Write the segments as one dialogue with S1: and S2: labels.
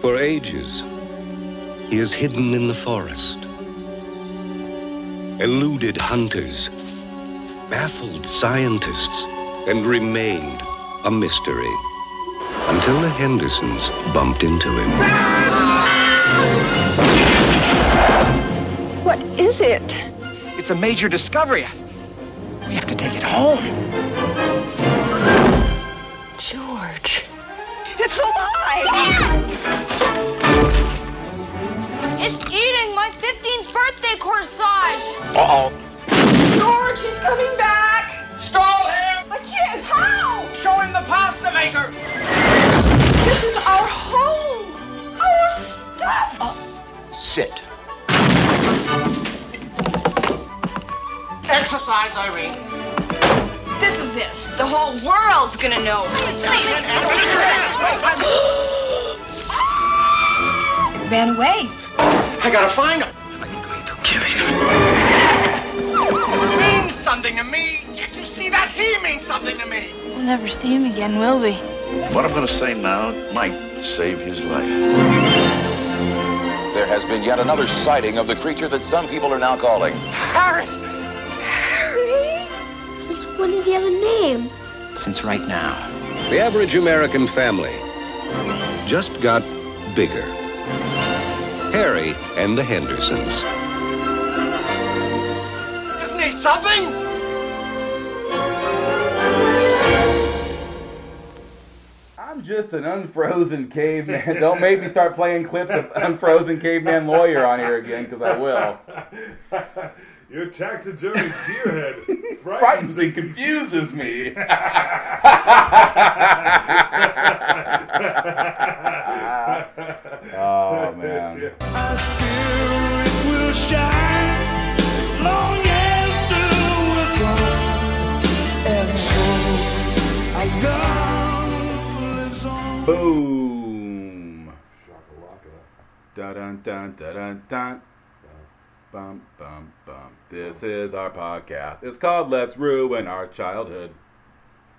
S1: for ages. He is hidden in the forest, eluded hunters, baffled scientists, and remained a mystery until the Hendersons bumped into him.
S2: What is it?
S3: It's a major discovery. We have to take it home.
S2: George. It's alive!
S4: It's eating my 15th birthday corsage.
S3: Uh-oh.
S2: George, he's coming back!
S3: Stall him!
S2: I can't! How?
S3: Show him the pasta maker!
S2: This is our home! Our stuff!
S3: Sit. Exercise, Irene.
S2: This is it.
S4: The whole world's gonna know.
S2: Ran away.
S3: I gotta find him. I'm going to kill him. Means something to me. Can't you see that? He means something to me.
S4: We'll never see him again, will we?
S5: What I'm going to say now might save his life.
S6: There has been yet another sighting of the creature that some people are now calling.
S3: Harry.
S7: Since when does he have a name?
S3: Since right now.
S1: The average American family just got bigger. Harry and the Hendersons.
S3: Isn't he something?
S8: I'm just an unfrozen caveman. Don't make me start playing clips of unfrozen caveman lawyer on here again, because I will.
S9: Your taxidermy deer head
S8: Frightens
S9: frightens
S8: and confuses me. oh man. Boom. Dun dun dun dun dun dun. Bum bum bum. This is our podcast. It's called Let's Ruin Our Childhood.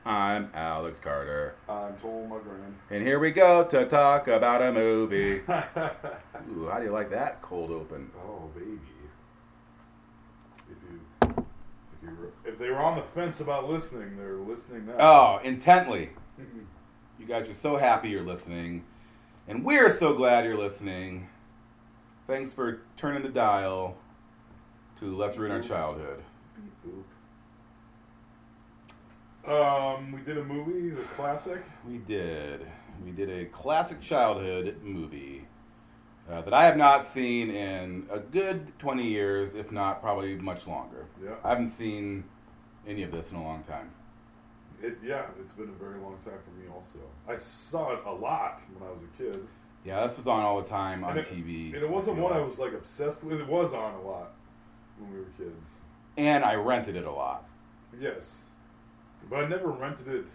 S8: I'm Alex Carter.
S9: I'm told my grand.
S8: And here we go to talk about a movie. Ooh, how do you like that cold open?
S9: Oh baby. If you, if you were, if they were on the fence about listening, they're listening now.
S8: Oh, intently. You guys are so happy you're listening. And we're so glad you're listening. Thanks for turning the dial to Let's Ruin Our Childhood.
S9: Um, we did a movie, the classic.
S8: We did. We did a classic childhood movie uh, that I have not seen in a good 20 years, if not probably much longer.
S9: Yeah.
S8: I haven't seen any of this in a long time.
S9: It, yeah, it's been a very long time for me. Also, I saw it a lot when I was a kid.
S8: Yeah, this was on all the time on
S9: and it,
S8: TV.
S9: And it wasn't
S8: feel
S9: one I
S8: like.
S9: was like obsessed with. It was on a lot when we were kids.
S8: And I rented it a lot.
S9: Yes, but I never rented it.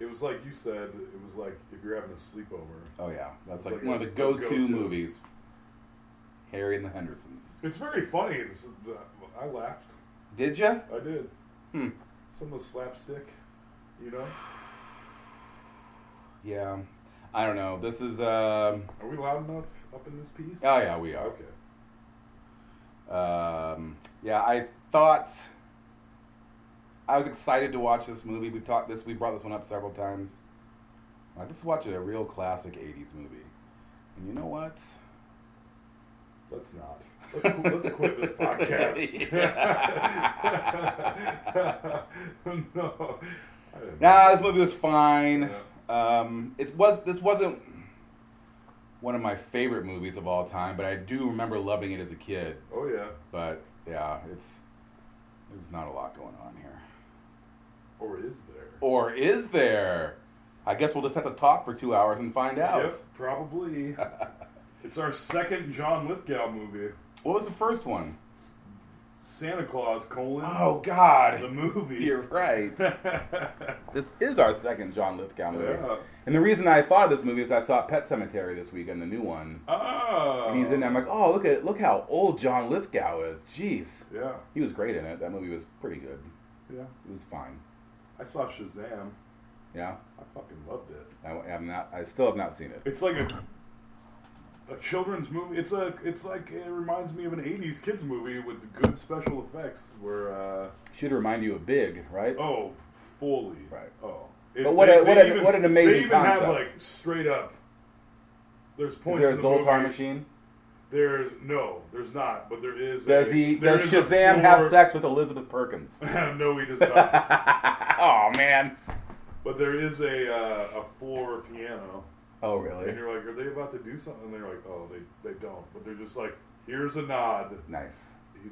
S9: It was like you said. It was like if you're having a sleepover.
S8: Oh yeah, that's
S9: It's
S8: like,
S9: like
S8: one of
S9: a-
S8: the
S9: a
S8: go-to,
S9: go-to.
S8: movies. Harry and the Hendersons.
S9: It's very funny. It's, the, I laughed.
S8: Did ya?
S9: I did.
S8: Hmm.
S9: Some of the slapstick, you know.
S8: Yeah. I don't know. This is um.
S9: Are we loud enough up in this piece?
S8: Oh yeah, we are.
S9: Okay.
S8: Um, yeah, I thought I was excited to watch this movie. We've talked this. We brought this one up several times. I just watched a real classic '80s movie, and you know what?
S9: Let's not. Let's, qu- let's quit this podcast. no. I didn't
S8: Nah, this movie was fine.
S9: Yeah.
S8: Um, it was this wasn't one of my favorite movies of all time, but I do remember loving it as a kid.
S9: Oh yeah.
S8: But yeah, it's there's not a lot going on here.
S9: Or is there?
S8: Or is there? I guess we'll just have to talk for two hours and find out.
S9: Yep, probably. it's our second John Lithgow movie.
S8: What was the first one?
S9: Santa Claus colon
S8: Oh
S9: the
S8: God,
S9: movie.
S8: you're right. this is our second John Lithgow movie.
S9: Yeah.
S8: And the reason I thought of this movie is I saw Pet Cemetery this weekend, the new one,
S9: oh.
S8: and he's in there. I'm like, oh look at look how old John Lithgow is. Jeez,
S9: Yeah,
S8: he was great in it. That movie was pretty good.
S9: yeah.
S8: It was fine.
S9: I saw Shazam.
S8: Yeah,
S9: I fucking loved it.
S8: I, I'm not. I still have not seen it.
S9: It's like a a children's movie. It's a it's like it reminds me of an '80s kids movie with good special effects. Where uh,
S8: Should remind you of Big, right?
S9: oh, fully
S8: Right.
S9: Oh, It-
S8: But what a- what an- what an amazing
S9: They even have
S8: concept.
S9: like straight up. There's
S8: Is
S9: points.
S8: there
S9: in
S8: a
S9: the
S8: Zoltar
S9: movie-
S8: machine?
S9: There's no, there's not, but there is.
S8: Does
S9: a-
S8: he?
S9: there
S8: Does
S9: is a
S8: Shazam
S9: floor-
S8: have sex with Elizabeth Perkins?
S9: no, he does not.
S8: oh man.
S9: but there is a uh, a floor piano,
S8: Oh
S9: and
S8: really?
S9: you're like, are they about to do something? And they're like, oh, they they don't, but they're just like, here's a nod.
S8: Nice.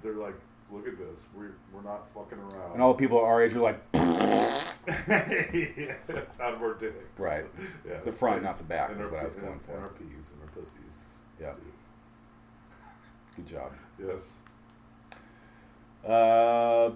S9: They're like, look at this, we're we're not fucking around.
S8: And all the people our age are like
S9: yes, out of our dicks.
S8: Right.
S9: Yes.
S8: the front, not the back.
S9: And
S8: Is
S9: our
S8: what I
S9: pe-
S8: was going
S9: and- And our
S8: for.
S9: peas and our pussies.
S8: Yeah. Good job.
S9: Yes.
S8: Uh,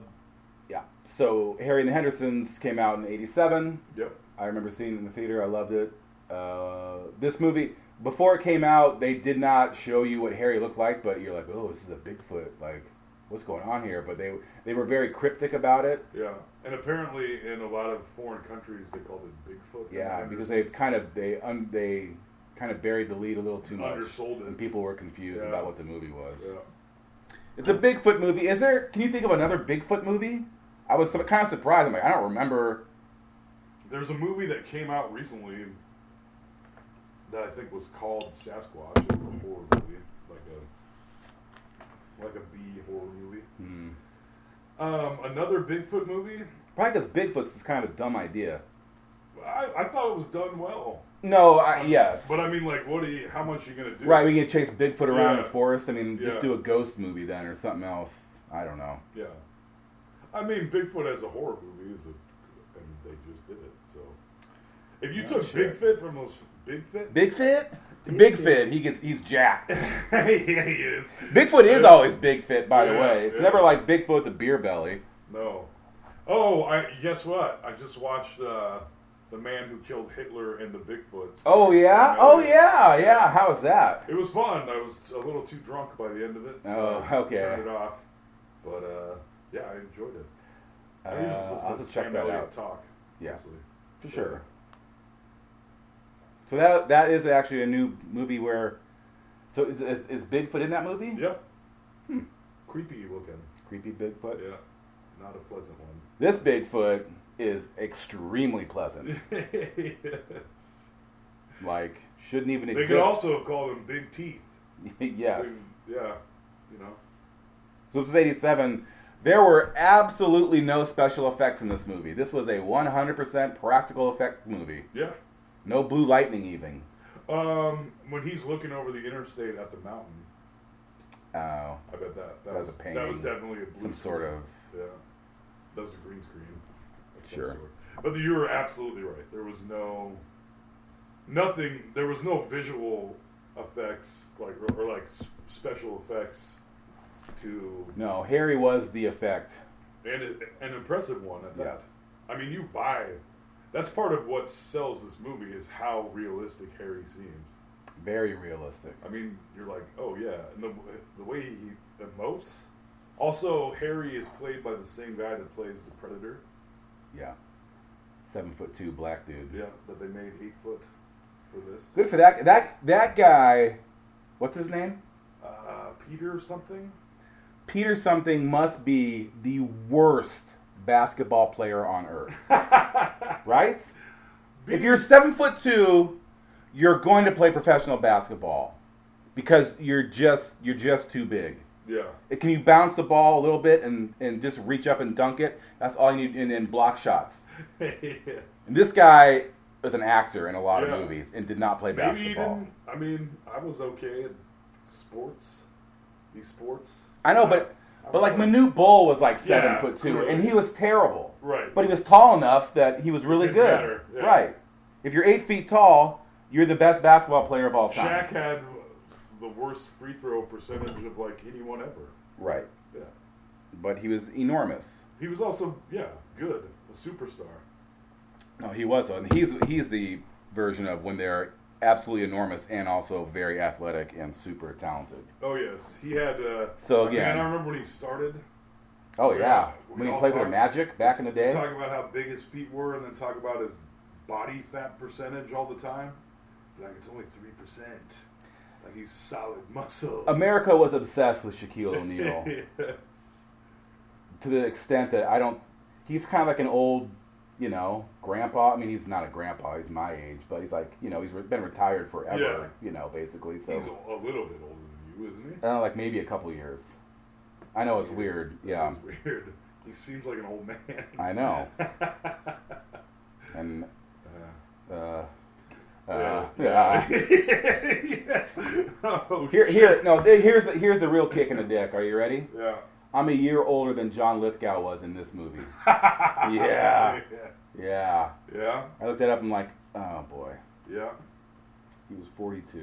S8: yeah. So Harry and the Hendersons came out in '87.
S9: Yep.
S8: I remember seeing it in the theater. I loved it. Uh, this movie, before it came out, they did not show you what Harry looked like, but you're like, oh, this is a Bigfoot. Like, what's going on here? But they they were very cryptic about it.
S9: Yeah. And apparently, in a lot of foreign countries, they called it Bigfoot.
S8: Yeah, because they kind of they un, they kind of buried the lead a little too much,
S9: Undersold it.
S8: and people were confused
S9: Yeah.
S8: about what the movie was.
S9: Yeah.
S8: It's a Bigfoot movie. Is there? Can you think of another Bigfoot movie? I was kind of surprised. I'm like, I don't remember.
S9: There's a movie that came out recently that I think was called Sasquatch. It was a horror movie, like a like a B horror movie.
S8: Hmm.
S9: Um, another Bigfoot movie.
S8: Probably because Bigfoot's is kind of a dumb idea.
S9: I, I thought it was done well.
S8: No, I, yes.
S9: But I mean, like, what are you? How much are you gonna do?
S8: Right, we can chase Bigfoot around in the
S9: Yeah.
S8: forest. I mean, just
S9: Yeah.
S8: do a ghost movie then, or something else. I don't know.
S9: Yeah. I mean, Bigfoot as a horror movie is a, and they just did it. So, if you
S8: Yeah,
S9: took
S8: sure.
S9: Bigfoot from those Bigfoot,
S8: Bigfoot, Bigfoot, he gets he's jacked.
S9: yeah, he is.
S8: Bigfoot is always Bigfoot, by the
S9: Yeah,
S8: way. It's
S9: yeah.
S8: never like Bigfoot with a beer belly.
S9: No. Oh, I guess what? I just watched uh, the man who killed Hitler and the Bigfoots.
S8: Oh yeah, oh yeah, yeah. How is that?
S9: It was fun. I was a little too drunk by the end of it. So
S8: Oh,
S9: I
S8: okay.
S9: Turned it off. But uh, yeah, I enjoyed it.
S8: Uh,
S9: I usually just listen
S8: I'll
S9: to
S8: just check
S9: Sam
S8: that
S9: Elliott
S8: out
S9: Talk.
S8: Yeah.
S9: mostly.
S8: for sure. So that that is actually a new movie where. So is, is, is Bigfoot in that movie?
S9: Yep.
S8: Hmm.
S9: Creepy looking.
S8: Creepy Bigfoot.
S9: Yeah. Not a pleasant one.
S8: This Bigfoot is extremely pleasant. like shouldn't even
S9: They
S8: exist.
S9: could also call them big teeth.
S8: yes.
S9: Big- yeah. You know.
S8: So this is 87. There were absolutely no special effects in this movie. This was a 100% practical effect movie.
S9: Yeah.
S8: No blue lightning even.
S9: Um, when he's looking over the interstate at the mountain,
S8: Oh,
S9: I bet that that,
S8: That was a
S9: That was
S8: painting.
S9: definitely a blue
S8: some sort
S9: screen.
S8: of
S9: Yeah. That was a green screen. of some
S8: Sure.
S9: sort. But you were absolutely right. There was no nothing. There was no visual effects like or, or like s- special effects to
S8: no. Harry was the effect.
S9: and a- an impressive one at
S8: Yeah.
S9: that. I mean, you buy. That's part of what sells this movie is how realistic Harry seems.
S8: Very realistic.
S9: I mean, you're like, oh yeah, and the the way he emotes. Also, Harry is played by the same guy that plays the Predator.
S8: Yeah. Seven foot two black dude.
S9: Yeah, that they made eight foot for this.
S8: Good for that. That that guy. What's his name?
S9: Uh, Peter or something.
S8: Peter something must be the worst basketball player on earth. right? If you're seven foot two, you're going to play professional basketball because you're just you're just too big.
S9: Yeah,
S8: It- Can you bounce the ball a little bit and, and just reach up and dunk it? That's all you need in, in block shots. And this guy is an actor in a lot
S9: Yeah.
S8: of movies and did not play
S9: maybe he
S8: basketball.
S9: didn't. I mean, I was okay at sports. These sports.
S8: I know, but but like Manute Bull was like seven
S9: Yeah,
S8: foot two,
S9: correct.
S8: and he was terrible.
S9: Right.
S8: But he was tall enough that he was really
S9: Didn't
S8: good.
S9: matter, yeah.
S8: Right. If you're eight feet tall, you're the best basketball player of all time.
S9: Shaq had the worst free throw percentage of like anyone ever.
S8: Right.
S9: Yeah,
S8: But he was enormous.
S9: he was also yeah good, a superstar.
S8: No, he was. And he's he's the version of when they're absolutely enormous and also very athletic and super talented.
S9: Oh yes, he had. Uh,
S8: So,
S9: I mean,
S8: again-
S9: I remember when he started.
S8: Oh
S9: Yeah.
S8: yeah.
S9: We
S8: When he
S9: all
S8: played for the
S9: talk-
S8: Magic back in the day.
S9: Talk about how big his feet were, and then talk about his body fat percentage all the time. Like it's only three percent. Like he's solid muscle.
S8: America was obsessed with Shaquille O'Neal to the extent that I don't. He's kind of like an old, you know, grandpa. I mean, he's not a grandpa. He's my age, but he's like, you know, he's re- been retired forever. You know, basically. So
S9: He's a, a little bit older than you, isn't he?
S8: I don't know, like maybe a couple years. I know it's weird. Yeah,
S9: It's weird. He seems like an old man.
S8: Um, I know. And uh, uh, yeah.
S9: yeah. Oh,
S8: Here,
S9: shit.
S8: here, no. th- Here's the, here's the real kick in the dick. Are you ready?
S9: Yeah.
S8: I'm a year older than John Lithgow was in this movie.
S9: yeah.
S8: Yeah, yeah.
S9: Yeah.
S8: I looked that up. I'm like, oh boy,
S9: Yeah.
S8: he was 42.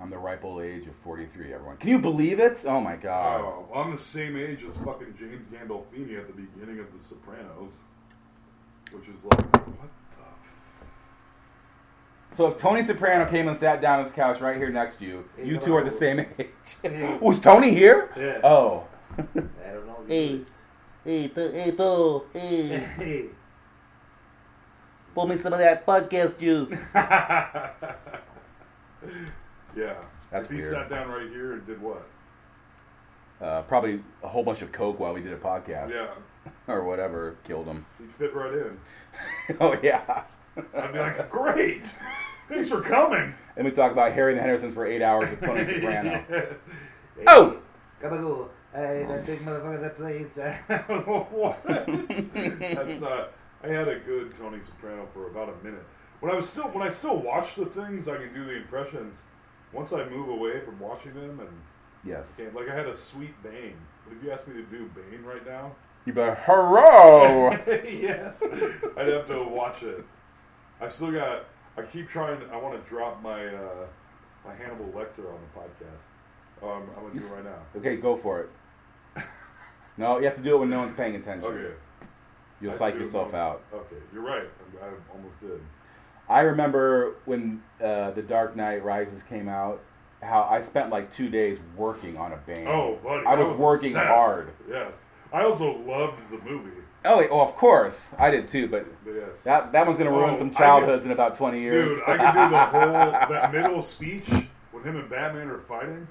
S8: I'm the ripe old age of 43. Everyone, can you believe it? Oh my god.
S9: Oh, I'm the same age as fucking James Gandolfini at the beginning of The Sopranos, which is like, what
S8: So if Tony Soprano came and sat down on his couch right here next to you, you two are the same age. was Tony here?
S9: Yeah.
S8: Oh.
S10: Hey, hey, th- hey, Bo,
S9: the?
S10: hey,
S9: Hey.
S10: pour me some of that podcast juice.
S9: yeah.
S8: That's
S9: if he
S8: weird.
S9: sat down right here and did what?
S8: Uh, probably a whole bunch of coke while we did a podcast
S9: Yeah.
S8: or whatever killed him.
S9: He'd fit right in.
S8: oh yeah.
S9: I'd be like, great. Thanks for coming.
S8: Then we talk about Harry and the Hendersons for eight hours with Tony Soprano.
S10: Oh!
S11: Gabagool. Hey, that big motherfucker that plays. Uh,
S9: what? That's not. I had a good Tony Soprano for about a minute. When I was still, when I still watch the things, I can do the impressions. Once I move away from watching them, and
S8: Yes.
S9: can't- like I had a sweet Bane. But if you asked me to do Bane right now,
S8: You better hurrow.
S9: yes, I'd have to watch it. I still got. I keep trying. I want to drop my uh, my Hannibal Lecter on the podcast. Um, I'm gonna do it right now.
S8: okay, go for it. No, you have to do it when no one's paying attention.
S9: Okay.
S8: You'll
S9: I
S8: psych
S9: do it
S8: yourself
S9: when-
S8: out.
S9: Okay, you're right. I, I almost did.
S8: I remember when uh, The Dark Knight Rises came out, how I spent like two days working on a band.
S9: Oh, buddy,
S8: I was, working
S9: obsessed.
S8: hard.
S9: Yes, I also loved the movie.
S8: Oh, wait, oh, of course. I did too, but
S9: But yes,
S8: that, that one's going to ruin
S9: Oh, I
S8: some
S9: could-
S8: childhoods in about 20 years.
S9: dude, I could do the whole that middle speech when him and Batman are fighting.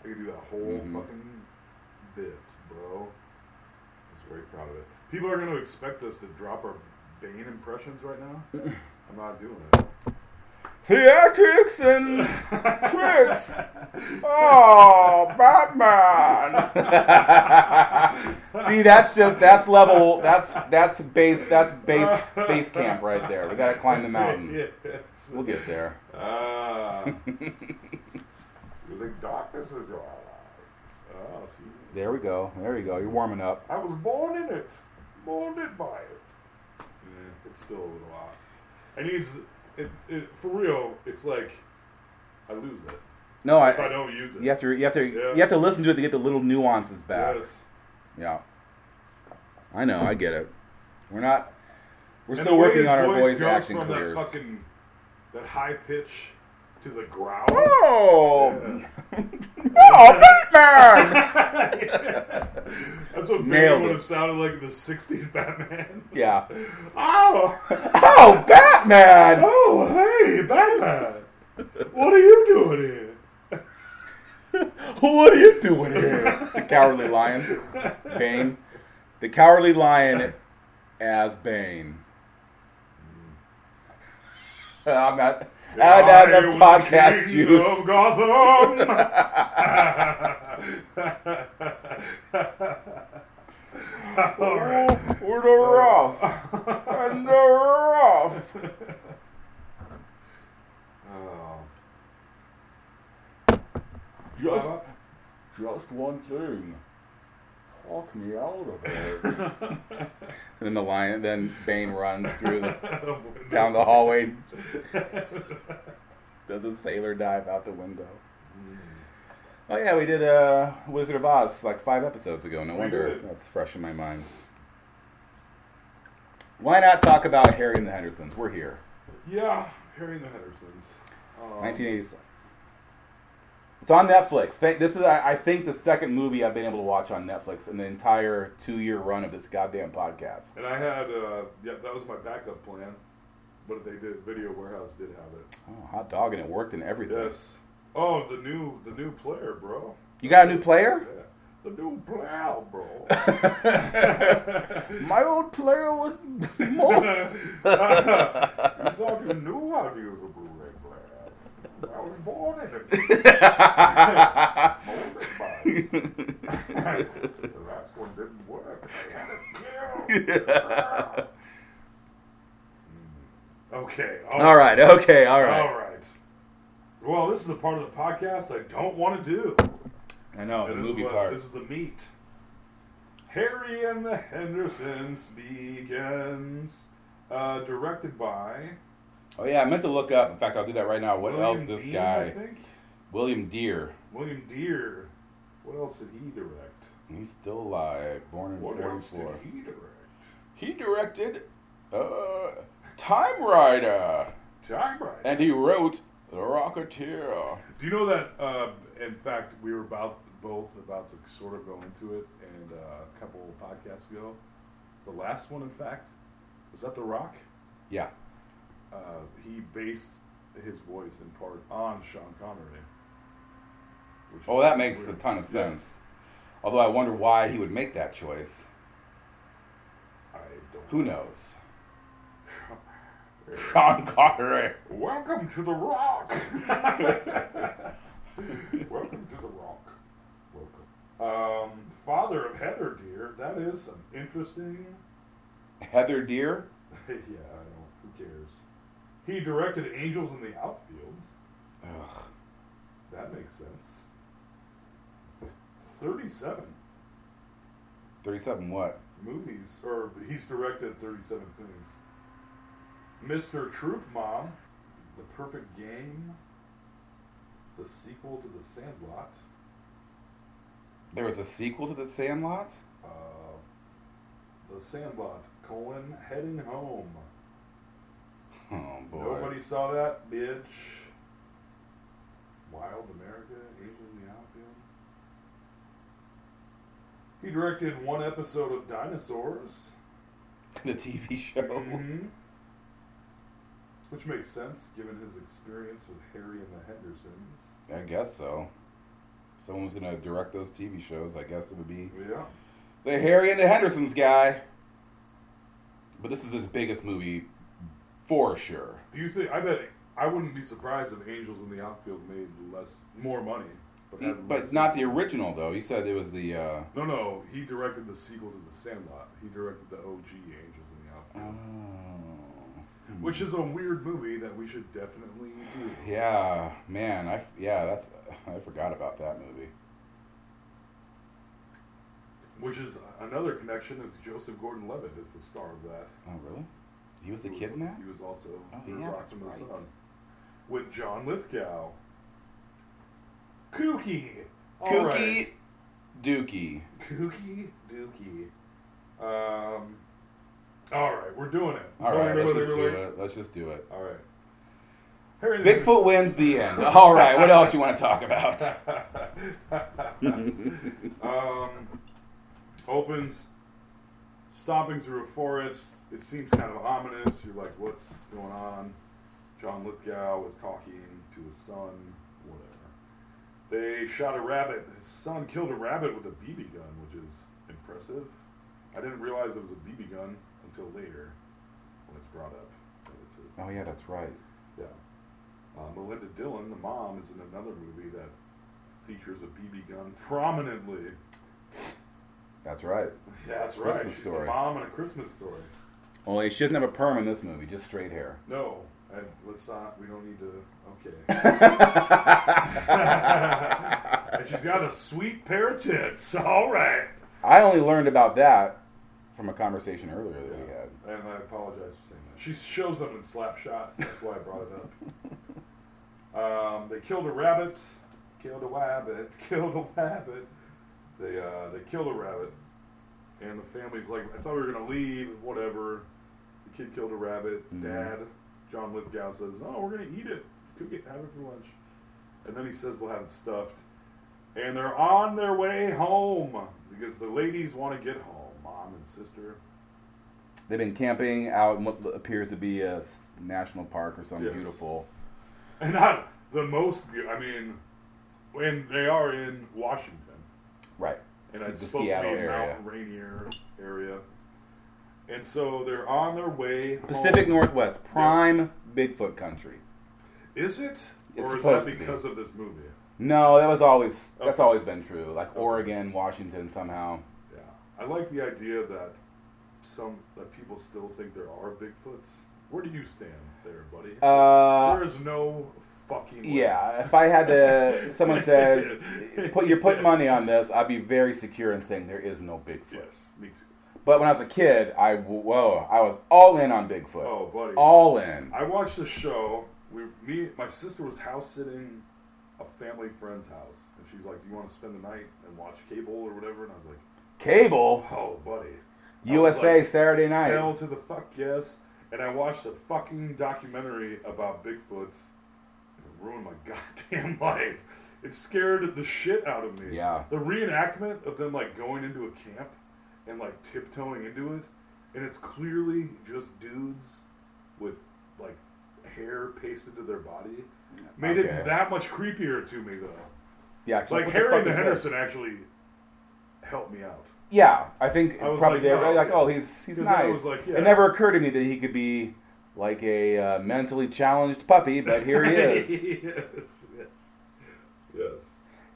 S9: I could do that whole
S8: Mhm.
S9: fucking bit, bro. I was very proud of it. People are going to expect us to drop our Bane impressions right now. I'm not doing it.
S8: Theatrics and tricks. Oh, Batman! See, that's just that's level. That's that's base. That's base base camp right there. We gotta climb the mountain.
S9: yes.
S8: We'll get there.
S9: Ah. the darkness is your life. Ah, see.
S8: There we go. There we go. You're warming up.
S9: I was born in it, molded by it. Yeah, it's still a little off. I need it, it for real. It's like I lose it
S8: No,
S9: if I
S8: I.
S9: don't use it.
S8: You have to. You have to. You have to listen to it to get the little nuances back.
S9: Yes.
S8: Yeah. I know. I get it. We're not. We're
S9: And
S8: still
S9: the way
S8: working
S9: his
S8: on our voice
S9: goes
S8: acting
S9: from
S8: careers.
S9: That fucking that high pitch to the growl.
S8: Oh,
S9: Yeah.
S8: oh, Batman!
S9: That's what
S8: Nailed
S9: Bane would
S8: it.
S9: have sounded like in the '60s Batman.
S8: Yeah.
S9: Oh,
S8: Oh, Batman!
S9: oh, hey, Batman! What are you doing here?
S8: What are you doing here? The Cowardly Lion. Bane. The Cowardly Lion as Bane. Uh, I'm not. I'm
S9: I
S8: not enough
S9: was
S8: podcast
S9: king
S8: juice.
S9: Of Gotham. All right.
S8: We're the rough. And the rough.
S9: Oh.
S8: Just, just one thing. Talk me out of it. and then the lion, then Bane runs through the down the hallway. Does a sailor dive out the window?
S9: Mm.
S8: Oh yeah, we did uh, Wizard of Oz like five episodes ago. No
S9: We
S8: wonder
S9: did.
S8: that's fresh in my mind. Why not talk about Harry and the Hendersons? We're here,
S9: Yeah, Harry and the Hendersons. Um,
S8: 1980s. It's on Netflix. Thank- This is, I I think, the second movie I've been able to watch on Netflix in the entire two-year run of this goddamn podcast.
S9: And I had, uh, yeah, that was my backup plan. what did they did? Video Warehouse did have it.
S8: Oh, hot dog, and it worked and everything.
S9: Yes. Oh, the new the new player, bro.
S8: You got a new player?
S9: Yeah. The new player, bro.
S8: My old player was more.
S9: you thought you knew how to use a Blu-ray player. I was born in it. Molded by it. the last one didn't work. I had it killed. Okay.
S8: all right. Okay. All right.
S9: All right. Well, this is the part of the podcast I don't want to do.
S8: I know
S9: And
S8: the
S9: this
S8: movie
S9: is what-
S8: part.
S9: This is the meat. Harry and the Hendersons begins, uh, directed by
S8: Oh yeah, I meant to look up. In fact, I'll do that right now. What
S9: William
S8: else? This
S9: Dean,
S8: guy,
S9: I think
S8: William Deere.
S9: William Deere. What else did he direct?
S8: He's still alive. Born in
S9: What else did
S8: '44.
S9: he direct?
S8: He directed uh, Time Rider,
S9: Time Rider.
S8: and he wrote The Rocketeer.
S9: Do you know that? Uh, in fact, we were about both about to sort of go into it, and uh, a couple of podcasts ago, the last one, in fact, was that The Rock.
S8: Yeah.
S9: Uh, he based his voice in part on Sean Connery. which
S8: Oh,
S9: is
S8: that makes a
S9: weird.
S8: ton of
S9: Yes.
S8: sense. Although I wonder why he would make that choice.
S9: I don't.
S8: Who knows? Sean Connery.
S9: Welcome to the Rock. Welcome to the Rock. Welcome. Um, father of Heather Deer. That is some interesting
S8: Heather Deer.
S9: yeah, I know. Who cares? He directed Angels in the Outfield.
S8: Ugh.
S9: That makes sense. 37
S8: Thirty-seven. What?
S9: movies, or he's directed 37 things. Mr. Troop Mom, The Perfect Game, the sequel to The Sandlot.
S8: There was a sequel to The Sandlot.
S9: Uh, the Sandlot, colon, heading home.
S8: Oh boy.
S9: Nobody saw that, bitch. Wild America, Angels in the Outfield. He directed one episode of Dinosaurs,
S8: The TV show.
S9: Mhm. which makes sense given his experience with Harry and the Hendersons.
S8: I guess so. Someone's gonna direct those TV shows. I guess it would be
S9: Yeah.
S8: the Harry and the Hendersons guy. But this is his biggest movie for sure.
S9: Do you think? I bet I wouldn't be surprised if Angels in the Outfield made less, more money, but had
S8: But
S9: less-
S8: it's not the original though. You said it was the. Uh,
S9: No, no. He directed the sequel to The Sandlot. He directed the OG Angels in the Outfield.
S8: oh.
S9: Which is a weird movie that we should definitely do.
S8: Yeah, man. I yeah. That's I forgot about that movie.
S9: Which is another connection is Joseph Gordon-Levitt is the star of that.
S8: Oh really? He was the
S9: Who
S8: kid in that.
S9: He was also
S8: Oh,
S9: Third
S8: yeah,
S9: Rock
S8: that's
S9: from the
S8: right.
S9: Sun with John Lithgow. Kooky. All
S8: Kooky
S9: right.
S8: Dookie.
S9: Kooky Dookie. Um. All right, we're doing it.
S8: All right, let's just do it. Let's just do it.
S9: All right. Harry the
S8: Bigfoot wins the end. All right, what else you want to talk about?
S9: um, opens, stomping through a forest. It seems kind of ominous. You're like, what's going on? John Lithgow is talking to his son, whatever. They shot a rabbit. His son killed a rabbit with a BB gun, which is impressive. I didn't realize it was a BB gun until later when it's brought up. that it's a
S8: Oh yeah, that's right.
S9: yeah. Uh, Melinda Dillon, the mom, is in another movie that features a BB gun prominently.
S8: That's right.
S9: Yeah, that's
S8: Christmas
S9: right. She's
S8: Story.
S9: the mom in a Christmas story.
S8: Only she doesn't have a perm in this movie, just straight hair.
S9: No, and let's not. We don't need to. Okay.
S8: I
S9: and she's got a sweet pair of tits. All right.
S8: only learned about that from a conversation earlier that we had.
S9: And I apologize for saying that. She shows them in Slapshot. That's why I brought it up. um, they killed a rabbit. Killed a rabbit. Killed a rabbit. They uh, they killed a rabbit, and the family's like, I thought we were gonna leave. Whatever. The kid killed a rabbit.
S8: Mhm.
S9: Dad, John Lithgow says, No, we're gonna eat it. Cook it. Have it for lunch. And then he says we'll have it stuffed. And they're on their way home because the ladies want to get home, mom and sister.
S8: They've been camping out in what appears to be a s- national park or something
S9: Yes.
S8: beautiful.
S9: And not the most. be- I mean, and they are in Washington,
S8: Right.
S9: and
S8: S-
S9: it's
S8: the
S9: supposed
S8: Seattle
S9: to be a
S8: area.
S9: Mount Rainier area. And so they're on their way. home.
S8: Pacific Northwest, prime Bigfoot country.
S9: Is it,
S8: It's
S9: or is
S8: supposed
S9: that
S8: to be.
S9: because of this movie?
S8: No, that was always that's always been true. Like Oregon, Washington, somehow.
S9: Yeah, I like the idea that some that people still think there are Bigfoots. Where do you stand there, buddy?
S8: Uh,
S9: there is no fucking. way.
S8: Yeah, if I had to, someone said, "Put you're putting money on this," I'd be very secure in saying there is no Bigfoot.
S9: Yes, me too.
S8: But when I was a kid, I whoa, I was all in on Bigfoot.
S9: Oh, buddy.
S8: all in.
S9: I watched the show. We, me, my sister was house sitting a family friend's house, and she's like, "Do you want to spend the night and watch cable or whatever?" And I was like,
S8: Cable,
S9: "Oh, buddy." I was
S8: USA,
S9: like,
S8: Saturday night.
S9: Hell to the fuck yes. And I watched a fucking documentary about Bigfoots. It ruined my goddamn life. It scared the shit out of me.
S8: Yeah.
S9: The reenactment of them like going into a camp and like tiptoeing into it, and it's clearly just dudes with like hair pasted to their body. Made
S8: Okay.
S9: it that much creepier to me though.
S8: Yeah, 'cause
S9: Like
S8: what the fuck
S9: Harry the
S8: is
S9: Henderson
S8: this?
S9: actually helped me out.
S8: Yeah, I think
S9: I was
S8: probably
S9: like,
S8: they were
S9: no.
S8: like, "Oh, he's he's
S9: 'Cause
S8: nice."
S9: I was like, yeah.
S8: It never occurred to me that he could be like a uh, mentally challenged puppy, but here he is.
S9: yes, yes, yes.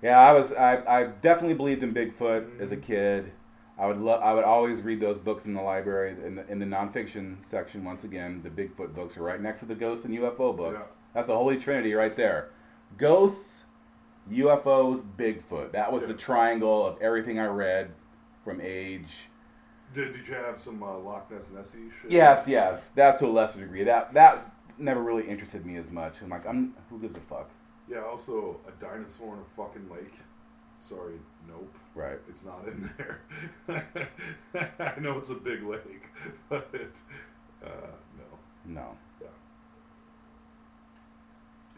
S8: Yeah, I was. I, I definitely believed in Bigfoot as
S9: Mm-hmm.
S8: a kid. I would love. I would always read those books in the library in the, in the nonfiction section. Once again, the Bigfoot books are right next to the ghost and UFO books.
S9: Yeah.
S8: That's a holy trinity right there. Ghosts, UFOs, Bigfoot. That was the
S9: Yes.
S8: triangle of everything I read from age.
S9: Did, did you have some uh, Loch Ness Nessie shit?
S8: Yes, yes. That to a lesser degree. That that never really interested me as much. I'm like, I'm who gives a fuck,
S9: Yeah, also a dinosaur in a fucking lake. Sorry, nope.
S8: right?
S9: It's not in there. I know it's a big lake, but uh, no.
S8: No.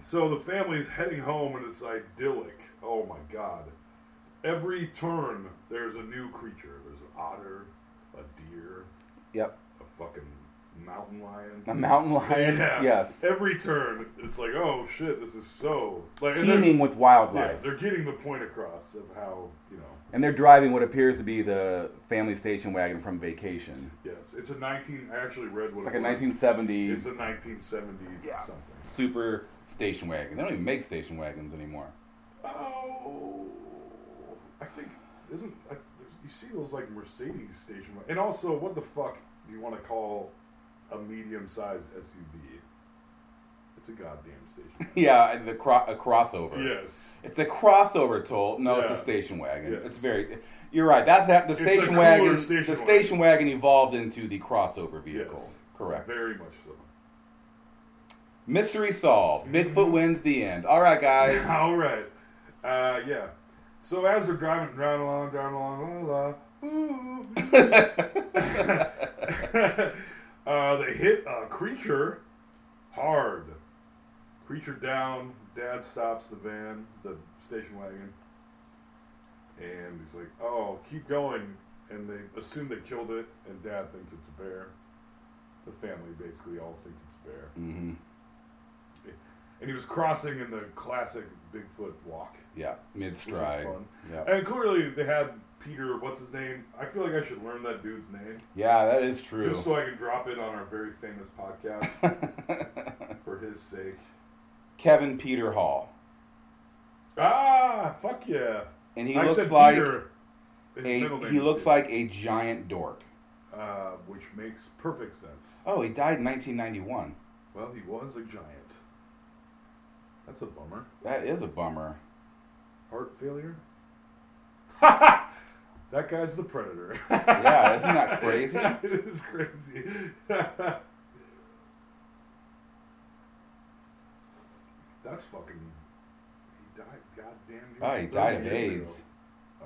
S9: So the family's heading home and it's idyllic. Oh my god. Every turn, there's a new creature. There's an otter, a deer,
S8: Yep.
S9: a fucking mountain lion.
S8: A mountain lion.
S9: Yeah.
S8: Yes.
S9: Every turn, it's like, oh shit, this is so like and they're-
S8: teeming with
S9: Yeah,
S8: wildlife.
S9: they're getting the point across of how you know.
S8: and they're driving what appears to be the family station wagon from vacation.
S9: Yes, it's a 19. I actually read what
S8: It's like
S9: it
S8: a
S9: was.
S8: 1970
S9: It's a 1970 something.
S8: super station wagon. They don't even make station wagons anymore.
S9: Oh, I think isn't I, you see those like Mercedes station wa- and also what the fuck do you want to call a medium-sized SUV? It's a goddamn station. wagon.
S8: Yeah, and the cro- a crossover.
S9: yes.
S8: It's a crossover toll. No, it's
S9: Yeah.
S8: a station wagon.
S9: Yes.
S8: It's very. You're right. That's that. The
S9: It's a
S8: station
S9: cooler
S8: wagon.
S9: station
S8: the station wagon. evolved into the crossover vehicle.
S9: Yes.
S8: Correct.
S9: Very much so.
S8: Mystery solved.
S9: Mhm.
S8: Bigfoot wins the end. All right, guys.
S9: All right. Uh, yeah. So as they're driving, driving along, driving along, la la. uh, they hit a creature hard. Creature down. Dad stops the van, the station wagon, and he's like, "Oh, keep going." And they assume they killed it, and Dad thinks it's a bear. The family basically all thinks it's a bear.
S8: hmm
S9: And he was crossing in the classic Bigfoot walk.
S8: Yeah, mid stride.
S9: Which was
S8: Yeah.
S9: And clearly they had Peter, what's his name? I feel like I should learn that dude's name
S8: yeah, that is true.
S9: just so I can drop it on our very famous podcast for his sake.
S8: Kevin Peter Hall.
S9: Ah, fuck yeah!
S8: And he
S9: I
S8: looks
S9: said
S8: like
S9: Peter. His middle
S8: a,
S9: name
S8: he
S9: is
S8: looks
S9: Peter.
S8: like a giant dork.
S9: uh, which makes perfect sense.
S8: Oh, he died in 1991.
S9: Well, he was a giant. That's a bummer.
S8: That is a bummer.
S9: Heart failure. that guy's the predator.
S8: Yeah, isn't that crazy?
S9: it is crazy. That's fucking. He died. Goddamn.
S8: Oh, he
S9: 30
S8: died of
S9: years ago.
S8: AIDS.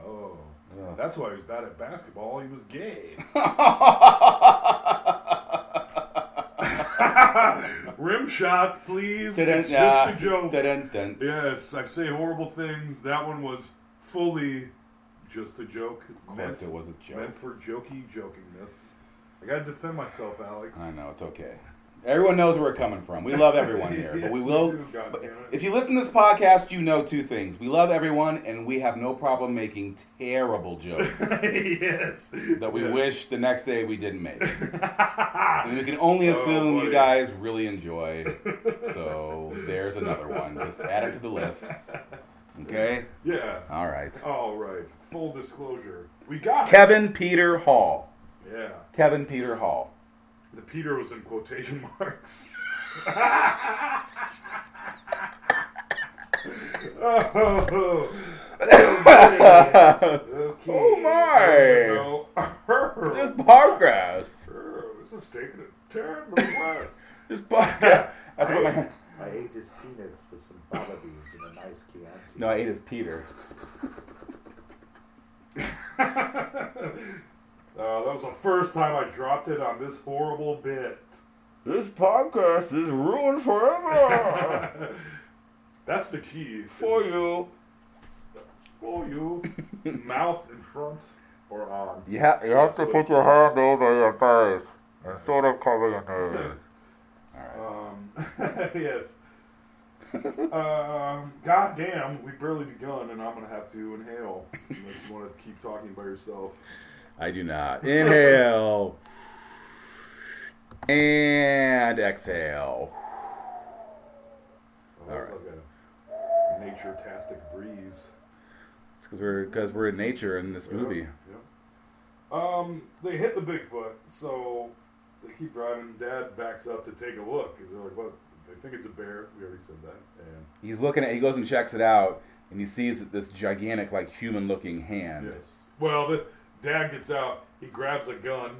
S9: Oh,
S8: Ugh.
S9: that's why he was bad at basketball. He was gay. Rim shot, please. It's just a joke.
S8: Dun-dun-dun.
S9: Yes, I say horrible things. That one was fully just a joke.
S8: Of course, it was a joke.
S9: Meant for jokey jokingness. I gotta defend myself, Alex.
S8: I know it's okay. Everyone knows where we're coming from. We love everyone here, but we
S9: Yes,
S8: will.
S9: do, God damn it.
S8: If you listen to this podcast, you know two things: we love everyone, and we have no problem making terrible jokes
S9: yes.
S8: that we
S9: Yeah.
S8: wish the next day we didn't make. and we can only
S9: Oh,
S8: assume you
S9: buddy.
S8: guys really enjoy. So there's another one. Just add it to the list. Okay.
S9: Yeah.
S8: All right.
S9: All right. Full disclosure. We got it.
S8: Kevin Peter Hall.
S9: Yeah.
S8: Kevin Peter Hall.
S9: The Peter was in quotation marks. oh,
S8: oh
S9: okay.
S8: my!
S9: No. Oh,
S8: This podcast.
S9: this is taking a turn. Nonetheless.
S8: This podcast. That's what my.
S12: I ate his peanuts with some fava beans and a nice Chianti.
S8: No, I ate his Peter.
S9: Uh, that was the first time I dropped it on this horrible bit.
S8: This podcast is ruined forever
S9: That's the key. is-
S8: for you.
S9: For you. Mouth in front or on.
S8: You, ha- you have to put your hand over your face and sort of cover your nose.
S9: Um, yes. um, goddamn, we barely begun, and I'm gonna have to inhale unless you want to keep talking by yourself. Oh,
S8: I do not. Inhale. and exhale.
S9: Oh, that was
S8: Alright.
S9: like a nature-tastic breeze.
S8: It's because we're, cause we're in nature in this movie.
S9: Yep. Um, they hit the Bigfoot, so they keep driving. Dad backs up to take a look because they're like, "What? They think it's a bear." We already said that. And
S8: He's looking at he goes and checks it out and he sees this gigantic, like human looking hand.
S9: yes, well, the dad gets out. He grabs a gun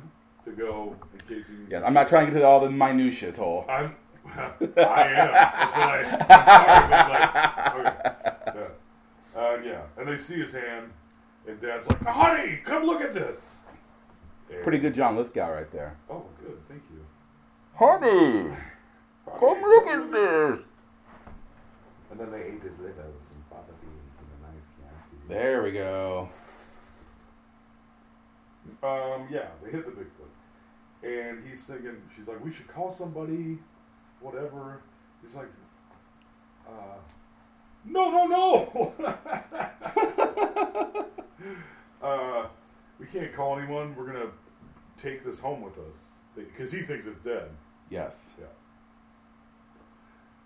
S9: to go in case he needs.
S8: Yeah,
S9: to-
S8: I'm not trying to get into all the minutia, Toll.
S9: I'm. I am. That's what I. I'm sorry, but like. Okay. Yes. Uh, yeah. And they see his hand, and Dad's like, "Honey, come look at this." And-
S8: Pretty good John Lithgow right there.
S9: Oh, good. Thank you.
S8: Honey,
S9: Honey,
S8: this.
S12: And then they ate his liver with some fava beans and a nice Chianti.
S8: There we go.
S9: Um, yeah, they hit the Bigfoot. And he's thinking, she's like, we should call somebody, whatever. He's like, uh, no, no, no! uh, we can't call anyone. We're going to take this home with us. Because he thinks it's dead.
S8: Yes.
S9: Yeah.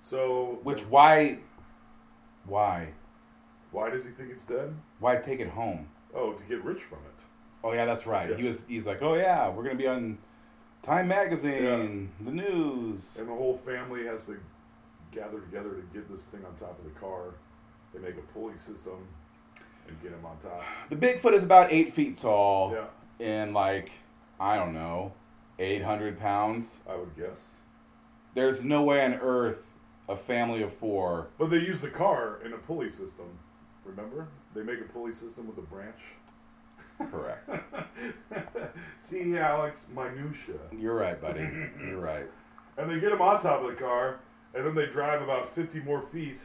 S9: So,
S8: Which why why?
S9: why does he think it's dead?
S8: Why take it home?
S9: Oh, to get rich from it.
S8: Oh yeah, that's right.
S9: Yeah.
S8: He was he's like, Oh yeah, we're gonna be on Time magazine, the news.
S9: And the whole family has to gather together to get this thing on top of the car. They make a pulley system and get him on top.
S8: The Bigfoot is about eight feet tall
S9: Yeah,
S8: and like, I don't know, eight hundred pounds.
S9: I would guess.
S8: There's no way on earth a family of four.
S9: But they use the car in a pulley system. Remember? They make a pulley system with a branch.
S8: Correct.
S9: See, Alex, minutia.
S8: You're right, buddy. You're right.
S9: And they get him on top of the car, and then they drive about 50 more feet.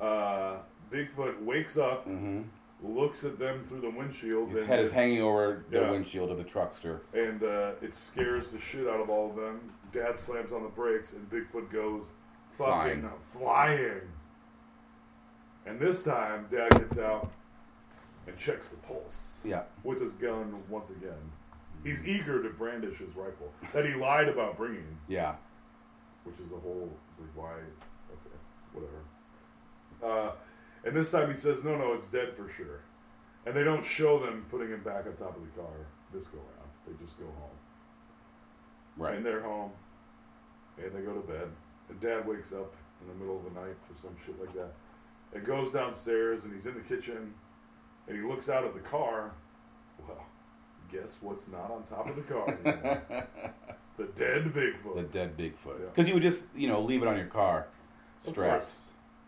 S9: Uh, Bigfoot wakes up,
S8: hmm
S9: looks at them through the windshield.
S8: His
S9: and
S8: head is
S9: just-
S8: hanging over the
S9: Yeah.
S8: windshield of the truckster.
S9: and uh, it scares the shit out of all of them. Dad slams on the brakes, and Bigfoot goes fucking
S8: Flying.
S9: flying. And this time, Dad gets out and checks the pulse
S8: Yeah.
S9: with his gun once again. He's eager to brandish his rifle that he lied about bringing,
S8: Yeah.
S9: which is the whole it's like why, okay, whatever. Uh, and this time he says, "No, no, it's dead for sure." And they don't show them putting him back on top of the car this go round. They just go home
S8: Right.
S9: and they're home, and they go to bed. And Dad wakes up in the middle of the night or some shit like that, and goes downstairs, and he's in the kitchen, and he looks out at the car. Well, guess what's not on top of the car? anymore? the dead Bigfoot.
S8: The dead Bigfoot.
S9: Yeah.
S8: Because you would just, you know, leave it on your car.
S9: Of
S8: Straps.
S9: course.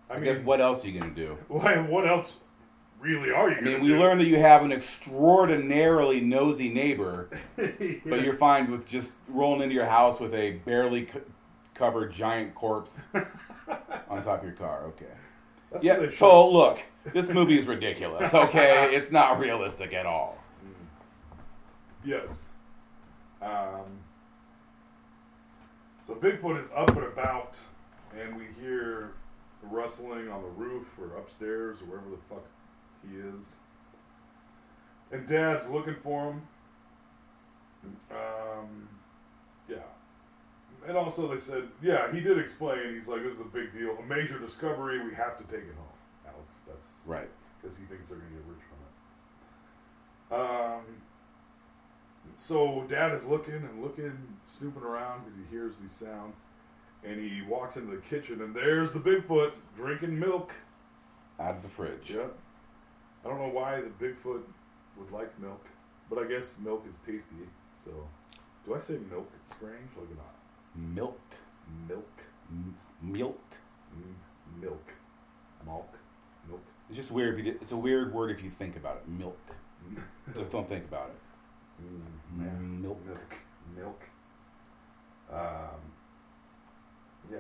S8: I,
S9: I mean,
S8: guess what else are you going to do?
S9: why? What else? Really, are you?
S8: I
S9: gonna
S8: mean, we
S9: do?
S8: learned that you have an extraordinarily nosy neighbor, but you're fine with just rolling into your house with a barely co- covered giant corpse on top of your car. Okay.
S9: That's
S8: yeah,
S9: what they show.
S8: so look, this movie is ridiculous, okay? it's not realistic at all.
S9: Yes. Um, so Bigfoot is up and about, and we hear the rustling on the roof or upstairs or wherever the fuck he is. And Dad's looking for him. Um, yeah. And also, they said, yeah, he did explain. He's like, this is a big deal, a major discovery. We have to take it home, Alex. That's
S8: Right.
S9: because he thinks they're going to get rich from it. Um, so dad is looking and looking, snooping around because he hears these sounds, and he walks into the kitchen, and there's the Bigfoot drinking milk.
S8: Out of the fridge.
S9: Yep. I don't know why the Bigfoot would like milk, but I guess milk is tasty. So, do I say milk? It's strange, like not
S8: Milk.
S9: milk,
S8: M- milk.
S9: mm, milk, milk, milk.
S8: It's just weird. If you did, it's a weird word if you think about it. Milk. just don't think about it.
S9: Mm, yeah.
S8: Milk.
S9: milk, milk. Um, yeah.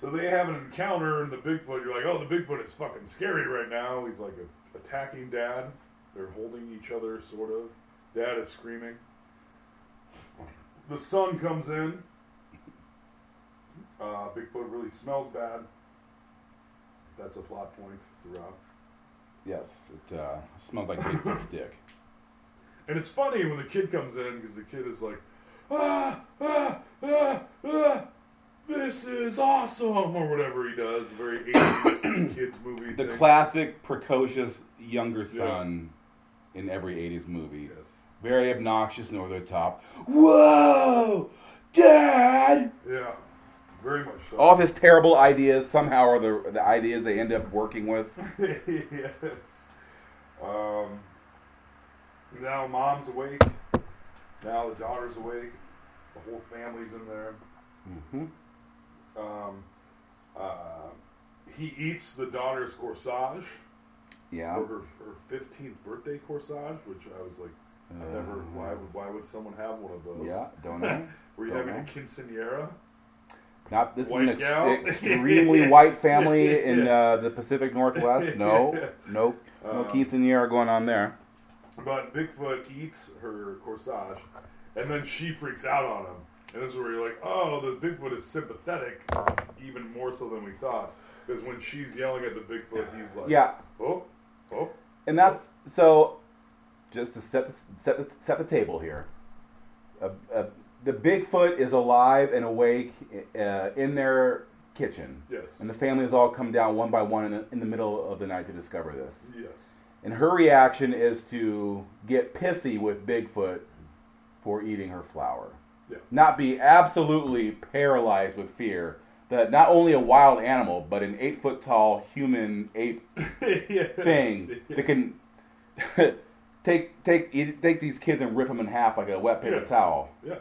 S9: So they have an encounter, and the Bigfoot. You're like, oh, the Bigfoot is fucking scary right now. He's like a, attacking Dad. They're holding each other, sort of. Dad is screaming. The sun comes in. Uh, Bigfoot really smells bad. That's a plot point throughout.
S8: Yes. It uh, smells like Bigfoot's dick.
S9: And it's funny when the kid comes in because the kid is like, ah, ah, ah, ah, this is awesome, or whatever he does. Very 80s kids movie.
S8: The
S9: thing.
S8: classic precocious younger
S9: Yeah.
S8: son in every 80s movie.
S9: Yes.
S8: Very obnoxious and over the top. Whoa! Dad!
S9: Yeah. Very much so.
S8: All of his terrible ideas, somehow or the, the ideas they end up working with.
S9: yes. Um, now mom's awake. Now the daughter's awake. The whole family's in there.
S8: Mm-hmm.
S9: Um, uh, he eats the daughter's corsage.
S8: Yeah.
S9: for her, her 15th birthday corsage, which I was like, I
S8: Uh,
S9: never. Why would why would someone have one of those?
S8: Yeah, Uh-huh. don't know.
S9: Were you
S8: Don't
S9: having
S8: know.
S9: a quinceanera?
S8: Not this
S9: White
S8: is an
S9: gal?
S8: ex- extremely white family in uh, the Pacific Northwest. No, no, no
S9: Uh,
S8: quinceanera going on there.
S9: But Bigfoot eats her corsage, and then she freaks out on him. And this is where you're like, oh, the Bigfoot is sympathetic, even more so than we thought. Because when she's yelling at the Bigfoot, he's like,
S8: Yeah,
S9: oh, oh,
S8: and that's so. Just to set the, set the, set the table here, uh, uh, the Bigfoot is alive and awake uh, in their kitchen,
S9: yes,
S8: and the family has all come down one by one in the, in the middle of the night to discover this.
S9: yes.
S8: And her reaction is to get pissy with Bigfoot for eating her flower.
S9: Yeah.
S8: Not be absolutely paralyzed with fear that not only a wild animal, but an eight foot tall human ape
S9: yes.
S8: thing that can take take eat, take these kids and rip them in half like a wet paper
S9: Yes.
S8: towel.
S9: Yeah.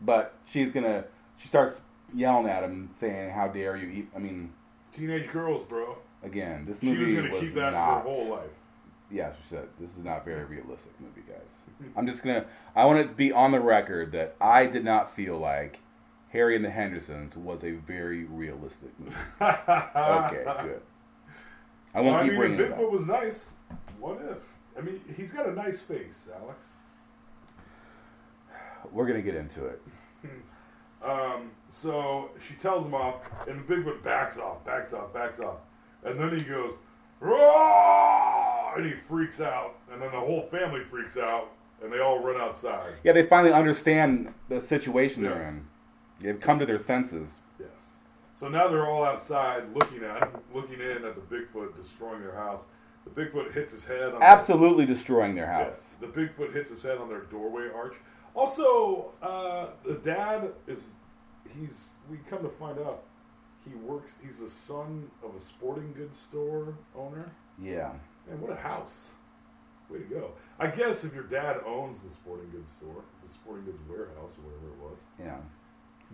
S8: But she's gonna she starts yelling at him, saying, "How dare you eat?" I mean,
S9: Teenage girls, bro.
S8: again, this
S9: She
S8: movie
S9: was going to keep that
S8: not
S9: her whole life.
S8: yeah, as we said, this is not a very realistic movie, guys. I'm just gonna. I want it to be on the record that I did not feel like Harry and the Hendersons was a very realistic movie. Okay, good. I won't
S9: I
S8: keep
S9: mean,
S8: bringing
S9: if
S8: it
S9: Bigfoot
S8: up.
S9: was nice, what if? I mean, he's got a nice face, Alex.
S8: We're gonna get into it.
S9: Um, so she tells him off, and Bigfoot backs off, backs off, backs off, and then he goes, Roar! and he freaks out, and then the whole family freaks out, and they all run outside.
S8: Yeah, they finally understand the situation they're
S9: Yes.
S8: in. They've come to their senses.
S9: Yes. So now they're all outside looking at, looking in at the Bigfoot destroying their house. The Bigfoot hits his head. on the-
S8: Absolutely destroying their house.
S9: Yes. The Bigfoot hits his head on their doorway arch. Also, uh, the dad is, he's, we come to find out, he works, he's the son of a sporting goods store owner.
S8: Yeah.
S9: Man, what a house. Way to go. I guess if your dad owns the sporting goods store, the sporting goods warehouse, or whatever it was,
S8: Yeah.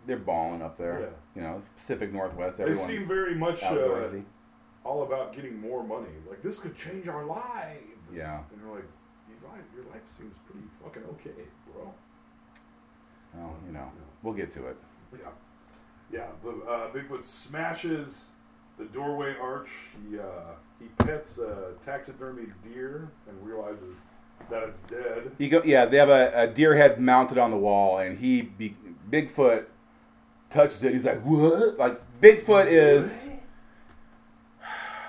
S8: They're balling up there.
S9: Yeah.
S8: You know, Pacific Northwest.
S9: they
S8: Everyone's
S9: seem very much uh,
S8: outdoorsy.
S9: all about getting more money. Like, this could change our lives.
S8: Yeah.
S9: And you're like, your life, your life seems pretty fucking okay, bro.
S8: Well, you know, we'll get to it.
S9: Yeah, yeah. The uh, Bigfoot smashes the doorway arch. He uh, he pets a taxidermy deer and realizes that it's dead.
S8: You go, yeah, they have a, a deer head mounted on the wall, and he, be, Bigfoot, touches it. He's like, what? Like, Bigfoot is.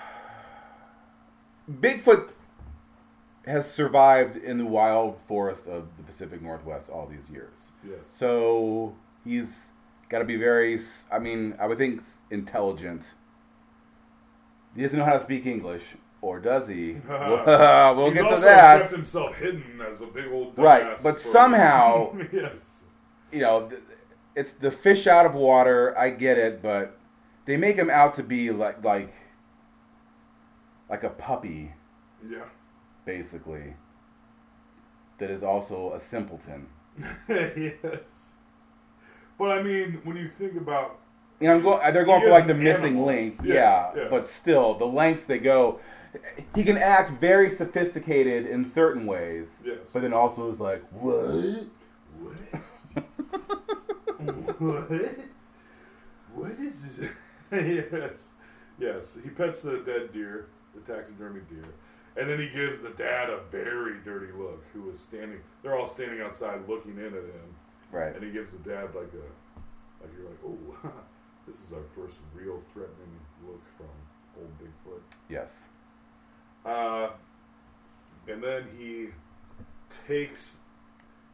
S8: Bigfoot has survived in the wild forest of the Pacific Northwest all these years.
S9: Yes.
S8: So he's got to be very, s- I mean, I would think s- intelligent. He doesn't know how to speak English, or does he? we'll
S9: He's
S8: get to
S9: also
S8: that.
S9: kept himself hidden as a big old dumbass
S8: Right, but
S9: for-
S8: somehow-
S9: yes,
S8: you know, th- it's the fish out of water. I get it, but they make him out to be like like like a puppy,
S9: yeah,
S8: basically. That is also a simpleton.
S9: yes. But I mean, when you think about
S8: You know, I'm going. They're going
S9: He
S8: for
S9: is
S8: like the
S9: an
S8: missing
S9: animal.
S8: link.
S9: Yeah,
S8: Yeah,
S9: yeah.
S8: but still, the lengths they go. He can act very sophisticated in certain ways,
S9: Yes.
S8: but then also is like, what?
S9: what? What is this? yes, yes. He pets the dead deer, the taxidermy deer, and then he gives the dad a very dirty look. Who was standing? They're all standing outside looking in at him,
S8: Right.
S9: and he gives the dad like a, like you're like, oh, this is our first real threatening look from old Bigfoot.
S8: Yes.
S9: Uh, and then he takes,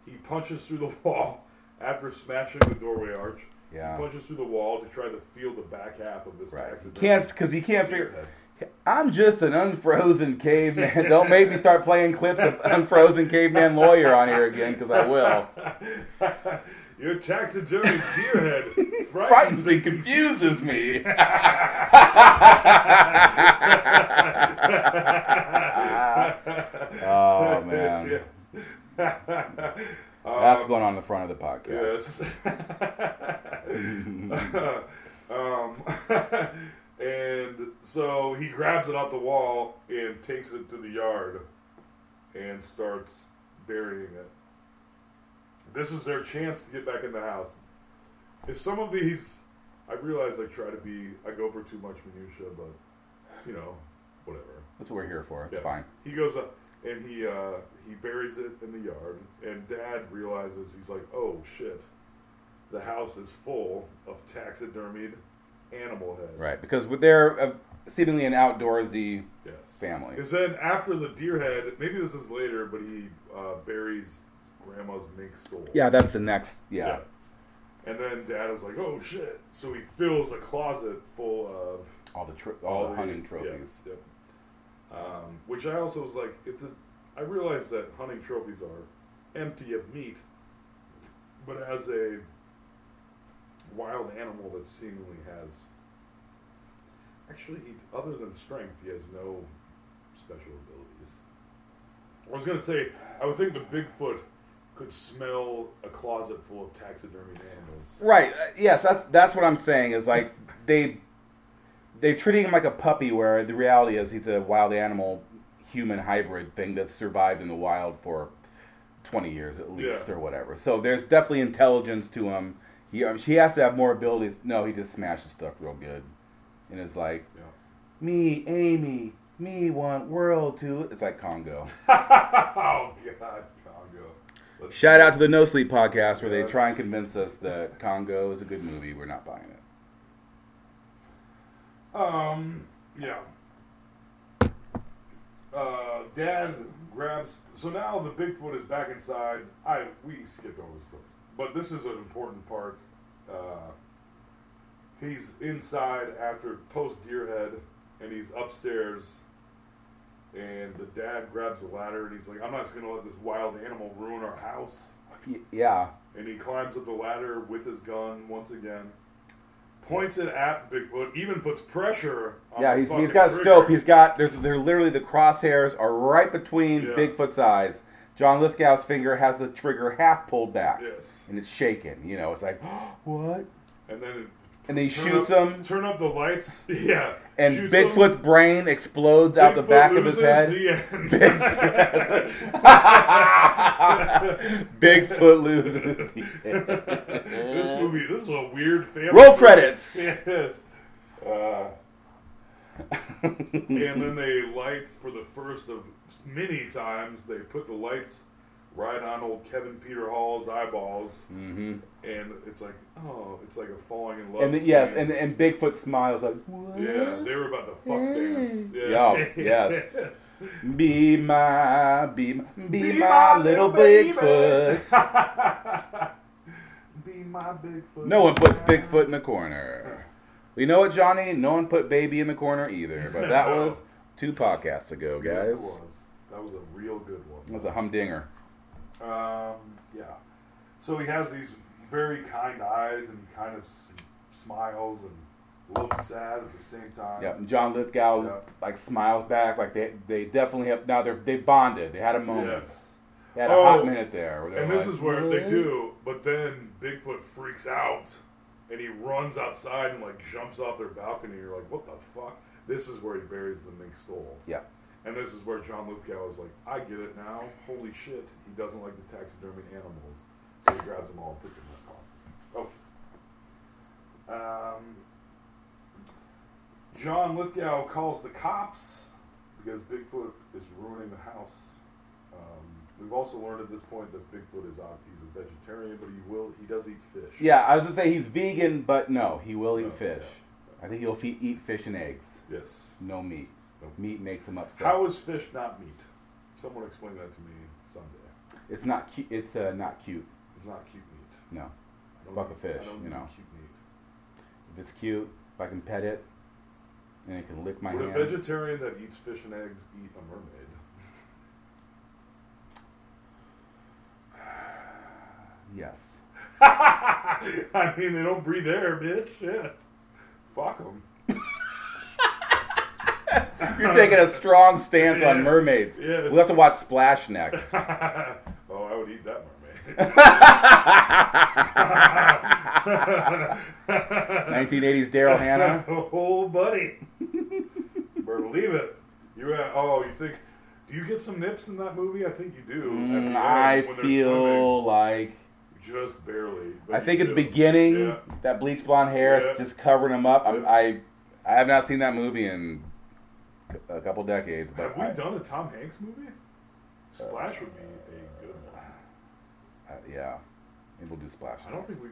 S9: he punches through the wall after smashing the doorway arch.
S8: Yeah.
S9: He punches through the wall to try to feel the back half of this
S8: Right.
S9: taxidermy.
S8: Can't because he can't figure. I'm just an unfrozen caveman. Don't make me start playing clips of unfrozen caveman lawyer on here again because I will.
S9: Your taxidermy deer head frightens
S8: Frightens and confuses me. oh man,
S9: Yes.
S8: that's
S9: Um,
S8: going on the front of the podcast.
S9: Yes. um, and so he grabs it off the wall and takes it to the yard and starts burying it. This is their chance to get back in the house. If some of these, I realize I try to be, I go for too much minutia, but you know, whatever.
S8: That's what we're here for. It's
S9: Yeah.
S8: fine.
S9: He goes up and he uh, he buries it in the yard, and Dad realizes he's like, "Oh shit, the house is full of taxidermied animal heads."
S8: Right, because they're a, seemingly an outdoorsy
S9: Yes.
S8: family.
S9: Because then after the deer head, maybe this is later, but he uh, buries Grandma's mink skull.
S8: Yeah, that's the next. Yeah,
S9: And then Dad is like, "Oh shit!" So he fills a closet full of
S8: all the tro- all, the hunting
S9: yeah,
S8: trophies.
S9: Yep. Um, which I also was like, if the, I realized that hunting trophies are empty of meat, but as a wild animal that seemingly has, actually, he, other than strength, he has no special abilities. I was gonna say, I would think the Bigfoot could smell a closet full of taxidermy animals.
S8: Right. uh, Yes, that's that's what I'm saying. Is like they they treating him like a puppy, where the reality is he's a wild animal human hybrid thing that's survived in the wild for 20 years at least
S9: Yeah.
S8: or whatever. So there's definitely intelligence to him. He um, he has to have more abilities. No, he just smashes stuff real good, and is like
S9: Yeah.
S8: me, Amy, me want world to. It's like Congo.
S9: oh God, Congo. Let's-
S8: Shout out to the No Sleep podcast where they
S9: Yes.
S8: try and convince us that Congo is a good movie. We're not buying it.
S9: Um, yeah. Uh, Dad grabs. So now the Bigfoot is back inside. I we skipped over stuff, but this is an important part. Uh, he's inside after post Deerhead, and he's upstairs. And the dad grabs a ladder and he's like, "I'm not just gonna let this wild animal ruin our house."
S8: Y- yeah.
S9: and he climbs up the ladder with his gun once again. Points it at Bigfoot, even puts pressure on
S8: Yeah,
S9: the
S8: he's, he's
S9: fucking
S8: got
S9: trigger.
S8: scope. He's got there's they're literally the crosshairs are right between
S9: Yeah.
S8: Bigfoot's eyes. John Lithgow's finger has the trigger half pulled back,
S9: Yes.
S8: and it's shaking. You know, it's like what?
S9: And then it-
S8: And then he
S9: turn
S8: shoots
S9: up-
S8: him,
S9: Turn up the lights. Yeah.
S8: and
S9: shoots him.
S8: Bigfoot's brain explodes out the
S9: Bigfoot
S8: back of his
S9: loses,
S8: head.
S9: the end.
S8: Bigfoot loses. The end.
S9: this movie, this is a weird family.
S8: Roll credits.
S9: Yes. Uh, and then they light for the first of many times. They put the lights right on old Kevin Peter Hall's eyeballs,
S8: Mm-hmm.
S9: and it's like, oh, it's like a falling in love.
S8: And then,
S9: scene.
S8: yes, and and Bigfoot smiles like, what?
S9: yeah, they were about to fuck dance.
S8: Yeah, yes. Be my, be my, be, my, little
S9: baby.
S8: Bigfoot.
S9: Be my Bigfoot.
S8: no one puts Bigfoot in the corner. You know what, Johnny? No one put Baby in the corner either. But that
S9: No.
S8: was two podcasts ago,
S9: Yes,
S8: guys.
S9: it was. That was a real good one.
S8: It was a humdinger.
S9: Um, yeah. So he has these very kind eyes, and he kind of s- smiles and looks sad at the same time.
S8: Yep. and John Lithgow
S9: Yep.
S8: like smiles back. Like they they definitely have now they're they bonded. They had a moment.
S9: Yes.
S8: They had a
S9: Oh,
S8: hot minute there. where they
S9: And
S8: were
S9: this
S8: like,
S9: is where they
S8: "What?"
S9: do, but then Bigfoot freaks out, and he runs outside and like jumps off their balcony. You're like, what the fuck? This is where he buries the mink stole.
S8: Yeah.
S9: And this is where John Lithgow is like, I get it now. Holy shit, he doesn't like the taxidermy animals, so he grabs them all and puts them in his pocket. Oh. Um, John Lithgow calls the cops because Bigfoot is ruining the house. Um, we've also learned at this point that Bigfoot is ob- he's a vegetarian, but he will he does eat fish.
S8: Yeah, I was gonna say he's vegan, but no, he will eat
S9: No,
S8: fish. I think he'll fe- eat fish and eggs.
S9: Yes.
S8: No meat. Meat makes him upset.
S9: How is fish not meat? Someone explain that to me someday.
S8: it's not cute. It's uh, not cute.
S9: It's not cute meat.
S8: No,
S9: I don't
S8: Fuck a
S9: eat-
S8: fish,
S9: I don't
S8: you
S9: eat
S8: know.
S9: Cute meat.
S8: if it's cute, if I can pet it, and it can lick my
S9: Would
S8: hand.
S9: a vegetarian that eats fish and eggs eat a mermaid?
S8: yes.
S9: I mean, they don't breathe air, bitch. Yeah. Fuck them.
S8: You're taking a strong stance on mermaids.
S9: Yes.
S8: We'll have to watch Splash next.
S9: oh, I would eat that mermaid.
S8: 1980s Daryl Hannah.
S9: oh, buddy. Better believe it. You uh, oh, you think? Do you get some nips in that movie? I think you do. At the
S8: Mm,
S9: end,
S8: I
S9: when they're
S8: feel like
S9: swimming, just barely. but
S8: I
S9: you
S8: think at the
S9: do.
S8: beginning
S9: Yeah.
S8: that bleach blonde hair
S9: Yeah.
S8: is just covering him up. I'm, I I have not seen that movie in a couple decades, but
S9: Have we
S8: I-
S9: done a Tom Hanks movie? Splash would be a good one.
S8: Uh, yeah, maybe we'll do splash.
S9: I don't think we.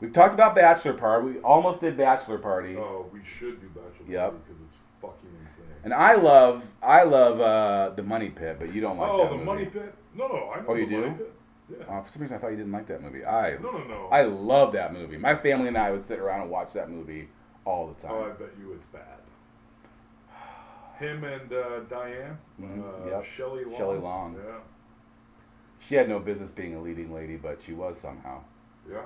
S8: We've talked about bachelor party. We almost did bachelor party,
S9: Oh, we should do Bachelor
S8: Yep.
S9: because it's fucking insane.
S8: and I love I love uh, the Money Pit, but you don't like
S9: oh,
S8: that
S9: the
S8: movie.
S9: Money Pit. No, no, I know
S8: Oh, you
S9: the
S8: do?
S9: Money Pit. Yeah.
S8: Uh, for some reason, I thought you didn't like that movie. I
S9: no, no, no.
S8: I love that movie. My family and I would sit around and watch that movie all the
S9: Oh, I
S8: time.
S9: bet you it's bad. Him and uh, Diane,
S8: Mhm,
S9: uh,
S8: yep.
S9: Shelley Long.
S8: Shelley Long.
S9: Yeah,
S8: She had no business being a leading lady, but she was somehow.
S9: yeah.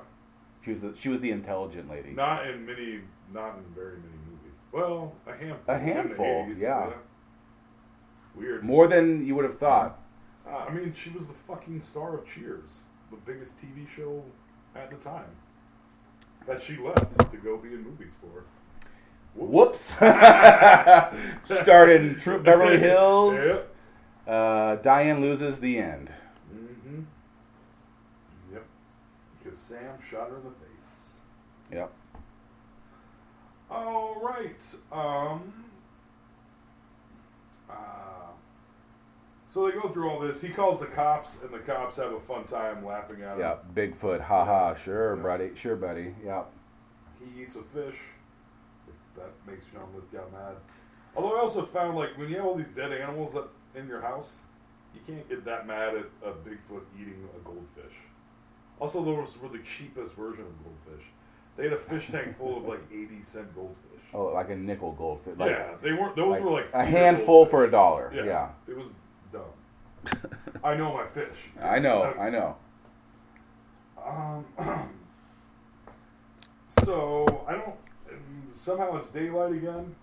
S8: She was the, she was the intelligent lady.
S9: Not in many, not in very many movies. Well, a handful.
S8: A
S9: in the
S8: handful,
S9: 80s,
S8: yeah.
S9: Weird.
S8: More than you would have thought.
S9: Uh, I mean, she was the fucking star of Cheers, the biggest TV show at the time. That she left to go be in movies for.
S8: Whoops. Started in Troop Beverly Hills.
S9: Yep.
S8: Uh, Diane loses the end.
S9: Mm-hmm. Yep. Because Sam shot her in the face.
S8: Yep.
S9: All right. Um. Uh, so they go through all this. He calls the cops, and the cops have a fun time laughing at him.
S8: Yeah, Bigfoot. Ha ha. Sure,
S9: Yeah.
S8: buddy. Sure, buddy. Yeah.
S9: He eats a fish. That makes John Lithgow mad. Although I also found like when you have all these dead animals up in your house, you can't get that mad at a Bigfoot eating a goldfish. Also, those were the cheapest version of goldfish. They had a fish tank full of like eighty cent goldfish.
S8: Oh, like a nickel goldfish. Like,
S9: yeah, they weren't. Those were like
S8: a
S9: feeder
S8: handful for a dollar.
S9: goldfish.
S8: Yeah.
S9: it was dumb. I know my fish.
S8: I know. I know.
S9: Um, so I don't. um, Somehow it's daylight again.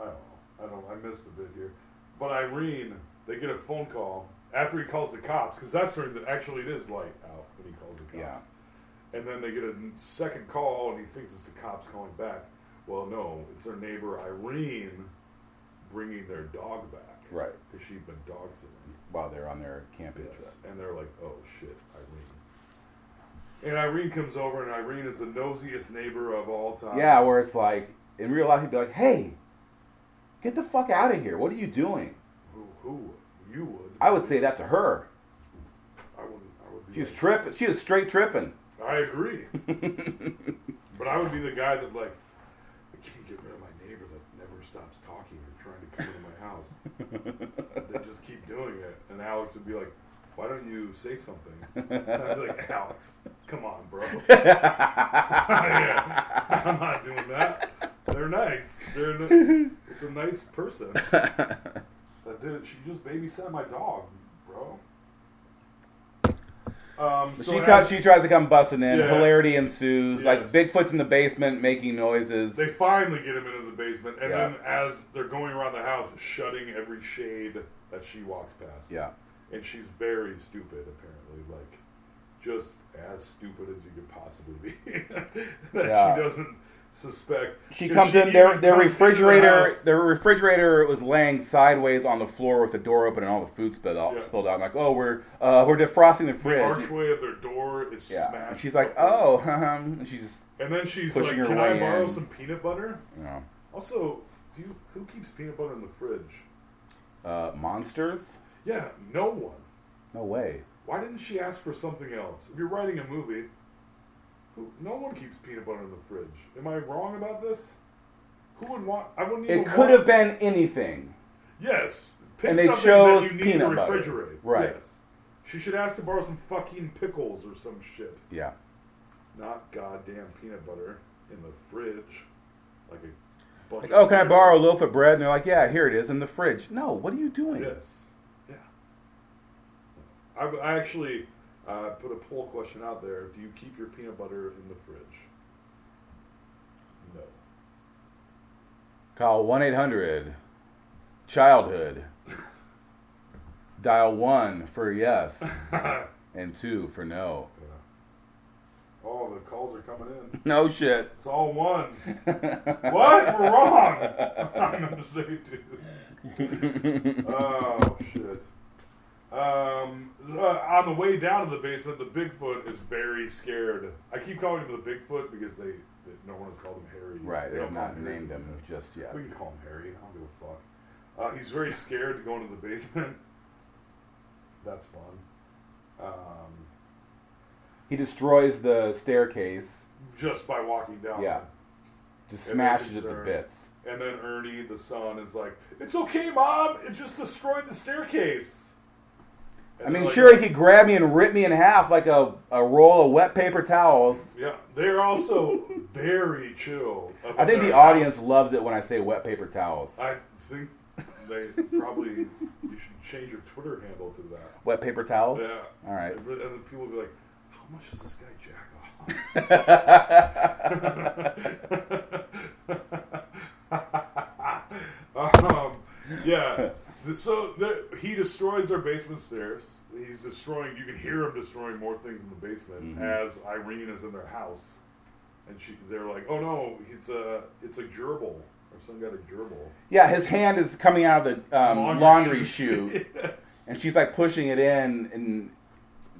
S9: I don't know. I don't. I missed a bit here. But Irene, they get a phone call after he calls the cops because that's during the. Actually, it is light out when he calls the cops.
S8: Yeah.
S9: And then they get a n- second call, and he thinks it's the cops calling back. Well, no, it's their neighbor Irene bringing their dog back.
S8: Right.
S9: Because she'd been dog sitting.
S8: While they're on their camping
S9: Yes.
S8: trip.
S9: And they're like, oh shit, Irene. And Irene comes over, and Irene is the nosiest neighbor of all time.
S8: Yeah, where it's like in real life, you'd be like, "Hey, Get the fuck out of here. What are you doing?
S9: Who, who? You would.
S8: I would say that to her.
S9: I wouldn't. I would be
S8: She was
S9: like-
S8: tripping. She was straight tripping.
S9: I agree. but I would be the guy that like, I can't get rid of my neighbor that never stops talking or trying to come into my house. they just keep doing it, and Alex would be like, "Why don't you say something?" And I'd be like, "Alex, come on, bro. Yeah, I'm not doing that. They're nice. They're n- it's a nice person that did it. She just babysat my dog, bro." Um, so
S8: she
S9: as-
S8: comes, she tries to come busting in.
S9: Yeah.
S8: Hilarity ensues.
S9: Yes.
S8: Like Bigfoot's in the basement making noises.
S9: They finally get him into the basement, and
S8: Yeah.
S9: then as they're going around the house, shutting every shade that she walks past.
S8: Yeah.
S9: And she's very stupid, apparently. Like, just as stupid as you could possibly be. that
S8: Yeah.
S9: she doesn't suspect.
S8: She
S9: If
S8: comes in their
S9: even
S8: their
S9: comes into the
S8: refrigerator.
S9: house-
S8: their refrigerator was laying sideways on the floor with the door open and all the food spilled out.
S9: Yeah.
S8: Spilled out. I'm like, oh, we're uh, we're defrosting the
S9: the
S8: fridge.
S9: archway of their door is
S8: yeah.
S9: smashed.
S8: And she's like,
S9: upwards.
S8: oh, and she's just,
S9: And then she's
S8: pushing
S9: like,
S8: her
S9: "Can
S8: way
S9: I borrow
S8: in."
S9: some peanut butter?"
S8: you know,
S9: Also, do you, who keeps peanut butter in the fridge?
S8: uh, monsters.
S9: Yeah, no one.
S8: No way.
S9: Why didn't she ask for something else? If you're writing a movie, who, no one keeps peanut butter in the fridge. Am I wrong about this? Who would want? I wouldn't even.
S8: It could
S9: want-
S8: have been anything.
S9: Yes. Pick
S8: and they
S9: something
S8: chose
S9: that you need
S8: peanut
S9: to
S8: butter.
S9: refrigerate.
S8: Right.
S9: Yes. She should ask to borrow some fucking pickles or some shit.
S8: Yeah.
S9: Not goddamn peanut butter in the fridge, like a bunch.
S8: Like,
S9: of
S8: oh, can I
S9: weirdos.
S8: borrow a loaf of bread? And they're like, yeah, here it is in the fridge. No, what are you doing?
S9: Yes. Yeah. I, I actually uh, put a poll question out there. Do you keep your peanut butter in the fridge? No.
S8: Call 1 800 childhood. Dial 1 for yes and 2 for no.
S9: Oh, the calls are coming in.
S8: No shit.
S9: It's all ones. what? We're wrong. I meant to say two. oh shit. Um, uh, on the way down to the basement, the Bigfoot is very scared. I keep calling him the Bigfoot because they, they no one has called him Harry.
S8: Right, they
S9: don't
S8: have
S9: call
S8: not
S9: him Harry.
S8: named him just yet.
S9: We can call him Harry. I don't give a fuck. Uh, he's very scared to go into the basement. That's fun. Um,
S8: He destroys the staircase,
S9: just by walking down.
S8: Yeah. just
S9: And
S8: smashes
S9: they're
S8: it to
S9: concerned.
S8: bits.
S9: And then Ernie, the son, is like, "It's okay, mom. It just destroyed the staircase." And
S8: I
S9: they're
S8: mean,
S9: like,
S8: sure, he could grab me and rip me in half like a, a roll of wet paper towels.
S9: Yeah, they're also very chill. up
S8: I
S9: at
S8: think
S9: their
S8: the audience
S9: house.
S8: loves it when I say wet paper towels.
S9: I think they probably you should change your Twitter handle to that.
S8: Wet paper towels?
S9: Yeah.
S8: Oh. All right.
S9: And then people will be like, how much does this guy jack off? um, yeah. The- So the, he destroys their basement stairs. He's destroying, you can hear him destroying more things in the basement
S8: Mm-hmm.
S9: as Irene is in their house. And she, they're like, oh no, he's a, it's a gerbil. Or some got a gerbil.
S8: Yeah, his hand is coming out of the um, laundry, chute,
S9: Yes.
S8: and she's like pushing it in, and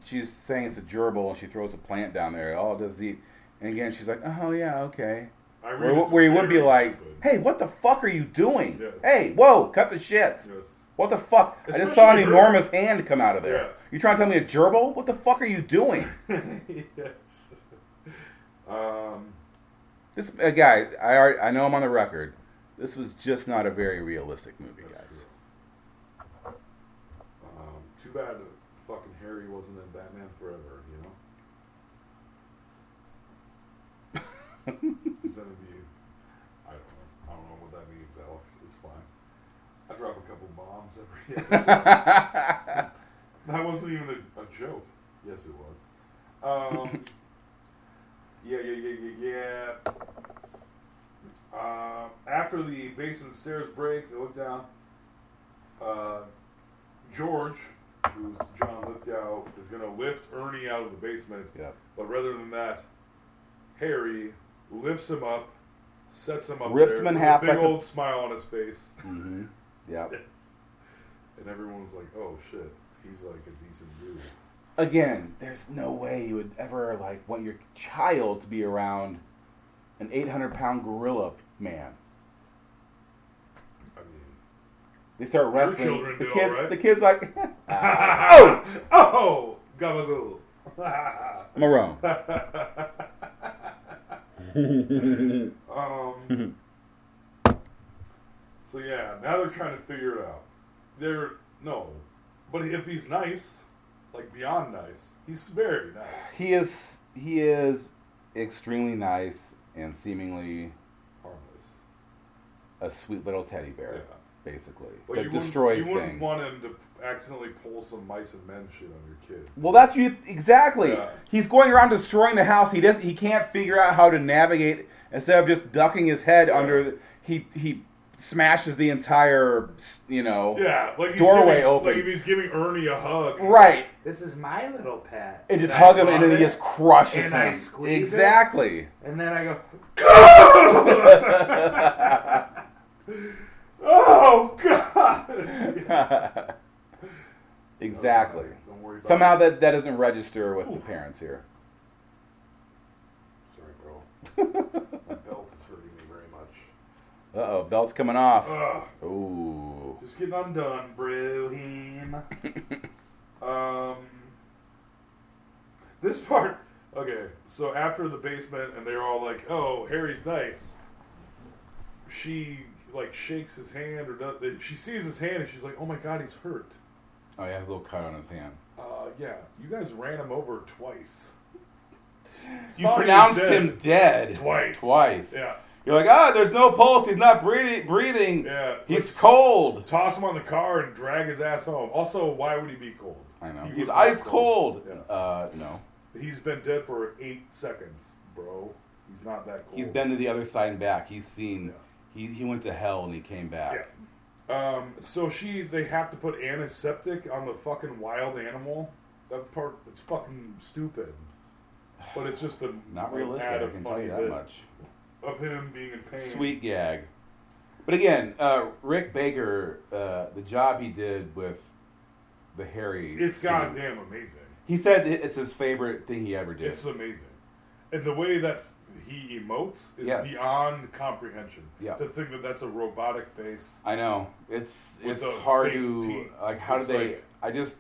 S8: she's saying it's a gerbil, and she throws a plant down there. Oh, does he? And again, she's like, "Oh yeah, okay."
S9: Irene
S8: Where,
S9: is
S8: where he would be
S9: very
S8: like,
S9: stupid.
S8: "Hey, what the fuck are you doing?
S9: Yes.
S8: Hey, whoa, cut the shit!
S9: Yes.
S8: What the fuck? I just saw an
S9: Especially her.
S8: enormous hand come out of there.
S9: Yeah.
S8: You trying to tell me a gerbil? What the fuck are you doing?"
S9: yes. Um,
S8: this uh, guy, I already, I know I'm on the record. This was just not a very realistic movie, guys.
S9: um, too bad that fucking Harry wasn't in Batman Forever, you know? He's gonna be, I don't know. I don't know what that means, Alex. It's fine. I drop a couple bombs every episode. that wasn't even a, a joke. Yes, it was. Um, yeah, yeah, yeah, yeah, yeah. Uh, after the basement stairs break, they look down. Uh, George, who's John Lithgow, is going to lift Ernie out of the basement.
S8: Yep.
S9: But rather than that, Harry lifts him up, sets him up,
S8: Rips
S9: there
S8: him in
S9: with
S8: half
S9: a big
S8: like a-
S9: old smile on his face,
S8: Mm-hmm. Yeah.
S9: and everyone's like, "Oh shit, he's like a decent dude."
S8: again, there's no way you would ever like want your child to be around an 800 pound gorilla man.
S9: I mean,
S8: They start
S9: Your
S8: wrestling.
S9: children
S8: the
S9: do
S8: kids,
S9: all right.
S8: the kids like,
S9: oh, oh, gabagool.
S8: Marone.
S9: um, so yeah, now they're trying to figure it out. They're no, but if he's nice, like beyond nice, he's very nice.
S8: he is he is extremely nice and seemingly
S9: harmless.
S8: A sweet little teddy bear, basically.
S9: But
S8: that
S9: you wouldn't-
S8: destroys
S9: You wouldn't
S8: things.
S9: want him to accidentally pull some mice and men shit on your kids.
S8: Well, that's you exactly.
S9: Yeah.
S8: He's going around destroying the house. He does. He can't figure out how to navigate. Instead of just ducking his head under, he he smashes the entire you know
S9: Yeah, like he's
S8: doorway
S9: giving,
S8: open.
S9: Like if he's giving Ernie a hug.
S8: Right.
S13: This is my little pet.
S8: And just
S13: I
S8: hug him,
S13: love
S8: and then he
S13: it.
S8: just crushes
S13: and I
S8: him.
S13: squeeze it,
S8: Exactly.
S13: and then I go.
S9: oh God.
S8: exactly.
S9: Don't worry about
S8: Somehow
S9: it.
S8: that that doesn't register with the parents here.
S9: Sorry, bro. My belt is hurting me very much.
S8: Uh oh, belt's coming off.
S9: Ugh.
S8: Ooh.
S9: Just getting undone, bro. Him. um. This part. Okay, so after the basement, and they're all like, "Oh, Harry's nice." She like shakes his hand, or does, she sees his hand, and she's like, "Oh my God, he's hurt."
S8: Oh, he has a little cut on his hand.
S9: Uh, yeah, you guys ran him over twice.
S8: You
S9: Thought he was
S8: pronounced him dead
S9: Oh, twice.
S8: Twice.
S9: Yeah.
S8: You're like, ah, there's no pulse. He's not breathing. Breathing.
S9: Yeah.
S8: He's cold.
S9: Toss him on the car and drag his ass home. Also, why would he be cold?
S8: I know.
S9: He
S8: He's
S9: was
S8: ice
S9: not
S8: cold.
S9: Yeah.
S8: Uh, no.
S9: He's been dead for eight seconds, bro. He's not that cold.
S8: He's been to the other side and back. He's seen. He he went to hell and he came back.
S9: Um, so she, they have to put antiseptic on the fucking wild animal. That part, it's fucking stupid. But it's just a
S8: Not
S9: an
S8: realistic. I
S9: added
S8: can tell
S9: funny
S8: you that
S9: bit
S8: much.
S9: of him being in pain.
S8: Sweet gag. But again, uh, Rick Baker, uh, the job he did with the Harry.
S9: It's
S8: suit,
S9: goddamn amazing.
S8: He said it- it's his favorite thing he ever did.
S9: It's amazing, and the way that he emotes is
S8: Yes.
S9: beyond comprehension.
S8: Yeah.
S9: To think that that's a robotic face.
S8: I know it's
S9: With
S8: it's
S9: the
S8: hard
S9: fake
S8: to
S9: teeth.
S8: like. How
S9: It's
S8: do they?
S9: like-
S8: I just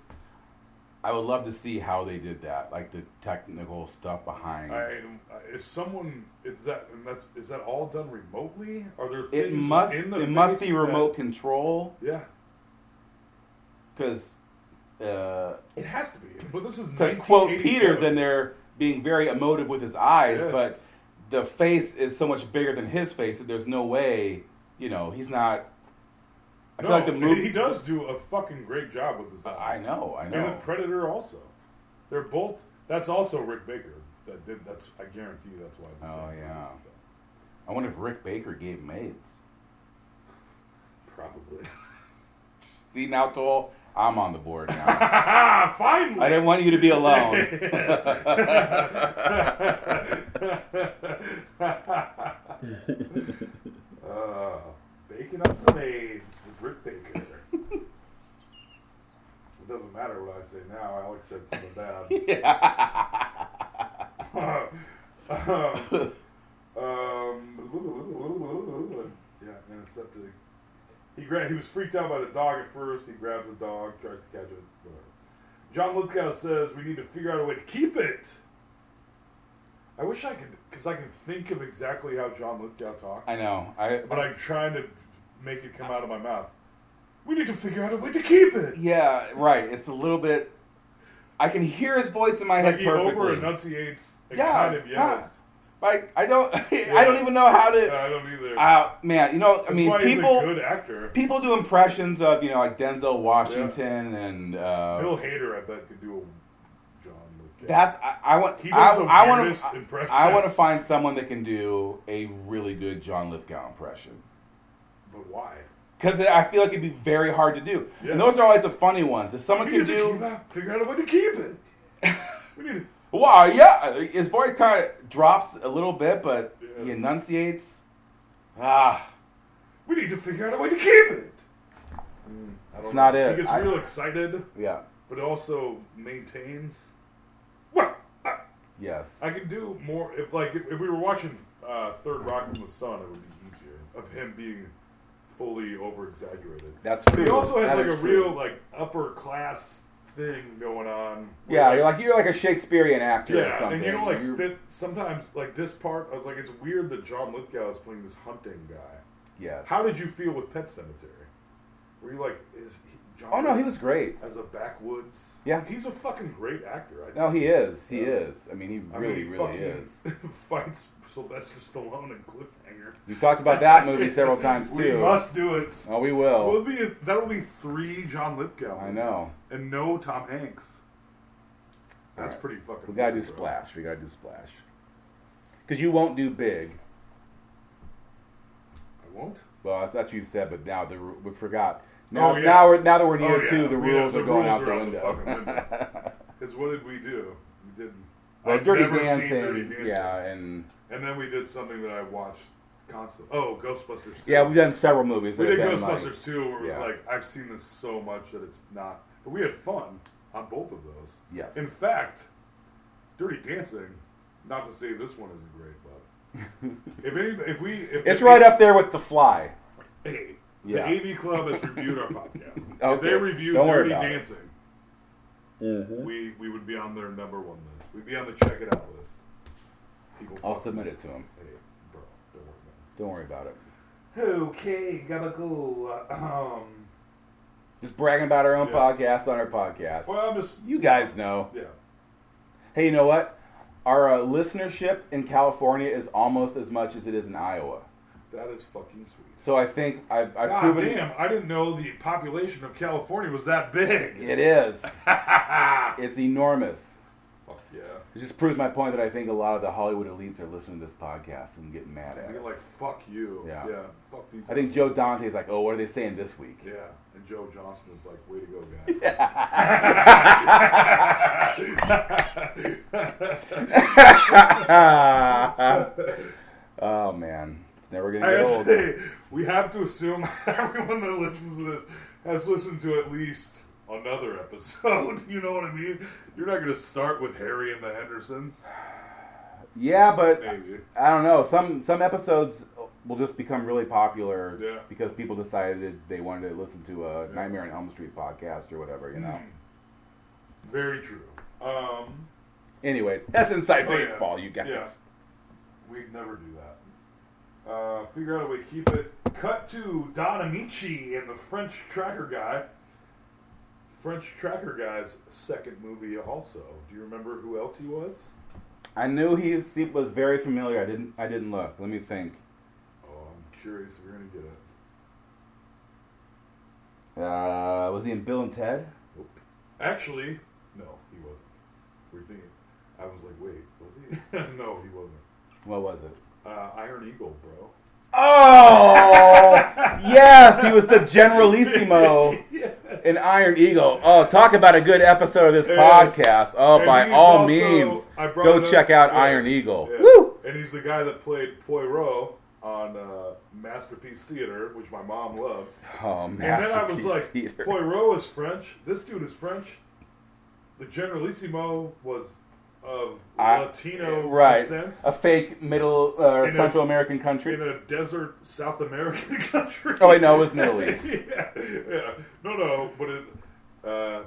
S8: I would love to see how they did that, like the technical stuff behind.
S9: I, uh, is someone is that and that's is that all done remotely? Are there things
S8: it must
S9: in
S8: it
S9: the
S8: must
S9: face
S8: be remote
S9: that-
S8: control
S9: yeah,
S8: because uh,
S9: it has to be. But this is
S8: because quote Peter's
S9: 1987.
S8: in there being very emotive with his eyes,
S9: Yes.
S8: but the face is so much bigger than his face that there's no way you know he's not. I feel
S9: No,
S8: like the
S9: and
S8: movie.
S9: He does do a fucking great job with his eyes.
S8: I know, I
S9: And
S8: know.
S9: the Predator also. They're both. That's also Rick Baker. That did. That's. I guarantee you. That's why. the
S8: Oh
S9: same
S8: yeah.
S9: movies.
S8: I wonder if Rick Baker gave him AIDS.
S9: Probably.
S8: See now, Toll, I'm on the board now.
S9: Ah, finally.
S8: I didn't want you to be alone.
S9: uh, baking up some AIDS with Rick Baker. it doesn't matter what I say now. Alex said something bad. um, um, yeah, antiseptic. He gra- he was freaked out by the dog at first. He grabs the dog, tries to catch it. Whatever. John Lithgow says we need to figure out a way to keep it. I wish I could, because I can think of exactly how John Lithgow talks.
S8: I know. I
S9: But I'm trying to make it come out of my mouth. We need to figure out a way to keep it.
S8: yeah, right. It's a little bit. I can hear his voice in my
S9: Like
S8: head
S9: he
S8: perfectly.
S9: over enunciates and
S8: Yeah,
S9: kind of
S8: it's
S9: yells.
S8: Like I don't. I don't even know how
S9: Yeah,
S8: to.
S9: I don't either.
S8: Uh, man, you know, I
S9: That's
S8: mean,
S9: why
S8: people
S9: he's a good actor.
S8: people do impressions of you know like Denzel Washington and uh,
S9: Bill Hader, I bet, could do a John Lithgow.
S8: That's I, I want.
S9: He does
S8: I,
S9: the
S8: I want
S9: weirdest
S8: to.
S9: impressions.
S8: I want to find someone that can do a really good John Lithgow impression.
S9: But why?
S8: Because I feel like it'd be very hard to do.
S9: Yeah.
S8: And those are always the funny ones. If someone
S9: We
S8: can
S9: need to keep
S8: do,
S9: out- figure out a way to keep it. we need to
S8: wow, yeah, his voice kind of drops a little bit, but he
S9: Yes.
S8: enunciates. Ah,
S9: We need to figure out a way to keep it. I
S8: It's
S9: don't
S8: Mm, not
S9: know.
S8: it.
S9: He gets
S8: I-
S9: real excited,
S8: yeah,
S9: but also maintains. Well, I,
S8: yes.
S9: I could do more if, like, if, if we were watching uh, Third Rock from the Sun, it would be easier of him being fully over exaggerated.
S8: That's
S9: But he
S8: true.
S9: also has
S8: That
S9: like a
S8: is true.
S9: real like upper class thing going on.
S8: Yeah, you're like you're like a Shakespearean actor or
S9: Yeah,
S8: something.
S9: and you know, like
S8: You're-
S9: fit, sometimes, like this part, I was like, it's weird that John Lithgow is playing this hunting guy.
S8: Yes.
S9: How did you feel with Pet Cemetery? Were you like, is he, John?
S8: Oh, no, he
S9: Lithgow
S8: was great.
S9: as a backwoods.
S8: Yeah.
S9: he's a fucking great actor. I think.
S8: no, he is. He
S9: Yeah.
S8: is. I mean, he
S9: I mean,
S8: really,
S9: he
S8: really
S9: fucking
S8: is.
S9: Fights Sylvester Stallone in Cliffhanger.
S8: We talked about that movie several times
S9: We
S8: too.
S9: must do it.
S8: Oh, we will.
S9: We'll be that'll be three John Lithgow.
S8: I
S9: movies
S8: know.
S9: and no Tom Hanks. That's
S8: Alright.
S9: pretty fucking.
S8: We gotta do
S9: weird, bro.
S8: splash. We gotta do splash. Because you won't do big.
S9: I won't.
S8: Well, that's what you said, but now the ru- we forgot. Now,
S9: Oh, yeah.
S8: now we're now that we're in
S9: Oh,
S8: year
S9: yeah.
S8: two, the
S9: Yeah,
S8: rules
S9: the
S8: are going
S9: rules
S8: out
S9: are
S8: the
S9: out the
S8: window.
S9: fucking window. Because what did we do? We did.
S8: Well,
S9: I've
S8: Dirty
S9: never
S8: Dancing,
S9: seen Dirty Dancing.
S8: yeah, and-
S9: and then we did something that I watched constantly. Oh, Ghostbusters. 2.
S8: Yeah, we've done several movies
S9: We
S8: that
S9: did
S8: have been, like-
S9: Ghostbusters too, where it was
S8: Yeah.
S9: like I've seen this so much that it's not. But we had fun on both of those.
S8: Yes.
S9: In fact, Dirty Dancing. Not to say this one isn't great, but if any, if we, if
S8: it's
S9: if-
S8: right up there with The Fly.
S9: Hey,
S8: Yeah.
S9: the AV Club has reviewed our podcast. If
S8: Okay,
S9: they reviewed
S8: don't worry
S9: Dirty
S8: about it.
S9: Dancing, we we would be on their number one list. We'd be on the check it out list. People
S8: I'll
S9: fucking-
S8: submit it to him.
S9: Hey, bro, don't worry about
S8: Don't worry about it.
S9: Okay, gotta go. Um,
S8: Just bragging about our own
S9: Yeah.
S8: podcast on our podcast.
S9: Well, I'm just
S8: you guys know.
S9: Yeah.
S8: Hey, you know what? Our uh, listenership in California is almost as much as it is in Iowa.
S9: it. that is fucking sweet.
S8: So I think I've, I've
S9: God
S8: proven
S9: damn, I didn't know the population of California was that big.
S8: it is. it's enormous.
S9: Fuck yeah.
S8: It just proves my point that I think a lot of the Hollywood elites are listening to this podcast and getting mad at
S9: You're
S8: us.
S9: like, fuck you.
S8: Yeah.
S9: fuck these
S8: I think Joe Dante's like, oh, what are they saying this week?
S9: Yeah, and Joe Johnson is like, way to go, guys.
S8: Ah. oh man, it's never gonna
S9: I
S8: get
S9: gotta
S8: old.
S9: say, we have to assume everyone that listens to this has listened to at least another episode. You know what I mean? You're not gonna start with Harry and the Hendersons.
S8: Yeah, but
S9: Maybe.
S8: I don't know. Some some episodes will just become really popular because people decided they wanted to listen to a Nightmare on Elm Street podcast or whatever. You know.
S9: Hmm. Very true. Um,
S8: Anyways, that's inside
S9: oh, yeah.
S8: baseball, you guys.
S9: Yeah. We'd never do that. Uh, figure out a way to keep it. Cut to Don Amici and the French Tracker Guy. French Tracker Guy's second movie, also. Do you remember who else he was?
S8: I knew he se- was very familiar. I didn't. I didn't look. Let me think.
S9: Oh, I'm curious if you're gonna get it.
S8: Uh, was he in Bill and Ted?
S9: Actually, no, he wasn't. We're thinking. I was like, wait, was he? no, he wasn't.
S8: What was it?
S9: Uh, Iron Eagle, bro.
S8: Oh yes, he was the Generalissimo in Iron Eagle. Oh, talk about a good episode of this
S9: Yes.
S8: podcast. Oh,
S9: And
S8: by
S9: he's
S8: all
S9: also-
S8: means,
S9: I brought
S8: go
S9: it up-
S8: check out
S9: yes,
S8: Iron Eagle.
S9: yes. And he's the guy that played Poirot on uh, Masterpiece Theater, which my mom loves.
S8: Oh,
S9: and then I was
S8: Masterpiece
S9: like,
S8: Theater.
S9: Poirot is French. This dude is French. The Generalissimo was of
S8: I-
S9: Latino
S8: right?
S9: descent
S8: A fake Middle uh,
S9: In a-
S8: Central American country.
S9: in a desert South American country.
S8: Oh, wait, no, it was Middle East.
S9: yeah, yeah. No, no, but it. Uh,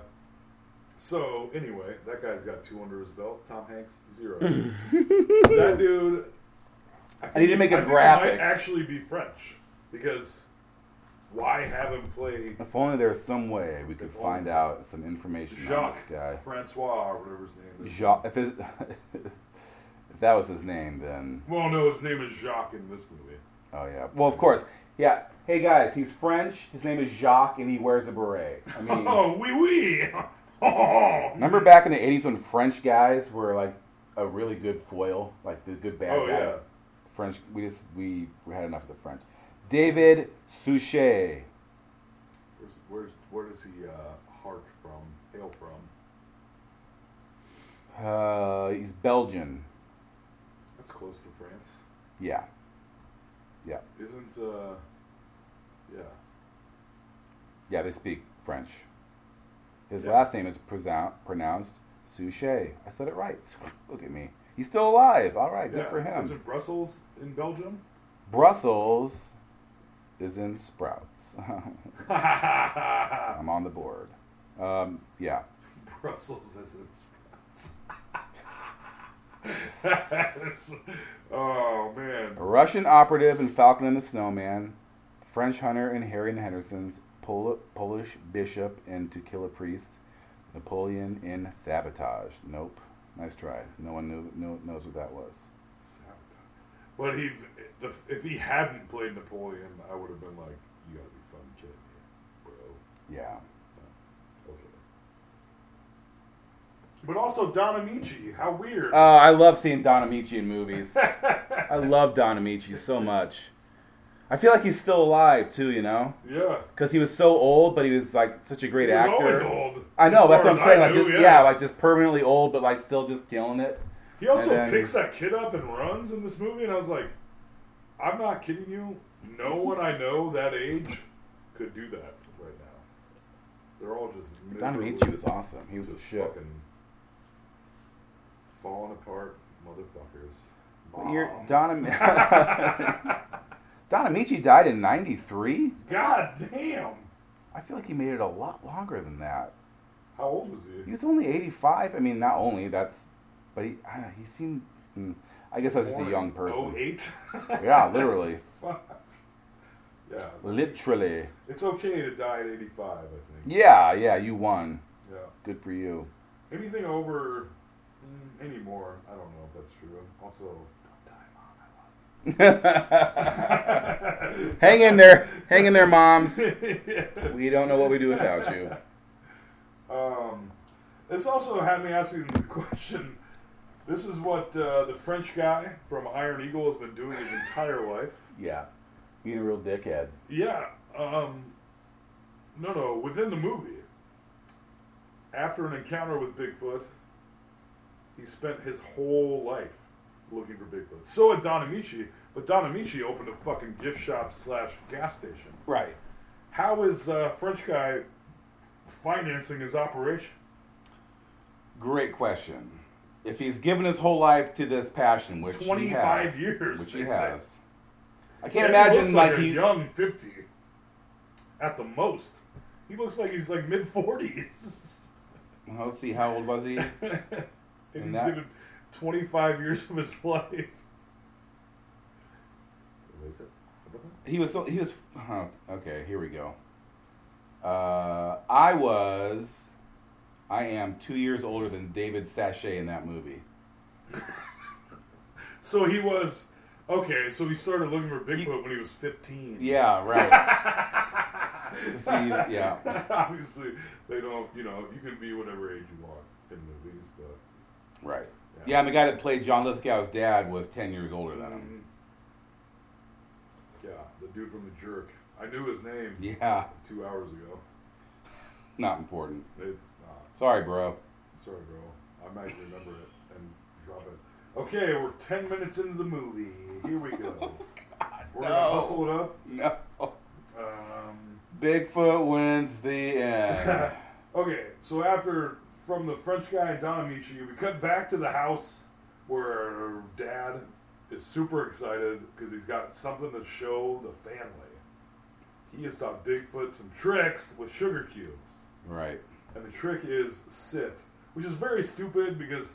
S9: so anyway, that guy's got two under his belt. Tom Hanks zero. that dude.
S8: I need to make
S9: a
S8: a graphic.
S9: might actually be French because why have him play
S8: If only there was some way we could find out some information on
S9: Jacques
S8: this guy.
S9: Francois or whatever his name is?
S8: Jacques, if, his, if that was his name, then
S9: Well, no, his name is Jacques in this movie.
S8: Oh yeah. Well, of course. Yeah. Hey guys, he's French. His name is Jacques, and he wears a beret. I mean,
S9: oh, wee wee. Oh,
S8: remember back in the '80s when French guys were like a really good foil, like the good bad
S9: Oh,
S8: guy.
S9: yeah.
S8: French. We just we, we had enough of the French. David Suchet.
S9: Where's, where's where does he uh, hark from? Hail from?
S8: Uh, he's Belgian.
S9: That's close to France.
S8: Yeah. Yeah.
S9: Isn't uh, yeah.
S8: Yeah. They speak French. His last name is pronoun- pronounced Suchet. I said it right. Look at me. He's still alive. All right. Good
S9: Yeah,
S8: for him.
S9: Isn't Brussels in Belgium?
S8: Brussels is in Sprouts.
S9: Ah.
S8: I'm on the board. Um, yeah.
S9: Brussels is in Oh man.
S8: A Russian operative in Falcon and the Snowman, French hunter in Harry and the Hendersons, Pol- Polish bishop in To Kill a Priest, Napoleon in Sabotage. Nope. Nice try. No one knew, knew, knows what that was.
S9: But he, the, if he hadn't played Napoleon, I would have been like, "You gotta be fucking kidding me, bro."
S8: Yeah.
S9: But also Don Amici. How weird.
S8: Oh, I love seeing Don Amici in movies. I love Don Amici so much. I feel like he's still alive too, you know?
S9: Yeah.
S8: Because he was so old, but he was like such a great
S9: He was
S8: actor.
S9: always old,
S8: I know.
S9: as
S8: That's what
S9: far
S8: I'm
S9: as
S8: saying.
S9: I
S8: like
S9: knew,
S8: just, yeah.
S9: yeah.
S8: like just permanently old, but like still just killing it.
S9: He also
S8: And then-
S9: picks that kid up and runs in this movie, and I was like, "I'm not kidding you. No one I know that age could do that right now. They're all just
S8: Don
S9: miserably
S8: Amici was awesome. He was a
S9: just
S8: shit.
S9: fucking falling apart, motherfuckers."
S8: But you're
S9: Mom.
S8: Don Am- Don Amici died in '93.
S9: God damn!
S8: I feel like he made it a lot longer than that.
S9: How old was he?
S8: He was only 85. I mean, not only that's, but he I don't know, he seemed. mm, I guess I was just a
S9: Born
S8: young
S9: in
S8: person.
S9: 08?
S8: yeah, literally,
S9: Fuck. Yeah.
S8: literally.
S9: It's okay to die at 85, I think.
S8: Yeah, yeah, you won.
S9: Yeah.
S8: Good for you.
S9: Anything over mm, anymore, I don't know if that's true. Also, don't die, mom. I love
S8: Hang in there, hang in there, moms. We don't know what we do without you.
S9: you. Um, this also had me asking the question. This is what uh, the French guy from Iron Eagle has been doing his entire life.
S8: Yeah, being a real dickhead.
S9: Yeah. Um, no, no. Within the movie, after an encounter with Bigfoot, he spent his whole life looking for Bigfoot. So had Don Amici, but Don Amici opened a fucking gift shop slash gas station.
S8: Right.
S9: How is uh, French guy financing his operation?
S8: Great question. If he's given his whole life to this passion, which he has-
S9: 25 years,
S8: which
S9: they
S8: he
S9: say.
S8: has, I can't
S9: Yeah, he
S8: imagine
S9: looks
S8: like,
S9: like, a
S8: he.
S9: young fifty, at the most. He looks like he's like mid forties.
S8: Well, let's see, how old was he?
S9: And
S8: In
S9: he's
S8: that-
S9: given 25 years of his life.
S8: He was. so- He was. Huh, okay, here we go. Uh, I was. I am two years older than David Sachet in that movie.
S9: So he was okay. So he started looking for Bigfoot when he was 15.
S8: Yeah, right. See, yeah.
S9: Obviously, they don't. You know, you can be whatever age you want in movies, but
S8: Right. Yeah, and the guy that played John Lithgow's dad was ten years older than him.
S9: yeah, the dude from The Jerk. I knew his name.
S8: Yeah.
S9: Two hours ago.
S8: Not important.
S9: It's not.
S8: Sorry, bro.
S9: Sorry, bro. I might remember it and drop it. Okay, we're 10 minutes into the movie. Here we go. we're
S8: no.
S9: gonna hustle it up.
S8: No.
S9: Um,
S8: Bigfoot wins the end.
S9: okay, so after from the French guy and Don Amici, we cut back to the house where Dad is super excited because he's got something to show the family. He has taught Bigfoot some tricks with sugar cubes,
S8: right.
S9: and the trick is sit, which is very stupid because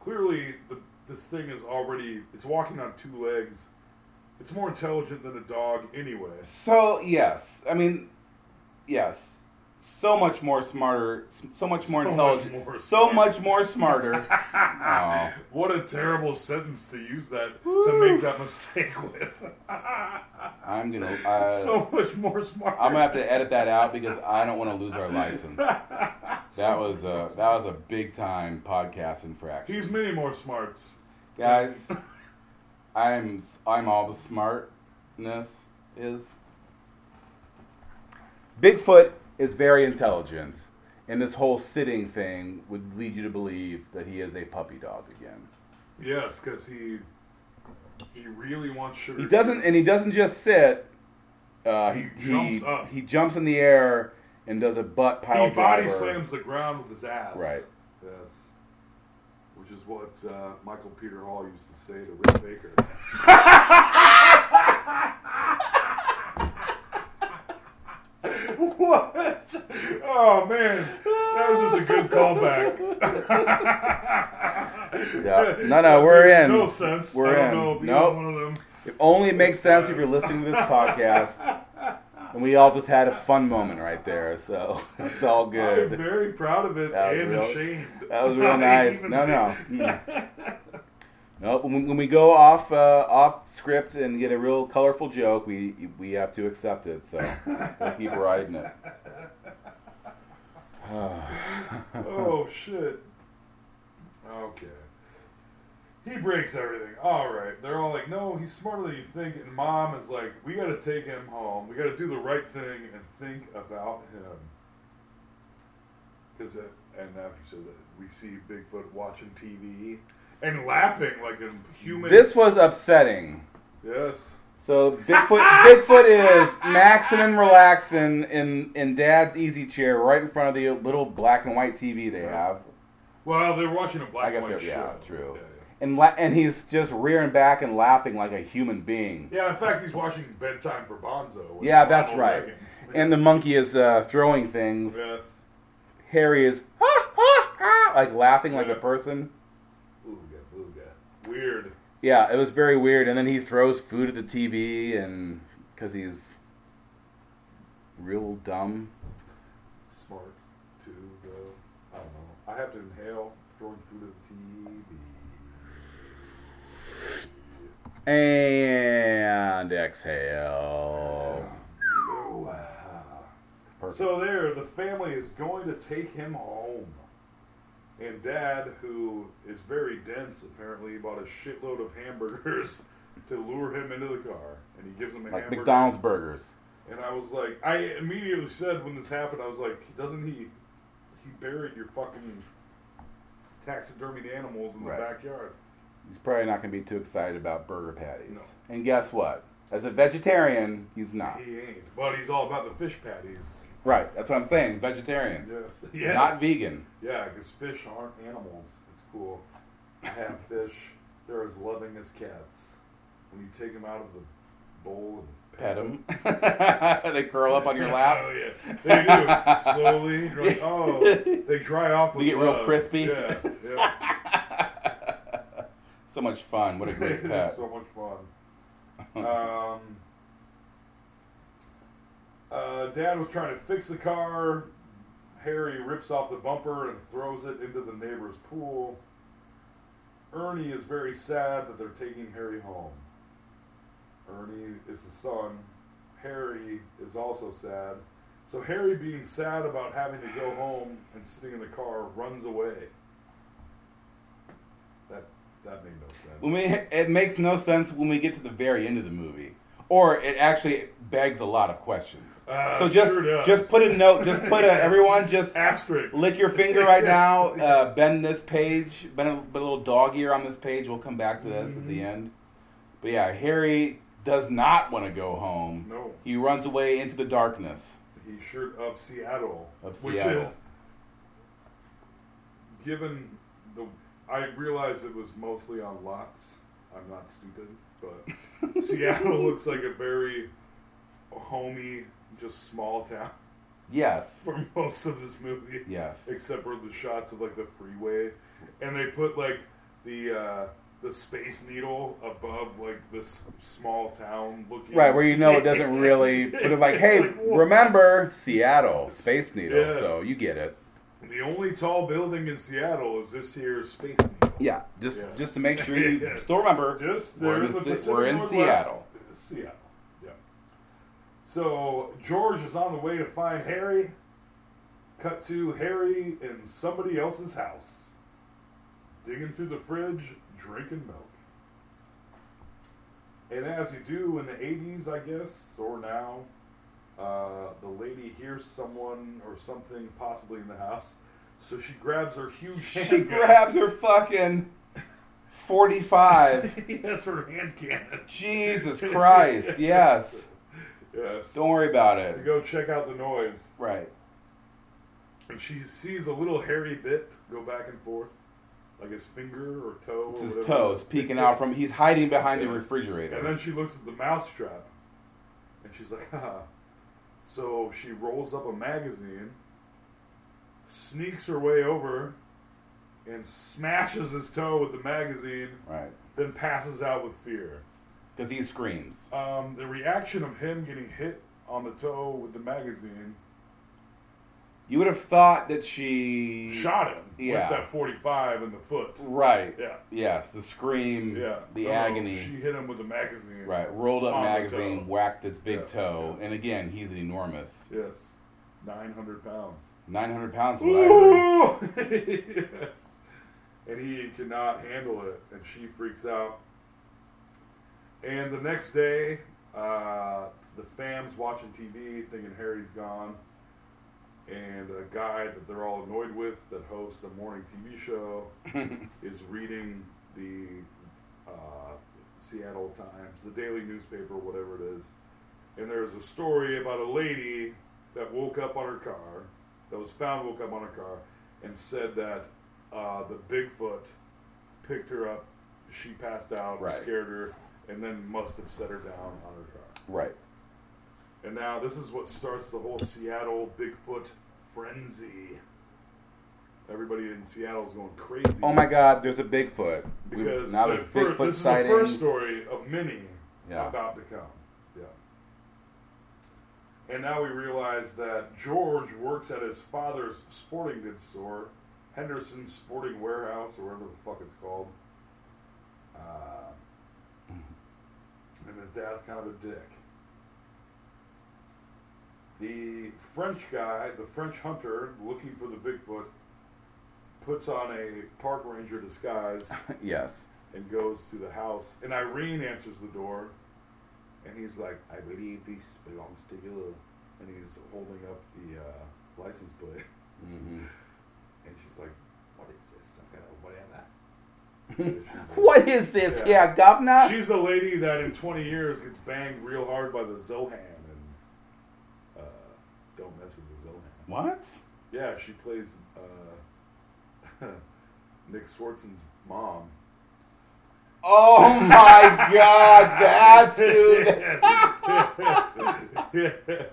S9: clearly the, this thing is already it's walking on two legs. It's more intelligent than a dog anyway.
S8: So yes, I mean, yes, so much more smarter, so much more
S9: So much
S8: intelligent,
S9: more
S8: so much more smarter. oh.
S9: What a terrible sentence to use that to make that mistake with.
S8: I'm gonna. Uh,
S9: so much more smart.
S8: I'm gonna have to edit that out because I don't want to lose our license. That was a that was a big time podcast infraction,
S9: He's many more smarts.
S8: guys. I'm I'm all the smartness is. Bigfoot is very intelligent, and this whole sitting thing would lead you to believe that he is a puppy dog again.
S9: Yes, because he he really wants sugar.
S8: He doesn't, and he doesn't just sit. Uh, he,
S9: He jumps up.
S8: he jumps in the air and does a butt
S9: He
S8: pile
S9: body
S8: driver.
S9: slams the ground with his ass.
S8: Right.
S9: Yes. Which is what uh, Michael Peter Hall used to say to Rick Baker. what? Oh man, that was just a good callback.
S8: Yeah. No, no, we're
S9: That
S8: in.
S9: makes no sense.
S8: We're
S9: I don't
S8: in.
S9: know if you
S8: Nope.
S9: have one of them.
S8: It only makes sense if you're listening to this podcast. And we all just had a fun moment right there, so it's all
S9: I'm
S8: good.
S9: very proud of it
S8: That was
S9: and
S8: real-
S9: ashamed.
S8: That was real
S9: Not
S8: nice.
S9: even
S8: No, no.
S9: me.
S8: Mm. Nope. When, when we go off uh, off script and get a real colorful joke, we we have to accept it. So we'll keep riding it.
S9: oh shit. Okay. He breaks everything. All right. They're all like, "No, he's smarter than you think." And mom is like, "We got to take him home. We got to do the right thing and think about him." Because and after so that we see Bigfoot watching TV and laughing like a human.
S8: This was upsetting.
S9: yes.
S8: So Bigfoot, Bigfoot is maxing and relaxing in in Dad's easy chair right in front of the little black and white TV they have.
S9: Well, they're watching a black
S8: I guess
S9: and white
S8: so, yeah,
S9: show.
S8: true. And la- and he's just rearing back and laughing like a human being.
S9: Yeah, in fact, he's watching bedtime for Bonzo. with
S8: Yeah, that's
S9: Ronald
S8: right.
S9: Reagan.
S8: And the monkey is uh, throwing things.
S9: Yes.
S8: Harry is "Ah, ah, ah," like laughing like a person.
S9: Ooga booga. Weird.
S8: Yeah, it was very weird. And then he throws food at the TV, and because he's real dumb.
S9: Smart too, though. I don't know. I have to inhale throwing food at the
S8: And exhale.
S9: TV. So there, the family is going to take him home. And Dad, who is very dense apparently, bought a shitload of hamburgers to lure him into the car, and he gives him a
S8: Like
S9: hamburger.
S8: McDonald's burgers.
S9: And I was like, I immediately said when this happened, I was like, doesn't he, he buried your fucking taxidermied animals in the
S8: Right.
S9: backyard?
S8: He's probably not going to be too excited about burger patties.
S9: No.
S8: And guess what? As a vegetarian, he's not.
S9: He ain't. But he's all about the fish patties.
S8: Right, that's what I'm saying. Vegetarian.
S9: Yes. Yes.
S8: Not vegan.
S9: Yeah, because fish aren't animals. It's cool. I have fish. They're as loving as cats. When you take them out of the bowl and
S8: Pet them. they curl up on your lap.
S9: oh, yeah. They do. Slowly. You're like, oh, they dry off
S8: They
S9: with
S8: get real
S9: love.
S8: crispy.
S9: Yeah. yeah.
S8: So much fun. What a great
S9: It
S8: pet.
S9: is so much fun. Um, uh, Dad was trying to fix the car. Harry rips off the bumper and throws it into the neighbor's pool. Ernie is very sad that they're taking Harry home. Ernie is the son. Harry is also sad. So Harry, being sad about having to go home and sitting in the car, runs away. That that made no sense.
S8: When we, it makes no sense when we get to the very end of the movie, or it actually begs a lot of questions.
S9: Uh,
S8: so just
S9: sure does.
S8: just put a note. Just put a everyone just
S9: Asterisk.
S8: lick your finger right now. Uh, bend this page. Bend a, bend a little dog ear on this page. We'll come back to this at
S9: Mm-hmm.
S8: the end. But yeah, Harry does not want to go home.
S9: No.
S8: He runs away into the darkness.
S9: He sure of Seattle,
S8: Of
S9: which
S8: Seattle.
S9: is given the. I realize it was mostly on lots. I'm not stupid, but Seattle looks like a very homey, just small town
S8: Yes.
S9: for most of this movie.
S8: Yes.
S9: Except for the shots of like the freeway, and they put like the uh, the Space Needle above like this small town looking.
S8: Right, where you know it doesn't really, but it's like, hey, remember Seattle, Space Needle,
S9: Yes.
S8: so you get it.
S9: The only tall building in Seattle is this here Space Needle.
S8: Yeah, just
S9: Yeah.
S8: just to make sure you
S9: Yeah.
S8: still remember
S9: Just
S8: we're
S9: there
S8: in,
S9: the
S8: Se-
S9: Pacific
S8: we're in
S9: Northwest.
S8: Seattle.
S9: Seattle, yeah. So George is on the way to find Harry. Cut to Harry in somebody else's house, digging through the fridge, drinking milk. And as you do in the 80s, I guess, or now, uh, the lady hears someone or something possibly in the house. So she grabs her huge
S8: She
S9: handgun.
S8: grabs her fucking forty-five.
S9: That's her hand cannon.
S8: Jesus Christ! Yes,
S9: Yes.
S8: don't worry about
S9: To
S8: it.
S9: go check out the noise.
S8: Right.
S9: And she sees a little hairy bit go back and forth. Like his finger or toe.
S8: It's
S9: or
S8: his
S9: whatever.
S8: toes peeking out from. He's hiding behind the
S9: And
S8: refrigerator.
S9: then she looks at the mousetrap. And she's like, ah, So she rolls up a magazine, sneaks her way over, and smashes his toe with the magazine.
S8: Right.
S9: Then passes out with fear.
S8: Because he screams.
S9: Um, the reaction of him getting hit on the toe with the magazine
S8: You would have thought that she
S9: shot him
S8: Mm. Yeah. Mm.
S9: with that 45 in the foot.
S8: Right.
S9: Yeah.
S8: Yes. The scream.
S9: Yeah.
S8: The
S9: No,
S8: agony.
S9: She hit him with a magazine.
S8: Right. Rolled up
S9: on the
S8: magazine,
S9: toe.
S8: whacked his big toe, and again, he's enormous.
S9: Yes. 900 pounds.
S8: Nine hundred pounds. is what I heard.
S9: yes. And he cannot handle it, and she freaks out. And the next day, uh, the fam's watching TV, thinking Harry's gone. And a guy that they're all annoyed with, that hosts a morning TV show, is reading the uh, Seattle Times, the daily newspaper, whatever it is. And there's a story about a lady that woke up on her car, that was found woke up on her car, and said that uh, the Bigfoot picked her up. She passed out,
S8: Right.
S9: scared her, and then must have set her down on her car.
S8: Right.
S9: And now this is what starts the whole Seattle Bigfoot frenzy. Everybody in Seattle is going crazy.
S8: Oh my God! There's a Bigfoot. We-
S9: Because
S8: now
S9: the
S8: there's
S9: fir-
S8: Bigfoot
S9: this is the
S8: sightings.
S9: first story of many
S8: Yeah.
S9: about to come. Yeah. And now we realize that George works at his father's sporting goods store, Henderson Sporting Warehouse, or whatever the fuck it's called. Uh, and his dad's kind of a dick. The French guy, the French hunter looking for the Bigfoot, puts on a park ranger disguise
S8: Yes.
S9: and goes to the house. And Irene answers the door, and he's like, "I believe this belongs to you." And he's holding up the uh, license plate,
S8: Mm-hmm.
S9: and she's like, "What is this? Some kind of whatever."
S14: What is this? Yeah, governor?
S9: She's a lady that in 20 years gets banged real hard by the Zohan, and uh, don't mess with the Zohan.
S8: What?
S9: Yeah, she plays uh, Nick Swartzen's mom.
S8: Oh my God! That's
S9: Yeah,
S8: dude.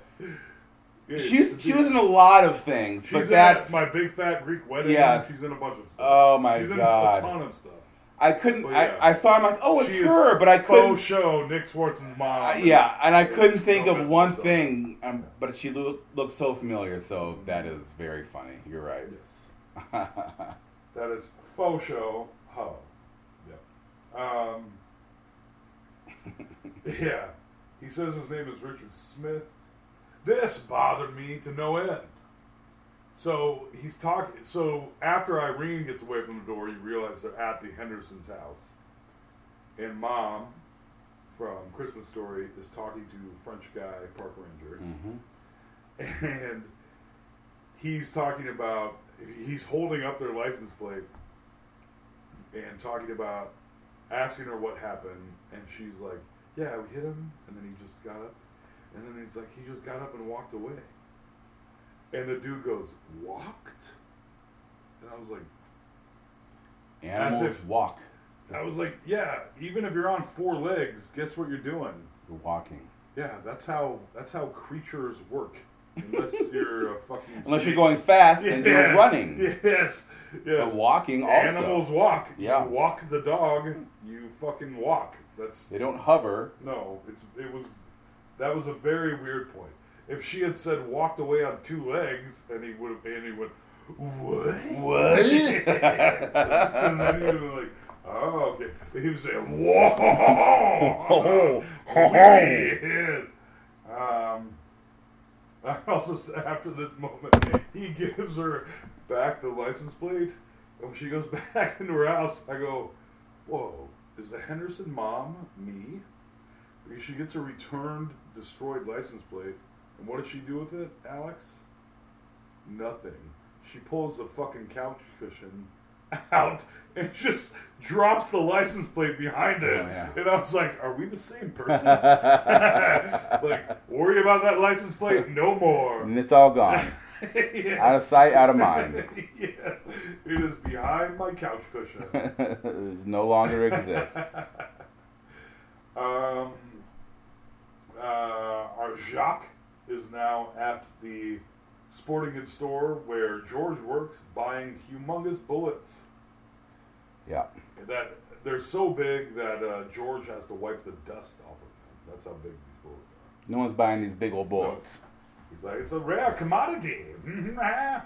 S8: She's she was in a lot of things,
S9: She's
S8: but
S9: in
S8: that's
S9: my big fat Greek wedding.
S8: Yes.
S9: she's in a bunch of stuff.
S8: Oh my
S9: she's
S8: God.
S9: She's in a ton of stuff.
S8: I couldn't.
S9: But yeah.
S8: I, I saw. I'm like, oh, it's
S9: She is
S8: her, but I couldn't.
S9: faux show Nick Swartzen's mom.
S8: Uh, yeah, and I couldn't think
S9: Don't
S8: of
S9: mess
S8: one
S9: with
S8: thing, um, but she look, looked so familiar, so that is very funny. You're right. Yes.
S9: That is faux show ho. Yep. Um, yeah. He says his name is Richard Smith. This bothered me to no end. So he's talking. So after Irene gets away from the door, you realize they're at the Henderson's house, and Mom from Christmas Story is talking to French guy park ranger,
S8: Mm-hmm.
S9: and he's talking about he's holding up their license plate and talking about asking her what happened and she's like yeah we hit him and then he just got up and then he's like he just got up and walked away and the dude goes walked and i was like
S8: Animals
S9: As if-
S8: walk.
S9: i was like yeah even if you're on four legs guess what you're doing
S8: You're walking.
S9: yeah that's how that's how creatures work unless you're a fucking
S8: Unless you're
S9: snake.
S8: going fast and
S9: Yeah.
S8: you're running.
S9: Yes. Yes.
S8: But walking also.
S9: Animals walk.
S8: Yeah.
S9: You walk the dog, you fucking walk. That's
S8: They don't hover.
S9: no, it's it was that was a very weird point. If she had said walked away on two legs and he would have and he would what?
S8: What?
S9: and then he would have been like, oh okay. But he was saying
S8: Oh.
S9: whoa Weird. Oh, Um I also s- after this moment, he gives her back the license plate, and when she goes back into her house, I go, "Whoa, is the Henderson mom me?" Because she gets a returned, destroyed license plate, and what does she do with it, Alex? Nothing. She pulls the fucking couch cushion out and just drops the license plate behind it.
S8: Oh, yeah.
S9: And I was like, "Are we the same person?" like, worry about that license plate no more.
S8: And it's all gone.
S9: Yes.
S8: Out of sight, out of mind.
S9: yeah. It is behind my couch cushion.
S8: it no longer exists.
S9: um, uh, our Jacques is now at the sporting goods store where George works buying humongous bullets.
S8: Yeah.
S9: That they're so big that uh, George has to wipe the dust off of them. That's how big these bullets are.
S8: No one's buying these big old bullets.
S9: He's like, it's a rare commodity. Mm-hmm. Ah.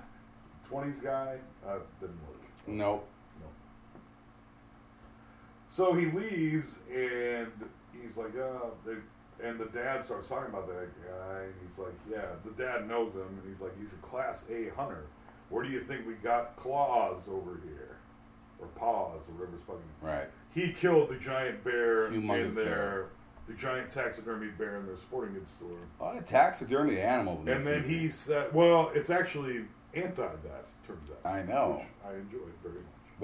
S9: Twenties guy uh, didn't work.
S8: Nope.
S9: So he leaves, and he's like, uh, they, and the dad starts talking about that guy, and he's like, yeah, the dad knows him, and he's like, he's a class A hunter. Where do you think we got claws over here, or paws, or whatever's fucking?
S8: Right.
S9: He killed the giant bear in
S8: Humongous
S9: their,
S8: bear.
S9: the giant taxidermy bear in their sporting goods store.
S8: A lot of taxidermy animals. In
S9: And
S8: this
S9: then
S8: movie.
S9: he said, well, it's actually anti that, turns out.
S8: I know.
S9: Which I enjoyed very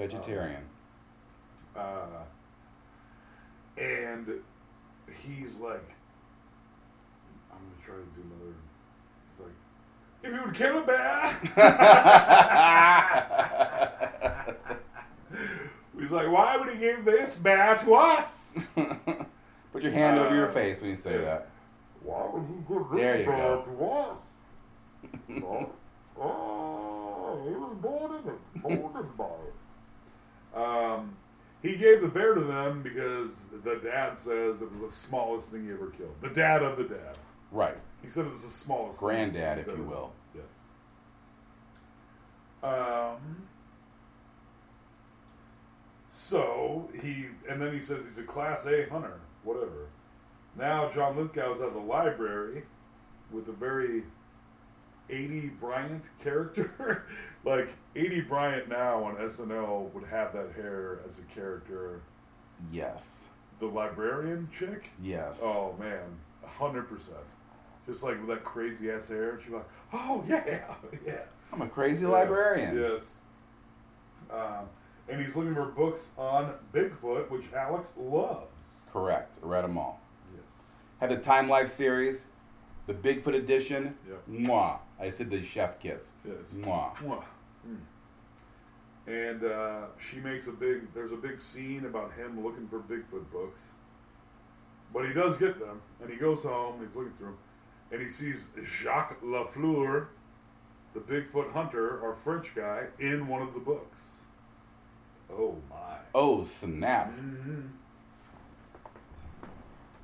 S9: much.
S8: Vegetarian.
S9: Um, uh, and he's like, I'm going to try to do another. He's like, if you would kill a bear. he's like, why would he give this bear to us?
S8: Put your hand over your
S9: Uh,
S8: face when you say
S9: yeah.
S8: that.
S9: Why would he give
S8: There
S9: this
S8: you
S9: bear
S8: go.
S9: to us? oh, oh, he was born in it. Born in it. Um, he gave the bear to them because the dad says it was the smallest thing he ever killed. The dad of the dad.
S8: Right.
S9: He said it was the smallest. thing
S8: Granddad,
S9: he's
S8: if you
S9: ever-
S8: will.
S9: Yes. Um. So he, and then he says he's a Class A hunter, whatever. Now John Lithgow's at the library with a very 80 Bryant character. like 80 Bryant now on SNL would have that hair as a character.
S8: Yes.
S9: The librarian chick.
S8: Yes.
S9: Oh man, a hundred percent. Just like with that crazy ass hair, she's like, "Oh yeah, yeah."
S8: I'm a crazy
S9: Yeah,
S8: librarian.
S9: Yes. Um, and he's looking for books on Bigfoot, which Alex loves.
S8: Correct. Read them all.
S9: Yes.
S8: Had the Time Life series, the Bigfoot edition.
S9: Yep.
S8: Mwah. I said the chef kiss.
S9: Yes.
S8: Mwah.
S9: Mwah. Mm. And uh, she makes a big. There's a big scene about him looking for Bigfoot books, but he does get them, and he goes home. He's looking through them, and he sees Jacques Lafleur, the Bigfoot hunter, our French guy, in one of the books. Oh my!
S8: Oh snap!
S9: Mhm.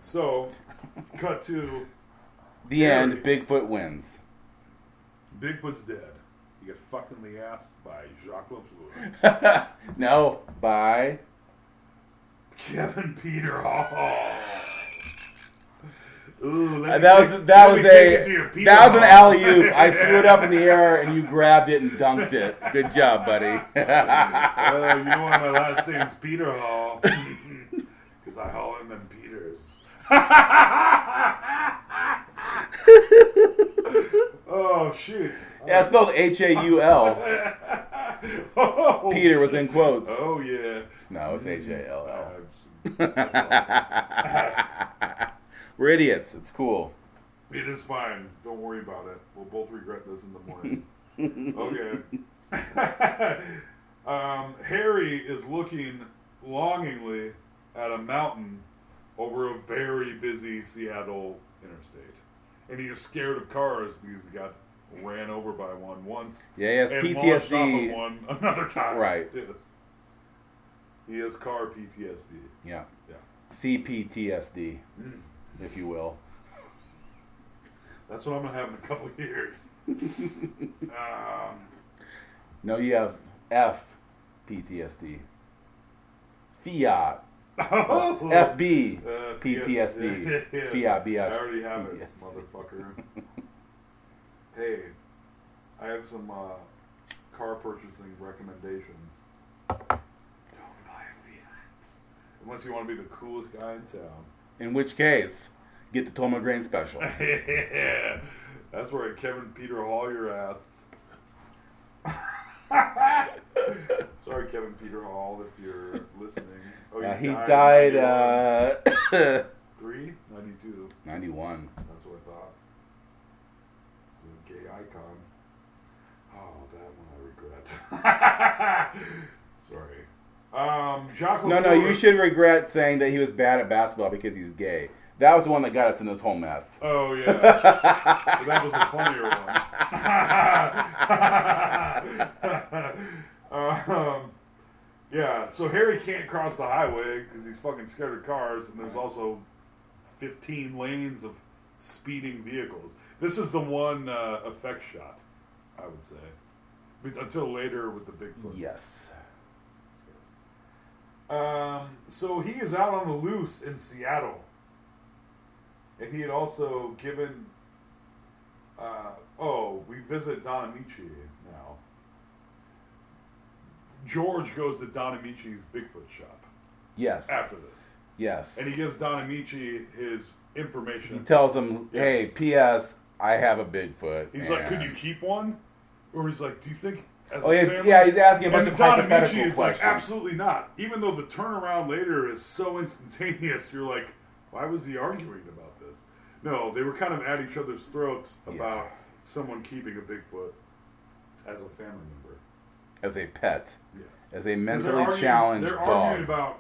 S9: So, cut to
S8: The end. Bigfoot wins.
S9: Bigfoot's dead. He gets fucked in the ass by Jacques Lafleur.
S8: no. Bye.
S9: Kevin Peter Hall. Ooh, let
S8: And
S9: me
S8: Uh, that
S9: take-
S8: was that
S9: let
S8: was
S9: me take it to your
S8: a
S9: Peter
S8: that was an
S9: Hall.
S8: alley oop. I threw it up in the air and you grabbed it and dunked it. Good job, buddy.
S9: Uh, you know why my last name's Peter Hall? Because I haul him in Peters. oh shoot!
S8: yeah, it's spelled H A U L.
S9: Oh,
S8: Peter was in quotes.
S9: Oh Uh, yeah.
S8: No, it's H A L L.
S9: That's
S8: We're idiots. It's cool.
S9: It is fine. Don't worry about it. We'll both regret this in the morning. okay. um, Harry is looking longingly at a mountain over a very busy Seattle interstate. And he is scared of cars because he got ran over by one once.
S8: Yeah, he has
S9: and launched off
S8: PTSD.
S9: of one another time.
S8: Right.
S9: Yes. He has car PTSD.
S8: Yeah.
S9: Yeah.
S8: CPTSD,
S9: Mm.
S8: if you will.
S9: That's what I'm going to have in a couple of years. um,
S8: No, you have F PTSD. Fiat.
S9: Oh.
S8: FB
S9: Uh,
S8: PTSD.
S9: yeah, yeah, yeah.
S8: Fiat BS.
S9: I already have it,
S8: PTSD.
S9: motherfucker. hey, I have some uh, car purchasing recommendations. Don't buy a Fiat. Unless you want to be the coolest guy in town.
S8: In which case, get the Toma Grain special.
S9: yeah. That's where Kevin Peter Hall your ass. Sorry, Kevin Peter Hall, if you're listening. Oh,
S8: Uh, he
S9: in
S8: died
S9: 91.
S8: uh,
S9: Three ninety-two.
S8: 91.
S9: That's what I thought. It's a gay icon. Oh, that one I regret. Sorry. Um, Jacques
S8: No, no, you
S9: LaFleur-
S8: should regret saying that he was bad at basketball because he's gay. That was the one that got us in this whole mess.
S9: Oh yeah, But that was a funnier one. um, yeah, so Harry can't cross the highway because he's fucking scared of cars, and there's also 15 lanes of speeding vehicles. This is the one uh, effect shot, I would say, But until later with the Bigfoot.
S8: Yes.
S9: Um, so he is out on the loose in Seattle. And he had also given. Uh, oh, we visit Don Amici now. George goes to Don Amici's Bigfoot shop
S8: Yes.
S9: after this.
S8: Yes.
S9: And he gives Don Amici his information.
S8: He tells him, "Hey, P.S. I have a Bigfoot."
S9: He's like, could
S8: and-
S9: you keep one? Or he's like, do you think. As
S8: Oh,
S9: a
S8: he's-
S9: family-"
S8: yeah, he's asking a bunch
S9: And
S8: of
S9: Don
S8: hypothetical
S9: Amici is
S8: questions.
S9: Like, Absolutely not. Even though the turnaround later is so instantaneous, you're like, why was he arguing about this? No, they were kind of at each other's throats about someone keeping a Bigfoot as a family member.
S8: as a pet, as
S9: Yes.
S8: a
S9: 'Cause they're
S8: mentally
S9: arguing-
S8: challenged
S9: They're
S8: dog,
S9: arguing about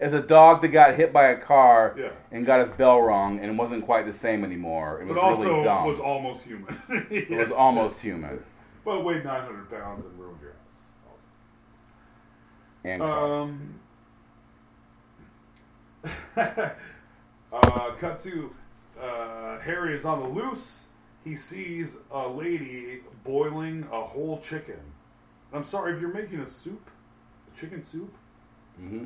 S8: as a dog that got hit by a car
S9: Yeah.
S8: and got his bell rung and wasn't quite the same anymore. It was
S9: but also
S8: really dumb.
S9: was almost human.
S8: It was almost human.
S9: Well, it weighed 900 pounds and ruined your house.
S8: And
S9: Um. uh, cut to uh, Harry is on the loose. He sees a lady boiling a whole chicken. I'm sorry if you're making a soup, a chicken soup.
S8: hmm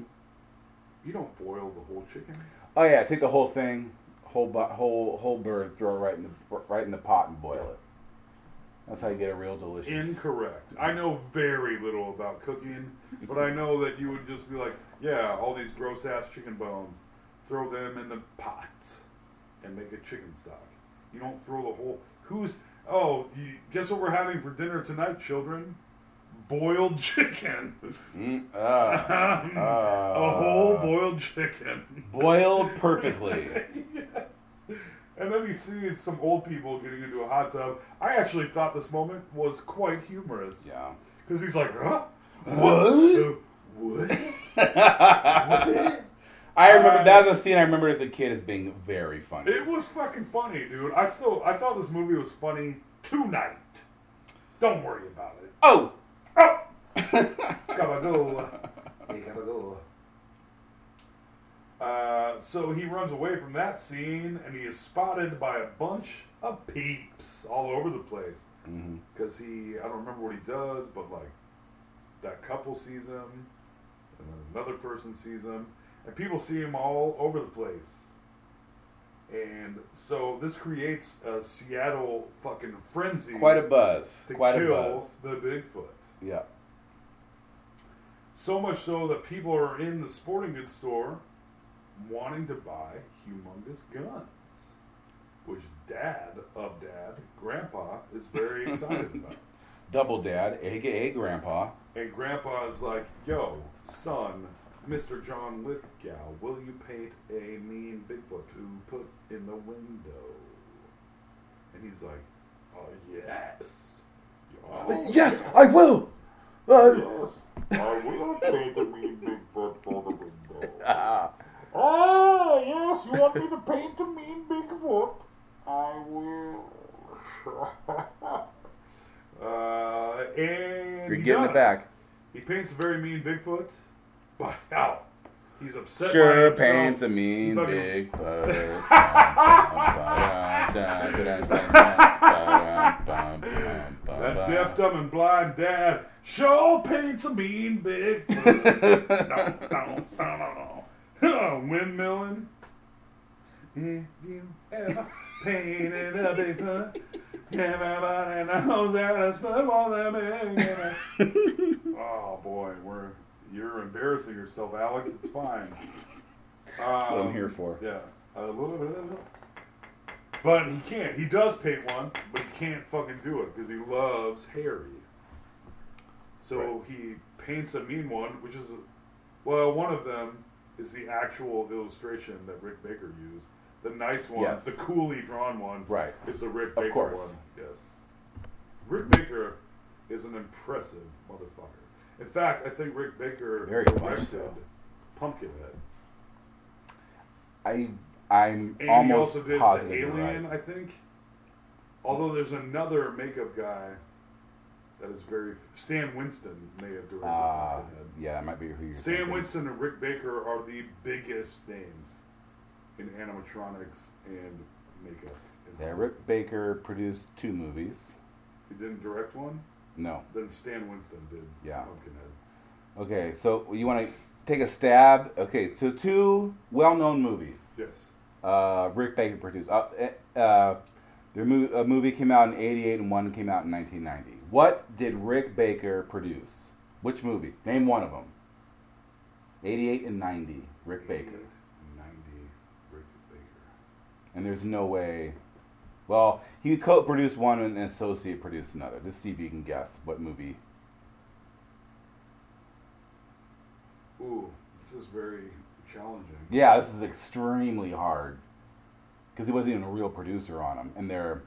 S9: You don't boil the whole chicken.
S8: Oh yeah, take the whole thing, whole bu- whole whole bird, throw it right in the right in the pot and boil it. That's how you get a real delicious.
S9: Incorrect. I know very little about cooking, but I know that you would just be like, yeah, all these gross ass chicken bones, throw them in the pot and make a chicken stock. You don't throw the whole. Who's. Oh, you, guess what we're having for dinner tonight, children? Boiled chicken.
S8: Mm, ah, ah.
S9: a whole boiled chicken.
S8: boiled perfectly.
S9: And then he sees some old people getting into a hot tub. I actually thought this moment was quite humorous.
S8: Yeah.
S9: Because he's like, huh?
S8: What?
S9: What?
S8: I remember that was a scene I remember as a kid as being very funny.
S9: Uh, It was fucking funny, dude. I still I thought this movie was funny tonight. Don't worry about it.
S8: Oh,
S9: Gotta go. Hey, gotta go. Uh, so he runs away from that scene, and he is spotted by a bunch of peeps all over the place.
S8: Mhm.
S9: Because he, I don't remember what he does, but like that couple sees him, and then another person sees him, and people see him all over the place. And so this creates a Seattle fucking frenzy.
S8: quite a buzz.
S9: to
S8: Quite a
S9: kill
S8: buzz.
S9: the Bigfoot.
S8: Yeah.
S9: So much so that people are in the sporting goods store wanting to buy humongous guns, which dad of dad, grandpa, is very excited about.
S8: Double dad, aka grandpa.
S9: And grandpa is like, yo, son, Mr. John Lithgow, will you paint a mean Bigfoot to put in the window? And he's like, oh, yes. Yes,
S8: Yes, I will. Uh,
S9: yes. I will paint a mean Bigfoot for the window.
S8: ah.
S9: Oh, yes, you want me to paint the mean Bigfoot? I will. uh, and
S8: You're
S9: he
S8: getting
S9: does.
S8: it back.
S9: He paints a very mean Bigfoot, but how? He's upset.
S8: Sure
S9: by himself.
S8: paints Oh, a mean
S9: Fucking-
S8: big That
S9: That deaf, dumb, and blind dad sure paints a mean Bigfoot. no, no, no, no, no. Windmilling. If you ever painted a Bigfoot, everybody knows that it's football that big. Oh boy, we're you're embarrassing yourself, Alex. It's fine. Uh, That's
S8: what I'm here for.
S9: Yeah. Uh, But he can't. He does paint one, but he can't fucking do it because he loves Harry. So he paints a mean one, which is, well, one of them is the actual illustration that Rick Baker used. The nice one,
S8: Yes.
S9: the coolly drawn one,
S8: Right.
S9: is the Rick
S8: Of
S9: Baker
S8: course.
S9: one. Yes. Rick Baker is an impressive motherfucker. In fact, I think Rick Baker
S8: Very much
S9: directed
S8: so.
S9: Pumpkinhead.
S8: I I'm
S9: And he
S8: almost
S9: also did
S8: positive.
S9: the
S8: you're right.
S9: Alien, I think. Although there's another makeup guy that is very Stan Winston may have directed.
S8: Uh, yeah, that might be who you're
S9: Stan
S8: thinking.
S9: Winston and Rick Baker are the biggest names in animatronics and makeup.
S8: Yeah, Rick Baker produced two movies.
S9: He didn't direct one.
S8: No.
S9: Then Stan Winston did.
S8: Yeah.
S9: Pumpkinhead.
S8: Okay, so you want to take a stab? Okay, so two well-known movies.
S9: Yes.
S8: Uh, Rick Baker produced. Uh, eh, uh, their mo- a movie came out in '88 and one came out in 1990. What did Rick Baker produce? Which movie? Name one of them. '88 and '90. Rick Baker.
S9: 90 Rick Baker.
S8: And there's no way. Well, he co-produced one and an associate produced another. Just see if you can guess what movie.
S9: Ooh, this is very challenging.
S8: Yeah, this is extremely hard because he wasn't even a real producer on them, and they're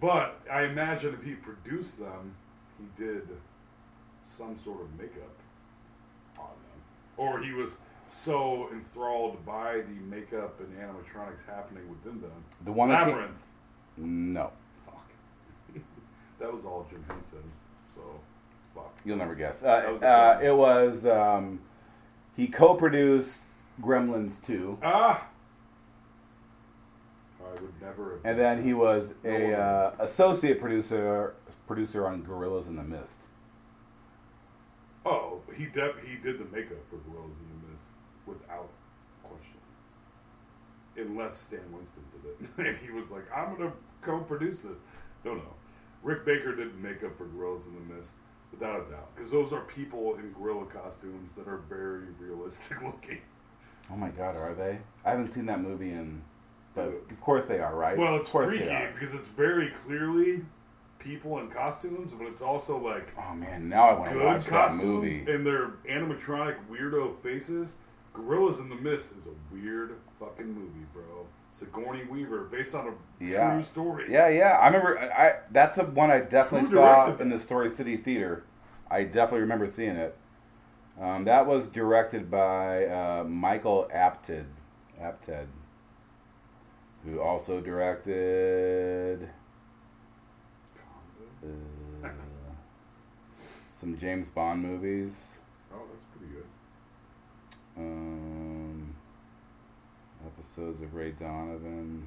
S9: But I imagine if he produced them, he did some sort of makeup on them. Or he was so enthralled by the makeup and animatronics happening within them.
S8: the one that came-
S9: Labyrinth.
S8: no,
S9: That was all Jim Henson. So, fuck.
S8: you'll never guess. Uh,
S9: That was a
S8: uh,
S9: joke.
S8: it was um, he co-produced Gremlins two,
S9: ah! I would never have.
S8: and then he was a
S9: No one-
S8: uh, associate producer producer on Gorillas in the Mist.
S9: Oh, he de- he did the makeup for Gorillas in the Mist without question. Unless Stan Winston did it, and he was like, "I'm gonna co-produce this." Don't know. Rick Baker did makeup for Gorillas in the Mist without a doubt, because those are people in gorilla costumes that are very realistic looking.
S8: Oh my God, are they? I haven't seen that movie in, but of course they are, right?
S9: Well, it's
S8: of course
S9: freaky
S8: they are.
S9: because it's very clearly people in costumes, but it's also like
S8: Oh man, now I want to
S9: good
S8: watch that
S9: costumes
S8: movie.
S9: and their animatronic weirdo faces. Gorillas in the Mist is a weird fucking movie, bro. Sigourney Weaver, based on a
S8: Yeah.
S9: true story.
S8: Yeah, yeah. I remember. I I- that's the one I definitely
S9: Who
S8: saw
S9: directed
S8: in the Story City Theater. I definitely remember seeing it. Um, that was directed by uh, Michael Apted, Apted, who also directed uh, some James Bond movies.
S9: Oh, that's pretty good.
S8: Um, episodes of Ray Donovan.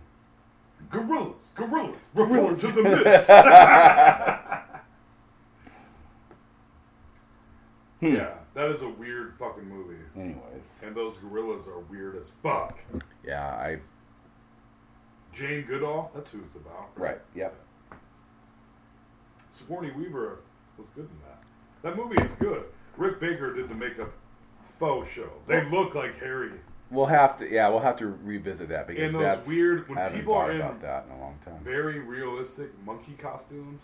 S9: Gorillas, gorillas, report to the Mist. yeah,
S8: Hmm.
S9: that is a weird fucking movie.
S8: Anyways.
S9: And those gorillas are weird as fuck.
S8: Yeah, I
S9: Jane Goodall, that's who it's about.
S8: right. Yep.
S9: Sigourney Weaver was good in that. That movie is good. Rick Baker did the makeup faux show. They look like Harry.
S8: We'll have to, yeah, we'll have to revisit that because
S9: And those
S8: that's
S9: weird- when
S8: I haven't
S9: people
S8: thought
S9: are in-
S8: about that in a long time.
S9: Very realistic monkey costumes,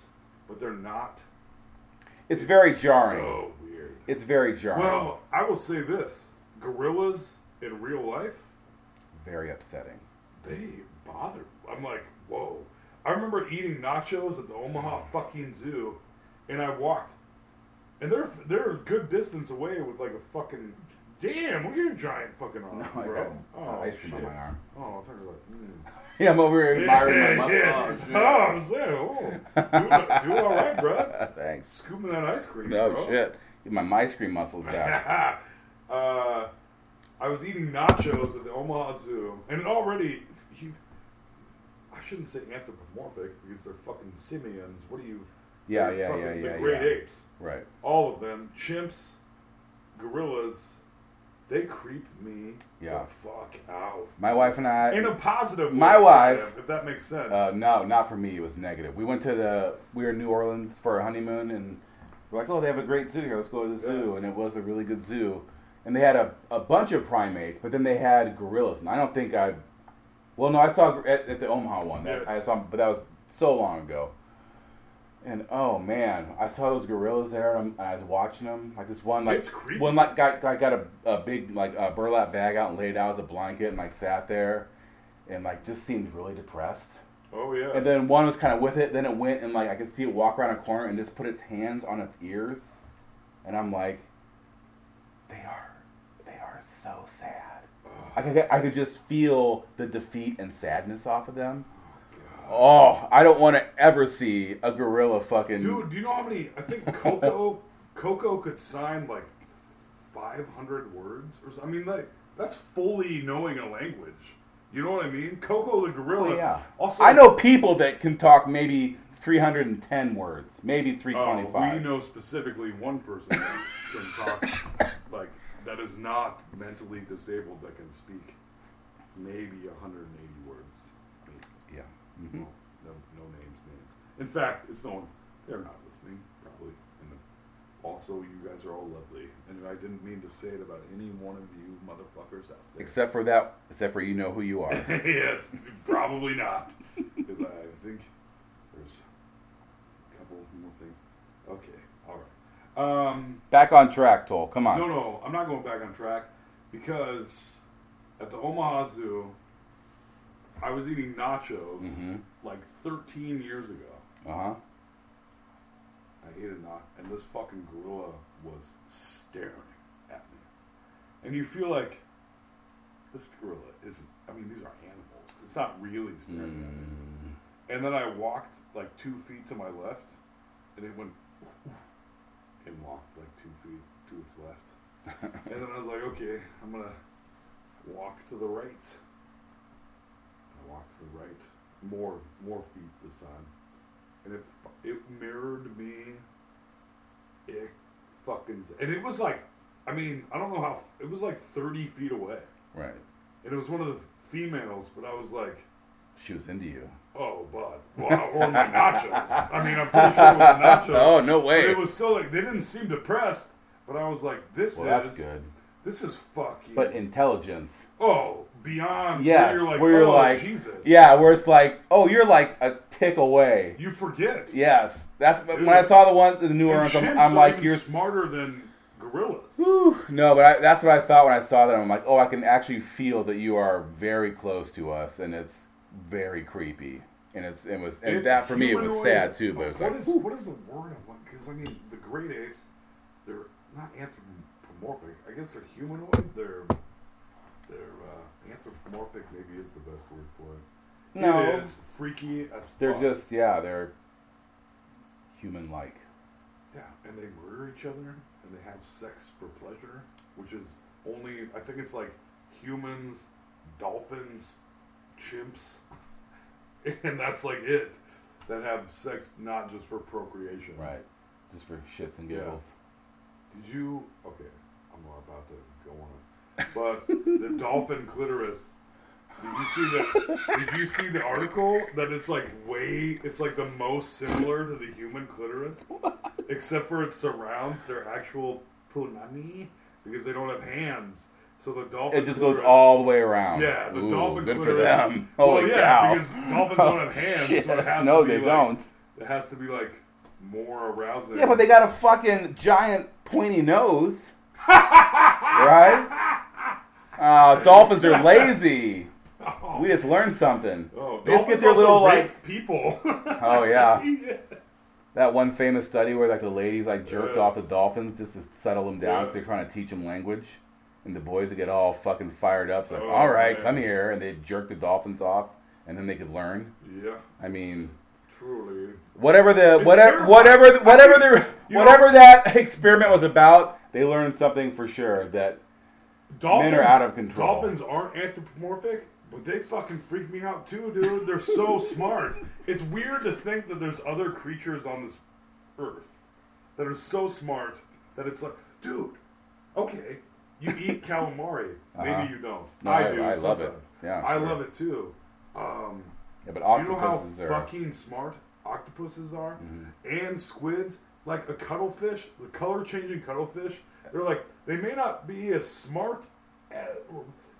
S9: but they're not.
S8: It's very jarring.
S9: So weird.
S8: It's very jarring.
S9: Well, I will say this: gorillas in real life,
S8: very upsetting.
S9: they bother. I'm like, whoa. I remember eating nachos at the Omaha fucking zoo, and I walked, and they're they're a good distance away with like a fucking. Damn, look at your giant fucking arm,
S8: No, I
S9: bro.
S8: got ice cream on my arm.
S9: Oh, I thought you were like, mm.
S8: Yeah, I'm over here admiring my
S9: Yeah,
S8: muscle.
S9: yeah. Oh, I'm saying, oh, do, do all right, bro.
S8: Thanks.
S9: Scooping that ice cream.
S8: No
S9: bro.
S8: shit. Get my ice cream muscles back.
S9: uh, I was eating nachos at the Omaha Zoo, and it already. You, I shouldn't say anthropomorphic because they're fucking simians. What are you?
S8: Yeah,
S9: they're
S8: yeah,
S9: fucking
S8: yeah, yeah,
S9: The great
S8: yeah.
S9: apes.
S8: Right.
S9: All of them, chimps, gorillas, they creep me
S8: Yeah.
S9: the fuck out.
S8: My wife and I.
S9: In a positive.
S8: My
S9: way,
S8: wife-
S9: if that makes sense.
S8: Uh, no, not for me. It was negative. We went to the we were in New Orleans for our honeymoon, and we're like, oh, they have a great zoo here. Let's go to the zoo, and it was a really good zoo. And they had a, a bunch of primates, but then they had gorillas, and I don't think I. Well, no, I saw gor- at, at the Omaha one. That I
S9: Yes.
S8: saw, but that was so long ago. And oh man, I saw those gorillas there, and, I'm, and I was watching them. Like this one, like
S9: It's creepy.
S8: one, like guy, guy got a, a big like uh burlap bag out and laid out as a blanket, and like sat there, and like just seemed really depressed.
S9: oh yeah.
S8: And then one was kind of with it. Then it went and like I could see it walk around a corner and just put its hands on its ears, and I'm like, they are, they are so sad.
S9: Ugh.
S8: I could, I could just feel the defeat and sadness off of them. Oh, I don't want to ever see a gorilla fucking.
S9: Dude, do you know how many? I think Coco Coco could sign like 500 words or something. I mean, like that's fully knowing a language. You know what I mean? Coco the gorilla.
S8: Oh, yeah.
S9: Also,
S8: I know people that can talk maybe 310 words, maybe
S9: Oh,
S8: 325.
S9: we know specifically one person that can talk like that is not mentally disabled that can speak maybe 180 words. Maybe.
S8: Yeah.
S9: No, no, no names named. In fact, it's no one. They're not listening, probably. And also, you guys are all lovely, and I didn't mean to say it about any one of you motherfuckers out there.
S8: Except for that, except for you know who you are.
S9: yes, probably not. Because I think there's a couple more things. Okay, all right. Um,
S8: Back on track, Toll. Come on.
S9: No, no, I'm not going back on track because at the Omaha Zoo, I was eating nachos
S8: Mhm.
S9: like 13 years ago.
S8: Uh huh.
S9: I ate a nach, and this fucking gorilla was staring at me. And you feel like this gorilla isn't. I mean, these are animals. It's not really staring at me. And then I walked like two feet to my left, and it went and walked like two feet to its left. and then I was like, okay, I'm gonna walk to the right. And I walked to the right, more more feet this time, and it fu- it mirrored me. It fucking and it was like, I mean, I don't know how it was like 30 feet away,
S8: Right.
S9: and it was one of the females, but I was like.
S8: She was into you.
S9: Oh, bud. Well, or my nachos. I mean, I'm pretty sure it was the nachos.
S8: Oh, no way.
S9: But it was still like they didn't seem depressed, but I was like, this
S8: Well,
S9: is
S8: that's good.
S9: This is fucking.
S8: But intelligence.
S9: oh, beyond.
S8: Yeah.
S9: Where you're like,
S8: where you're
S9: oh,
S8: like,
S9: Jesus.
S8: yeah, where it's like, oh, you're like a tick away.
S9: You forget.
S8: Yes, that's
S9: Dude.
S8: when I saw the one, the newer
S9: And
S8: ones.
S9: chimps
S8: I'm, I'm
S9: are
S8: like,
S9: even
S8: you're
S9: smarter than gorillas.
S8: no, but I, that's what I thought when I saw that. I'm like, oh, I can actually feel that you are very close to us, and it's very creepy. And it's it was and
S9: It-
S8: that for me it was
S9: humanoid-
S8: sad too, but it was
S9: what
S8: like,
S9: is- what is the word I want? Because I mean, the great apes, they're not anthropomorphic. I guess they're humanoid. They're they're uh, anthropomorphic. Maybe is the best word for it.
S8: No.
S9: it is freaky as fuck.
S8: they're just yeah, they're human like.
S9: yeah, and they murder each other and they have sex for pleasure, which is only I think it's like humans, dolphins, chimps, and that's like it. That have sex not just for procreation.
S8: Right. Just for shits and
S9: Yeah.
S8: giggles.
S9: Did you? Okay, I'm about to go on. But the dolphin clitoris. Did you see the? Did you see the article that it's like way? It's like the most similar to the human clitoris, except for it surrounds their actual punani because they don't have hands. So the dolphin
S8: It just goes
S9: clitoris-
S8: all the way around.
S9: Yeah, the
S8: Ooh,
S9: dolphin
S8: good for
S9: clitoris.
S8: them.
S9: Well,
S8: Holy
S9: yeah,
S8: cow. Oh,
S9: because dolphins don't have hands, so it
S8: Shit.
S9: has
S8: No,
S9: to be
S8: they
S9: like,
S8: don't.
S9: It has to be like more arousing.
S8: Yeah, but they got a fucking giant pointy nose. right? Uh, dolphins are lazy. We just learned something.
S9: Oh,
S8: They just
S9: dolphins
S8: their
S9: also
S8: little,
S9: rape
S8: like-
S9: people.
S8: Oh, yeah.
S9: Yeah.
S8: That one famous study where like the ladies like jerked
S9: Yes.
S8: off the dolphins just to settle them down
S9: Yeah.
S8: because they're trying to teach them language, and the boys would get all fucking fired up. It's like,
S9: Oh,
S8: all right,
S9: man.
S8: come here, and they jerk the dolphins off, and then they could learn.
S9: Yeah.
S8: I mean,
S9: Truly.
S8: whatever the
S9: It's
S8: whatever
S9: terrifying.
S8: whatever the- whatever the
S9: You
S8: whatever that experiment was about, they learned something for sure that
S9: Dolphins
S8: Men are out of control.
S9: Dolphins aren't anthropomorphic, but they fucking freak me out too, dude. They're so smart. It's weird to think that there's other creatures on this earth that are so smart that it's like, dude, okay, you eat calamari. Maybe
S8: Uh-huh.
S9: you don't.
S8: No,
S9: I
S8: I-
S9: do.
S8: I love it.
S9: sometimes.
S8: Yeah,
S9: I
S8: sure.
S9: love it too. Um,
S8: yeah, but
S9: you know how
S8: octopuses are Mm-hmm.
S9: fucking smart octopuses are, and squids. Like a cuttlefish, the color-changing cuttlefish, they're like they may not be as smart. As,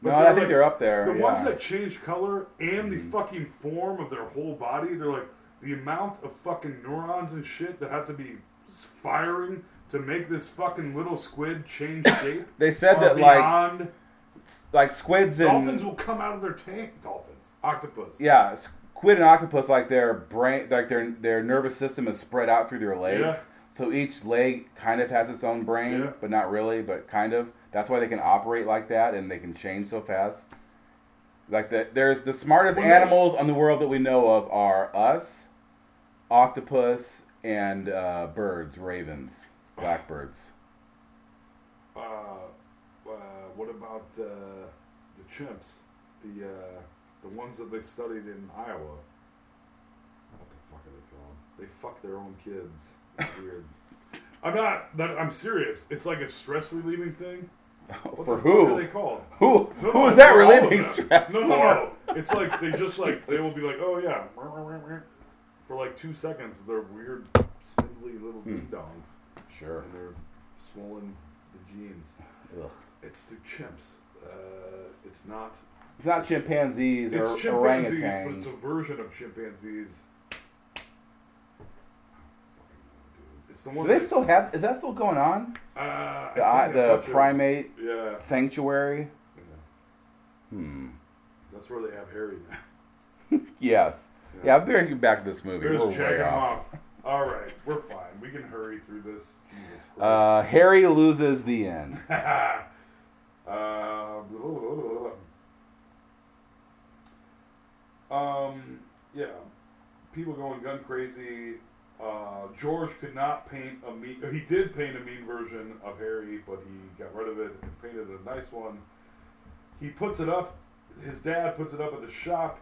S9: but
S8: No, I think they're up there,
S9: The ones
S8: yeah. Mm-hmm.
S9: that change color and the fucking form of their whole body, they're like the amount of fucking neurons and shit that have to be firing to make this fucking little squid change shape.
S8: They said
S9: are
S8: that, like,
S9: beyond-
S8: like squids and
S9: dolphins will come out of their tank. Dolphins, octopus.
S8: Yeah, squid and octopus, like their brain, like their their nervous system is spread out through their legs.
S9: Yeah.
S8: So each leg kind of has its own brain,
S9: Yeah.
S8: but not really, but kind of. That's why they can operate like that and they can change so fast. Like the, there's the smartest animals on the world that we know of are us, octopus, and uh, birds, ravens, blackbirds.
S9: Uh, uh, what about uh, the chimps? The uh, the ones that they studied in Iowa. What the fuck are they called? They fuck their own kids. It's weird. I'm not. That, I'm serious. It's like a stress relieving thing. What
S8: For
S9: the
S8: who?
S9: Fuck are they called?
S8: Who-
S9: No,
S8: who
S9: no,
S8: is that
S9: for all of
S8: relieving
S9: them.
S8: stress
S9: No, no, no. It's like they just like they
S8: Jesus.
S9: will be like, oh yeah, for like two seconds. They're weird, spindly little
S8: Hmm.
S9: ding dongs.
S8: Sure.
S9: And they're swollen the genes.
S8: Ugh.
S9: It's the chimps. Uh, it's not.
S8: It's not chimpanzees or
S9: it's chimpanzees, but
S8: orangutans.
S9: it's a version of chimpanzees. It's the
S8: Do
S9: one.
S8: they
S9: that-
S8: still have? Is that still going on?
S9: Uh, I
S8: the
S9: think I
S8: I- the
S9: butchered-
S8: primate
S9: Yeah.
S8: sanctuary.
S9: Yeah.
S8: Hmm.
S9: That's where they have Harry now.
S8: Yes. Yeah, I'll bring you back to this movie.
S9: There's
S8: We're way
S9: Jack
S8: off.
S9: off. All right, we're fine. We can hurry through this. Jesus
S8: Uh, Harry loses the end.
S9: Christ. uh, um, yeah, people going gun crazy. Uh, George could not paint a mean. uh, He did paint a mean version of Harry, but he got rid of it and painted a nice one. He puts it up. His dad puts it up at the shop.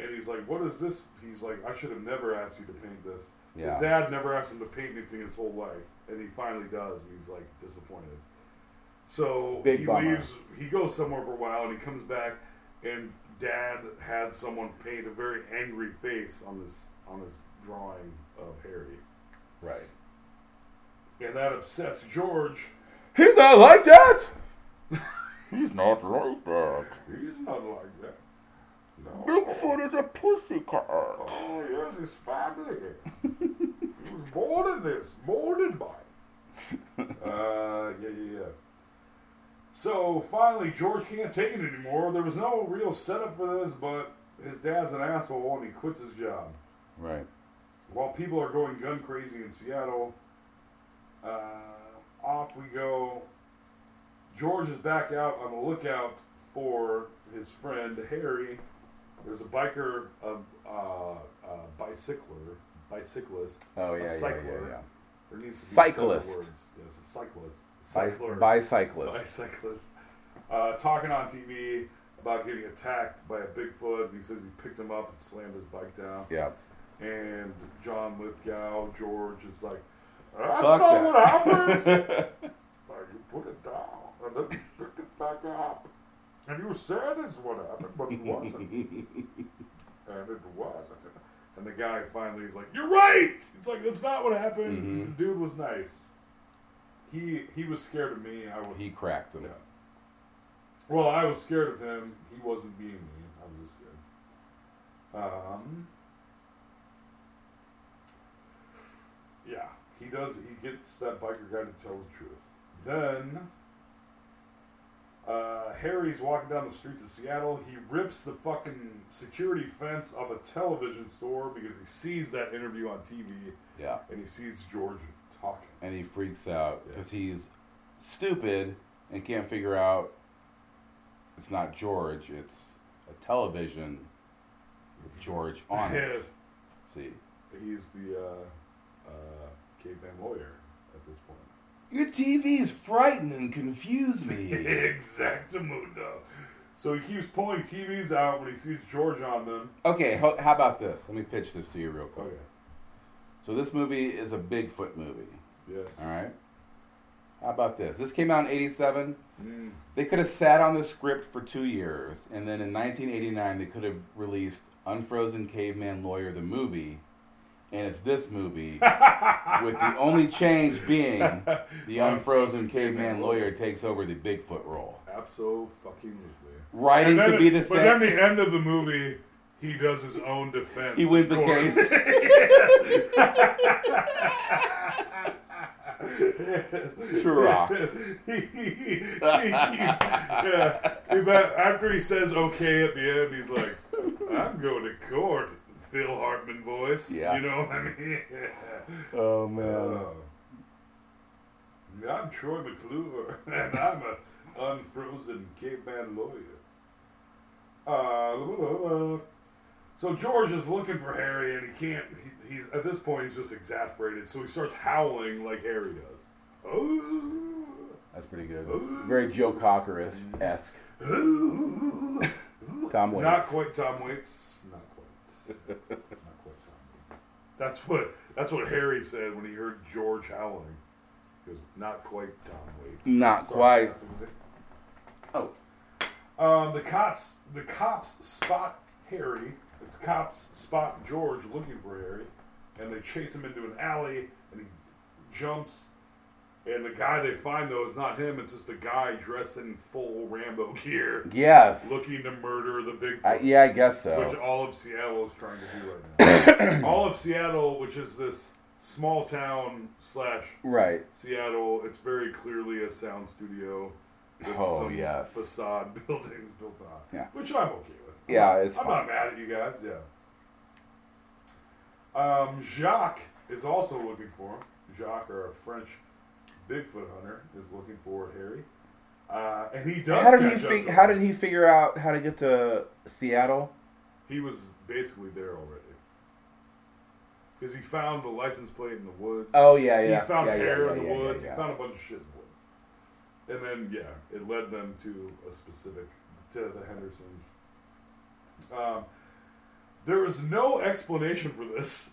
S9: And he's like, "What is this?" He's like, "I should have never asked you to paint this."
S8: Yeah.
S9: His dad never asked him to paint anything his whole life, and he finally does. And he's like disappointed. So
S8: Big
S9: he
S8: bummer.
S9: leaves. He goes somewhere for a while, and he comes back, and dad had someone paint a very angry face on this on this drawing of Harry,
S8: Right.
S9: and that upsets George.
S8: He's not like that. He's not like that.
S9: He's not like that. No.
S8: Bigfoot is a pussy car.
S9: Oh, yes, his family. he was born in this, molded by it. Uh, yeah, yeah, yeah. So finally, George can't take it anymore. There was no real setup for this, but his dad's an asshole and he quits his job.
S8: Right.
S9: While people are going gun crazy in Seattle, uh, off we go. George is back out on the lookout for his friend Harry. There's a biker, a, uh, a bicycler, bicyclist.
S8: Oh,
S9: a
S8: yeah, yeah,
S9: cycler.
S8: yeah, yeah.
S9: There needs to be
S8: Cyclist.
S9: several Words. Yes, a cyclist.
S8: Bi-
S9: Cycler.
S8: bicyclist.
S9: Bicyclist. Uh, talking on TV about getting attacked by a Bigfoot. He says he picked him up and slammed his bike down.
S8: Yeah.
S9: And John Lithgow, George, is like,
S8: Fuck
S9: that's not
S8: that."
S9: what happened. like, you put it down and then you picked it back up. And you said it's what happened, but it wasn't. and it wasn't. And the guy finally is like, you're right! It's like, that's not what happened.
S8: Mhm.
S9: The dude was nice. He he was scared of me. I was,
S8: He cracked him.
S9: Yeah. well, I was scared of him. He wasn't being mean. I was just scared. Um, yeah, he does. He gets that biker guy to tell the truth. Then uh, Harry's walking down the streets of Seattle. He rips the fucking security fence of a television store because he sees that interview on TV
S8: Yeah.
S9: and he sees George talking.
S8: And he freaks out because he's stupid and can't figure out it's not George, it's a television with George on it. See.
S9: He's the uh, uh, caveman lawyer at this point.
S8: Your TVs frighten and confuse
S9: Exactamundo. So he keeps pulling TVs out when he sees George on them.
S8: Okay, ho- how about this? Let me pitch this to you real quick.
S9: Okay.
S8: So this movie is a Bigfoot movie.
S9: Yes.
S8: All right. How about this? This came out in '87.
S9: Mm.
S8: They could have sat on the script for two years, and then in 1989 they could have released Unfrozen Caveman Lawyer the movie, and it's this movie with the only change being the Unfrozen Caveman Lawyer takes over the Bigfoot role.
S9: Abso fucking movie.
S8: Writing could be the
S9: but
S8: same.
S9: then the end of the movie, he does his own defense.
S8: He wins the
S9: Of course.
S8: Turok.
S9: he, he, he keeps- yeah. He ba- after he says okay at the end, he's like, "I'm going to court." Phil Hartman voice.
S8: Yeah.
S9: You know what I mean?
S8: Oh man.
S9: Oh. I'm Troy McClure, and I'm an unfrozen caveman lawyer. Uh, blah, blah, blah. so George is looking for Harry, and he can't. He, he's at this point, he's just exasperated, so he starts howling like Harry does. Oh,
S8: That's pretty good. Very Joe Cocker esque. Tom Waits.
S9: Not quite Tom Waits. Not quite. Not quite Tom Waits. That's what that's what Harry said when he heard George howling. He goes, not quite Tom Waits.
S8: Not
S9: Sorry,
S8: quite.
S9: Oh. Um, the cops the cops spot Harry. The cops spot George looking for Harry, and they chase him into an alley, and he jumps. And the guy they find though is not him; it's just a guy dressed in full Rambo gear.
S8: Yes.
S9: looking to murder the big.
S8: I- yeah, I guess so.
S9: Which all of Seattle is trying to do right now. all of Seattle, which is this small town slash
S8: Right.
S9: Seattle, it's very clearly a sound studio. with
S8: Oh,
S9: some
S8: yes.
S9: facade buildings built on.
S8: Yeah.
S9: Which I'm okay with.
S8: Yeah, it's
S9: I'm
S8: fine.
S9: not mad at you guys. Yeah. Um, Jacques is also looking for him. Jacques, our French Bigfoot hunter, is looking for Harry. Uh, and he does.
S8: How did he
S9: catch up
S8: fig-
S9: to
S8: How
S9: him.
S8: did he figure out how to get to Seattle?
S9: He was basically there already. Because he found the license plate in the woods.
S8: Oh, yeah, yeah.
S9: He found
S8: Yeah, yeah,
S9: hair in
S8: yeah,
S9: the
S8: yeah, yeah,
S9: woods.
S8: yeah.
S9: He found a bunch of shit in the woods. And then yeah, it led them to a specific to the Hendersons. Um, there was no explanation for this.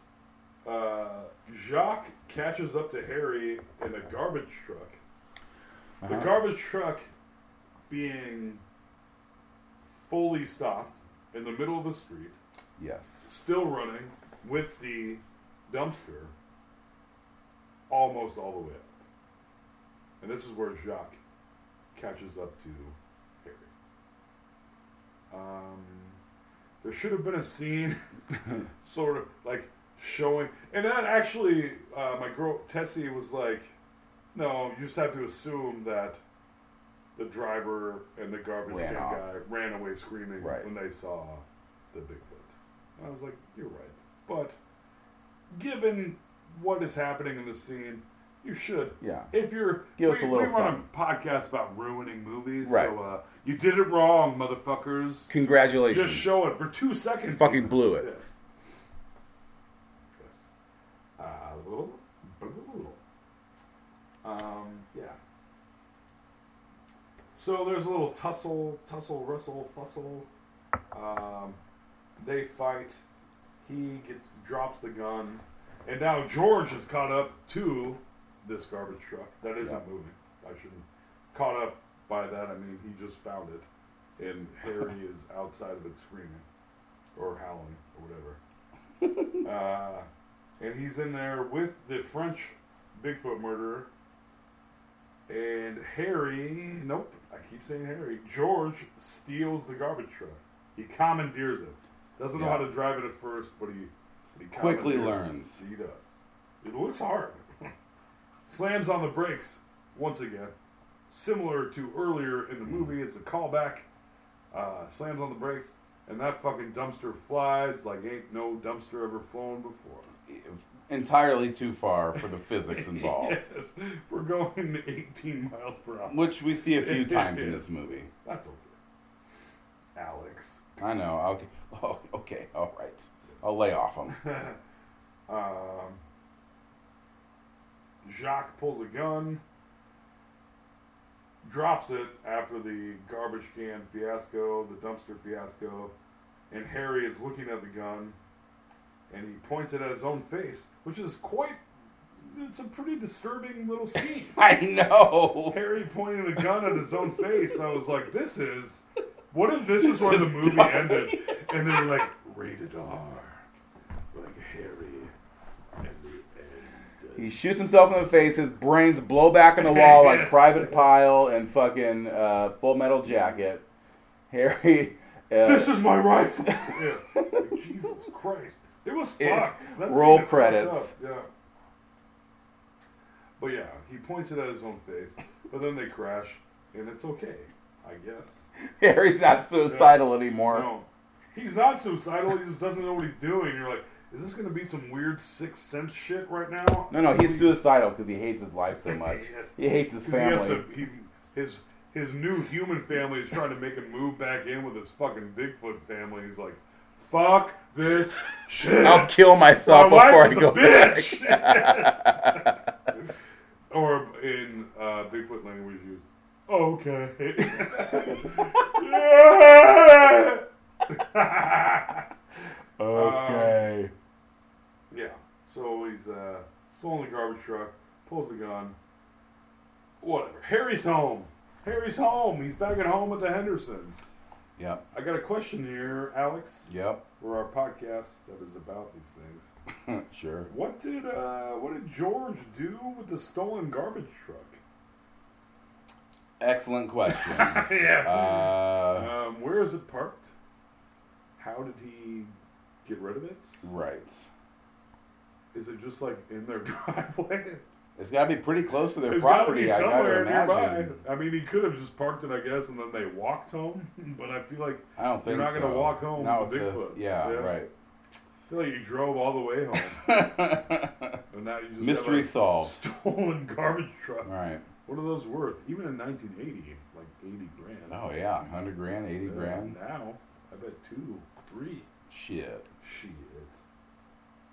S9: Uh, Jacques catches up to Harry in a garbage truck.
S8: Uh-huh.
S9: The garbage truck being fully stopped in the middle of a street,
S8: Yes.
S9: still running with the dumpster almost all the way up. And this is where Jacques catches up to Harry. Um, there should have been a scene, sort of like showing, and that actually, uh, my girl Tessie was like, "No, you just have to assume that the driver and the garbage
S8: Ran
S9: can
S8: off.
S9: guy ran away screaming
S8: Right.
S9: when they saw the Bigfoot." And I was like, "You're right," but given what is happening in the scene, you should.
S8: Yeah.
S9: If you're
S8: Give
S9: we,
S8: us a little
S9: we run
S8: something.
S9: a podcast about ruining movies,
S8: Right.
S9: so uh, you did it wrong, motherfuckers.
S8: Congratulations.
S9: Just show it for two seconds.
S8: You fucking blew it.
S9: Yes. Yes. Uh, blah, blah, blah. Um, yeah. So there's a little tussle, tussle, wrestle, fussle. Um, they fight. He gets drops the gun, and now George is caught up to this garbage truck that isn't
S8: Yeah.
S9: moving. I shouldn't. Caught up by that, I mean he just found it, and Harry is outside of it screaming or howling or whatever. uh, and he's in there with the French Bigfoot murderer. And Harry, nope, I keep saying Harry. George steals the garbage truck. He commandeers it. Doesn't know
S8: Yeah.
S9: how to drive it at first, but he, but he
S8: Quickly
S9: commandeers it. He does. It looks hard. Slams on the brakes once again. Similar to earlier in the movie, it's a callback. Uh, slams on the brakes, and that fucking dumpster flies like ain't no dumpster ever flown before.
S8: Entirely too far for the physics involved,
S9: Yes, we're going 18 miles per hour.
S8: which we see a few times in this movie.
S9: That's okay. Alex.
S8: I know. Okay. Oh, okay. All right. I'll lay off him.
S9: um, Jacques pulls a gun, drops it after the garbage can fiasco, the dumpster fiasco, and Harry is looking at the gun and he points it at his own face, which is quite. It's a pretty disturbing little scene.
S8: I know.
S9: Harry pointing a gun at his own face. I was like, this is. What if this is where the movie ended? And they were like, rated R. Like Harry and the end.
S8: He shoots himself in the face. His brains blow back on the wall like
S9: Yes.
S8: Private Pile and fucking uh, Full Metal Jacket. Harry. Uh,
S9: This is my rifle. yeah. Like, Jesus Christ, it was
S8: It-
S9: fucked. That scene
S8: roll
S9: is fucked
S8: credits.
S9: up, Yeah. But yeah, he points it at his own face, but then they crash, and it's okay, I guess.
S8: Harry's not
S9: Yeah.
S8: suicidal anymore.
S9: No. He's not suicidal. He just doesn't know what he's doing. You're like, Is this going to be some weird sixth sense shit right now?
S8: No, no, he's suicidal because he hates his life so much. He hates his
S9: 'Cause he has
S8: family.
S9: to- he- his his new human family is trying to make him move back in with his fucking Bigfoot family. He's like, "Fuck this shit!
S8: I'll kill myself
S9: My
S8: before
S9: wife is
S8: I
S9: a
S8: go
S9: bitch!"
S8: back.
S9: or in uh, Bigfoot language, you okay. yeah.
S8: Okay.
S9: Yeah. So he's uh, stolen the garbage truck, pulls the gun. Whatever. Harry's home. Harry's home. He's back at home with the Hendersons.
S8: Yep.
S9: I got a question here, Alex.
S8: Yep. Hmm,
S9: For our podcast that is about these things.
S8: sure.
S9: What did uh, what did George do with the stolen garbage truck?
S8: Excellent question. Uh,
S9: yeah. um, where is it parked? How did he get rid of it?
S8: right.
S9: Is it just like in their driveway?
S8: It's got to be pretty close to their
S9: It's gotta
S8: property.
S9: be
S8: I got to
S9: somewhere
S8: imagine.
S9: nearby. I mean, he could have just parked it, I guess, and then they walked home. But I feel like
S8: I don't think
S9: you're not gonna
S8: so.
S9: walk home
S8: Not
S9: with
S8: with the-
S9: Bigfoot.
S8: yeah, right.
S9: I feel like you drove all the way home. and now you just
S8: Mystery
S9: have a
S8: solved.
S9: Stolen garbage truck.
S8: Right.
S9: What are those worth? Even in 1980, like 80 grand.
S8: Oh yeah, hundred grand, eighty
S9: Yeah,
S8: grand.
S9: Now, I bet two, three.
S8: Shit.
S9: Shit.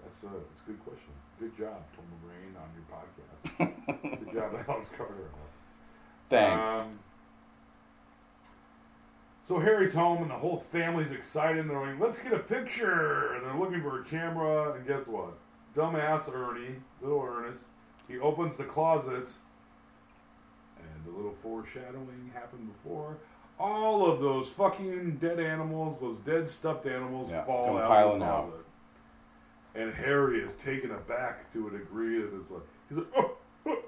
S9: That's a, that's a good question. Good job, Tom Rain, on your podcast. good job, Alex Carter.
S8: Thanks.
S9: Um, so Harry's home, and the whole family's excited. And they're like, "Let's get a picture!" And they're looking for a camera. And guess what? Dumbass Ernie, little Ernest, he opens the closet, and the little foreshadowing happened before. All of those fucking dead animals, those dead stuffed animals,
S8: Yeah,
S9: fall
S8: come
S9: out. of
S8: piling
S9: the
S8: out.
S9: closet. And Harry is taken aback to a degree that is like, he's like, oh,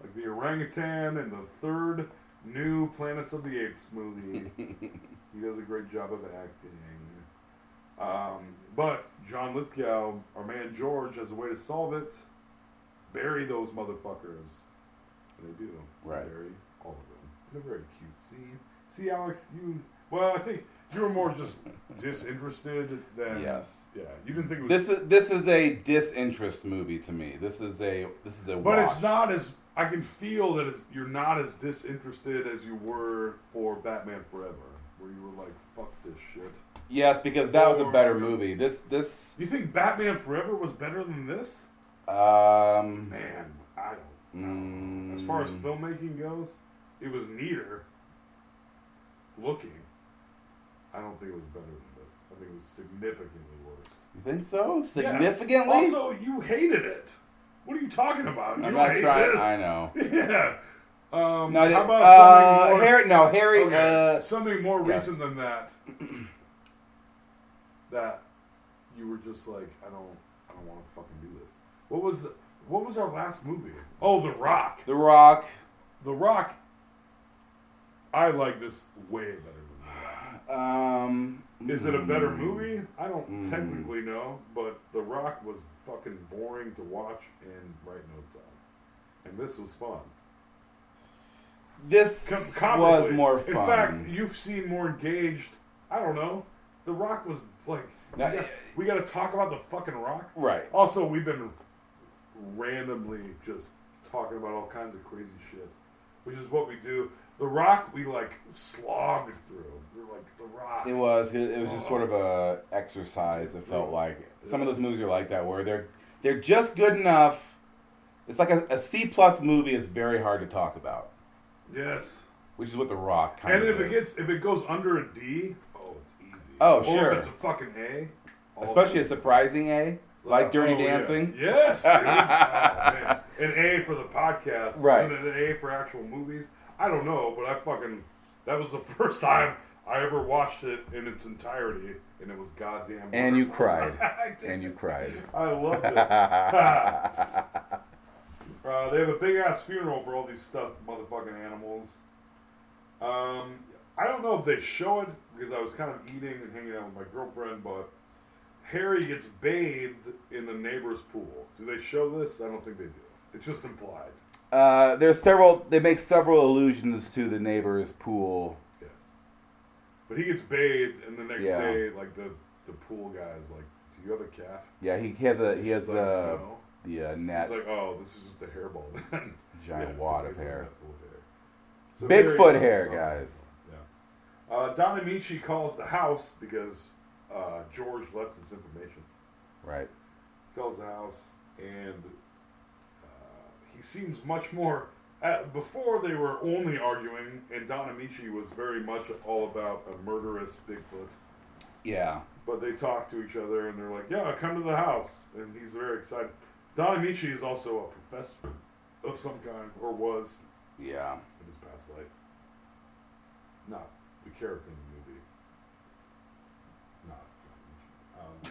S9: like the orangutan in the third new Planets of the Apes movie. he does a great job of acting. Um, but John Lithgow, our man George, has a way to solve it. Bury those motherfuckers. And they do.
S8: Right.
S9: Bury all of them. In a very cute scene. See, Alex, you. Well, I think you were more just disinterested than.
S8: Yes.
S9: Yeah. You didn't think it was.
S8: This is this is a disinterest movie to me. This is a this is a
S9: But
S8: watch.
S9: it's not as I can feel that it's, you're not as disinterested as you were for Batman Forever, where you were like, "Fuck this shit."
S8: yes, because that was a better movie. This this
S9: You think Batman Forever was better than this?
S8: um
S9: Man, I don't. As far as
S8: mm,
S9: filmmaking goes, it was neater looking. I don't think it was better than this. I think it was significantly worse.
S8: you think so?
S9: Yeah.
S8: Significantly?
S9: Also, you hated it. What are you talking about? You
S8: I'm
S9: don't
S8: not
S9: hate
S8: trying.
S9: this.
S8: I know.
S9: Yeah. Um,
S8: No, I
S9: how
S8: didn't-
S9: about
S8: uh,
S9: something more,
S8: Harry- no, Harry, uh,
S9: Okay, Uh, something more
S8: yeah.
S9: recent than that. that you were just like, I don't, I don't want to fucking do this. What was, what was our last movie? Oh, The Rock.
S8: The Rock.
S9: The Rock. I like this way better. Than
S8: Um,
S9: that. Is it a better
S8: mm,
S9: movie? I don't
S8: mm.
S9: technically know, but The Rock was fucking boring to watch and write notes on, and this was fun.
S8: This
S9: Com-
S8: was
S9: comparably.
S8: more
S9: In
S8: fun.
S9: fact, you've seen more engaged. I don't know. The Rock was like,
S8: Now, eh,
S9: we, got, we got to talk about the fucking Rock.
S8: Right.
S9: Also, we've been randomly just talking about all kinds of crazy shit, which is what we do. The Rock, we like slogged through. We're like The Rock.
S8: It was. It, it was just sort of a exercise. It felt like some of those movies are like that, where they're they're just good enough. It's like a, a C plus movie is very hard to talk about,
S9: Yes.
S8: which is what The Rock kind
S9: and
S8: of
S9: if it
S8: is.
S9: gets if it goes under a D, oh, it's easy.
S8: Oh,
S9: or
S8: sure.
S9: If it's a fucking A. oh,
S8: especially a surprising A like Dirty
S9: Oh, yeah.
S8: Dancing.
S9: Yes. dude. Oh, man. an A for the podcast.
S8: Right.
S9: And an A for actual movies. I don't know, but I fucking that was the first time I ever watched it in its entirety, and it was goddamn.
S8: And you
S9: wonderful.
S8: cried.
S9: I did.
S8: and you cried.
S9: I loved it. uh, they have a big ass funeral for all these stuffed motherfucking animals. Um, I don't know if they show it because I was kind of eating and hanging out with my girlfriend, but Harry gets bathed in the neighbor's pool. Do they show this? I don't think they do. It's just implied.
S8: Uh, there's several. They make several allusions to the neighbor's pool.
S9: But he gets bathed, and the next
S8: Yeah.
S9: day, like the the pool guy is like, "Do you have a cat?"
S8: Yeah, he has a he
S9: She's
S8: has
S9: like,
S8: the
S9: "No."
S8: the uh, net.
S9: He's like, "Oh, this is just a hairball." Then
S8: Giant
S9: Yeah,
S8: wad
S9: he's
S8: of
S9: like,
S8: hair.
S9: "That pool of hair." So there you
S8: Bigfoot
S9: go,
S8: hair,
S9: so-
S8: guys.
S9: Uh, Don Amici calls the house because uh, George left his information.
S8: Right.
S9: Calls the house, and uh, he seems much more. Uh, before they were only arguing, and Don Amici was very much all about a murderous Bigfoot.
S8: Yeah.
S9: But they talk to each other, and they're like, "Yeah, come to the house," and he's very excited. Don Amici is also a professor of some kind, or was
S8: Yeah.
S9: in his past life. Not the character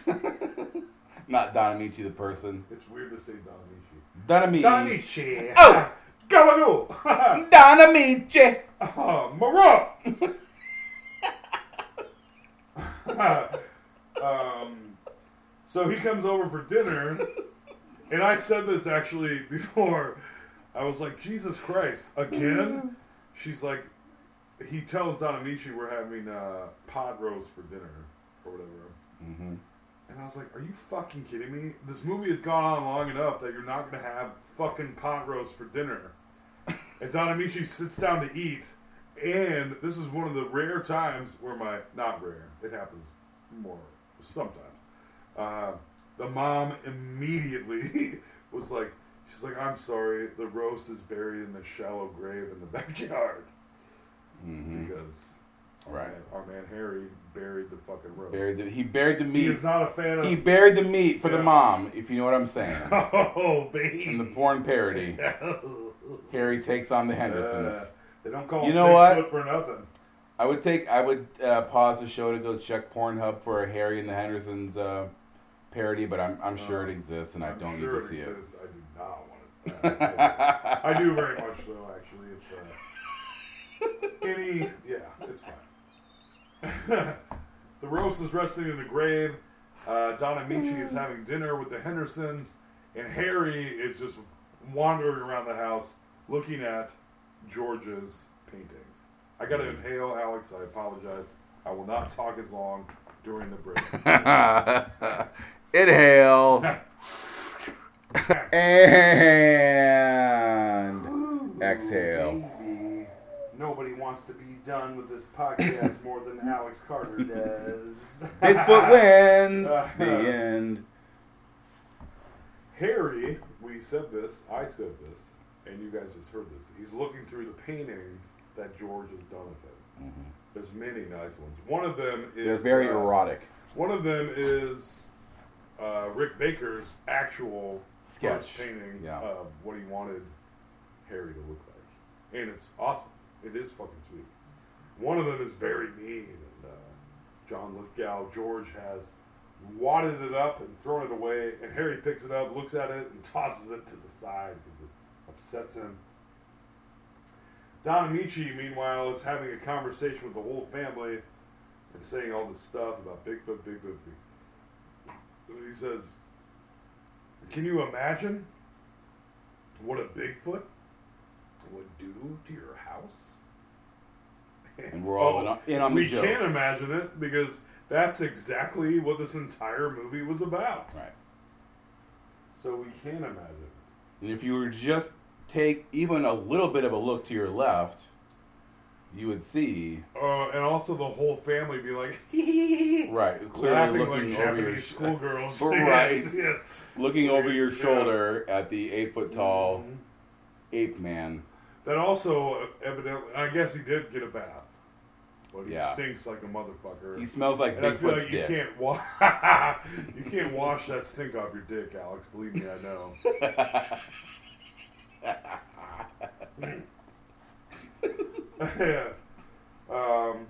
S9: in the movie. Not. Um,
S8: Not Don Amici the person.
S9: it's weird to say Don Amici.
S8: Don Amici.
S9: Don Amici.
S8: Oh!
S9: Gabagool!
S8: Don Amici.
S9: Oh, Marat! Uh, um, so he comes over for dinner, and I said this actually before. I was like, Jesus Christ, again? She's like, he tells Don Amici we're having uh, pod roast for dinner or whatever.
S8: Mm-hmm.
S9: And I was like, are you fucking kidding me? This movie has gone on long enough that you're not going to have fucking pot roast for dinner. and Don Amici sits down to eat. And this is one of the rare times where my, not rare, it happens more sometimes. Uh, the mom immediately was like, she's like, I'm sorry, the roast is buried in the shallow grave in the backyard.
S8: Mm-hmm.
S9: Because our,
S8: Right.
S9: man, our man Harry buried the fucking roast.
S8: Buried the, he buried the meat.
S9: He is not a fan of.
S8: He buried the meat for
S9: Yeah.
S8: the mom, if you know what I'm saying.
S9: Oh, baby.
S8: In the porn parody, Harry takes on the Hendersons.
S9: Uh, they don't call
S8: You
S9: him
S8: know
S9: Bigfoot
S8: what?
S9: for nothing.
S8: I would take. I would uh, pause the show to go check Pornhub for a Harry and the Hendersons uh, parody, but I'm, I'm sure it exists, and I
S9: Uh, I'm
S8: don't
S9: sure
S8: need to
S9: it
S8: see
S9: exists. I do not want it.
S8: it.
S9: I do very much so, actually. It's, uh, any, yeah, it's fine. the roast is resting in the grave. Uh, Donna Michi is having dinner with the Hendersons, and Harry is just wandering around the house looking at George's paintings. I gotta
S8: Mm.
S9: inhale, Alex. I apologize. I will not talk as long during the break.
S8: Inhale. and exhale.
S9: Baby, Nobody wants to be done with this podcast more than Alex Carter does.
S8: Bigfoot wins. the
S9: Uh-huh.
S8: end.
S9: Harry, we said this, I said this, and you guys just heard this. He's looking through the paintings that George has done with him. There's many nice ones. One of them is
S8: They're very
S9: uh,
S8: erotic.
S9: One of them is uh, Rick Baker's actual
S8: Sketch.
S9: first painting
S8: Yeah.
S9: of what he wanted Harry to look like, and it's awesome. It is fucking sweet. One of them is very mean, and uh, John Lithgow George has wadded it up and thrown it away, and Harry picks it up, looks at it, and tosses it to the side because it upsets him. Don Amici, meanwhile, is having a conversation with the whole family and saying all this stuff about Bigfoot, Bigfoot, Bigfoot. He says, Can you imagine what a Bigfoot would do to your house? Oh,
S8: And we're all in on- in on the
S9: we
S8: joke.
S9: can't imagine it because that's exactly what this entire movie was about.
S8: Right.
S9: So we can imagine it.
S8: And if you were to just take even a little bit of a look to your left, you would see
S9: Uh, and also the whole family be like,
S8: right clearly
S9: Laughing like
S8: looking over your
S9: Japanese schoolgirls.
S8: right,
S9: Yes, yes.
S8: looking over your
S9: Yeah. Mm-hmm.
S8: shoulder at the eight foot tall ape man.
S9: That also evidently, I guess he did get a bath, but he
S8: Yeah.
S9: stinks like a motherfucker.
S8: He smells like
S9: and I feel
S8: Bigfoot's
S9: like
S8: dick.
S9: you can't wa- you can't wash that stink off your dick, Alex. Believe me, I know. yeah. Um,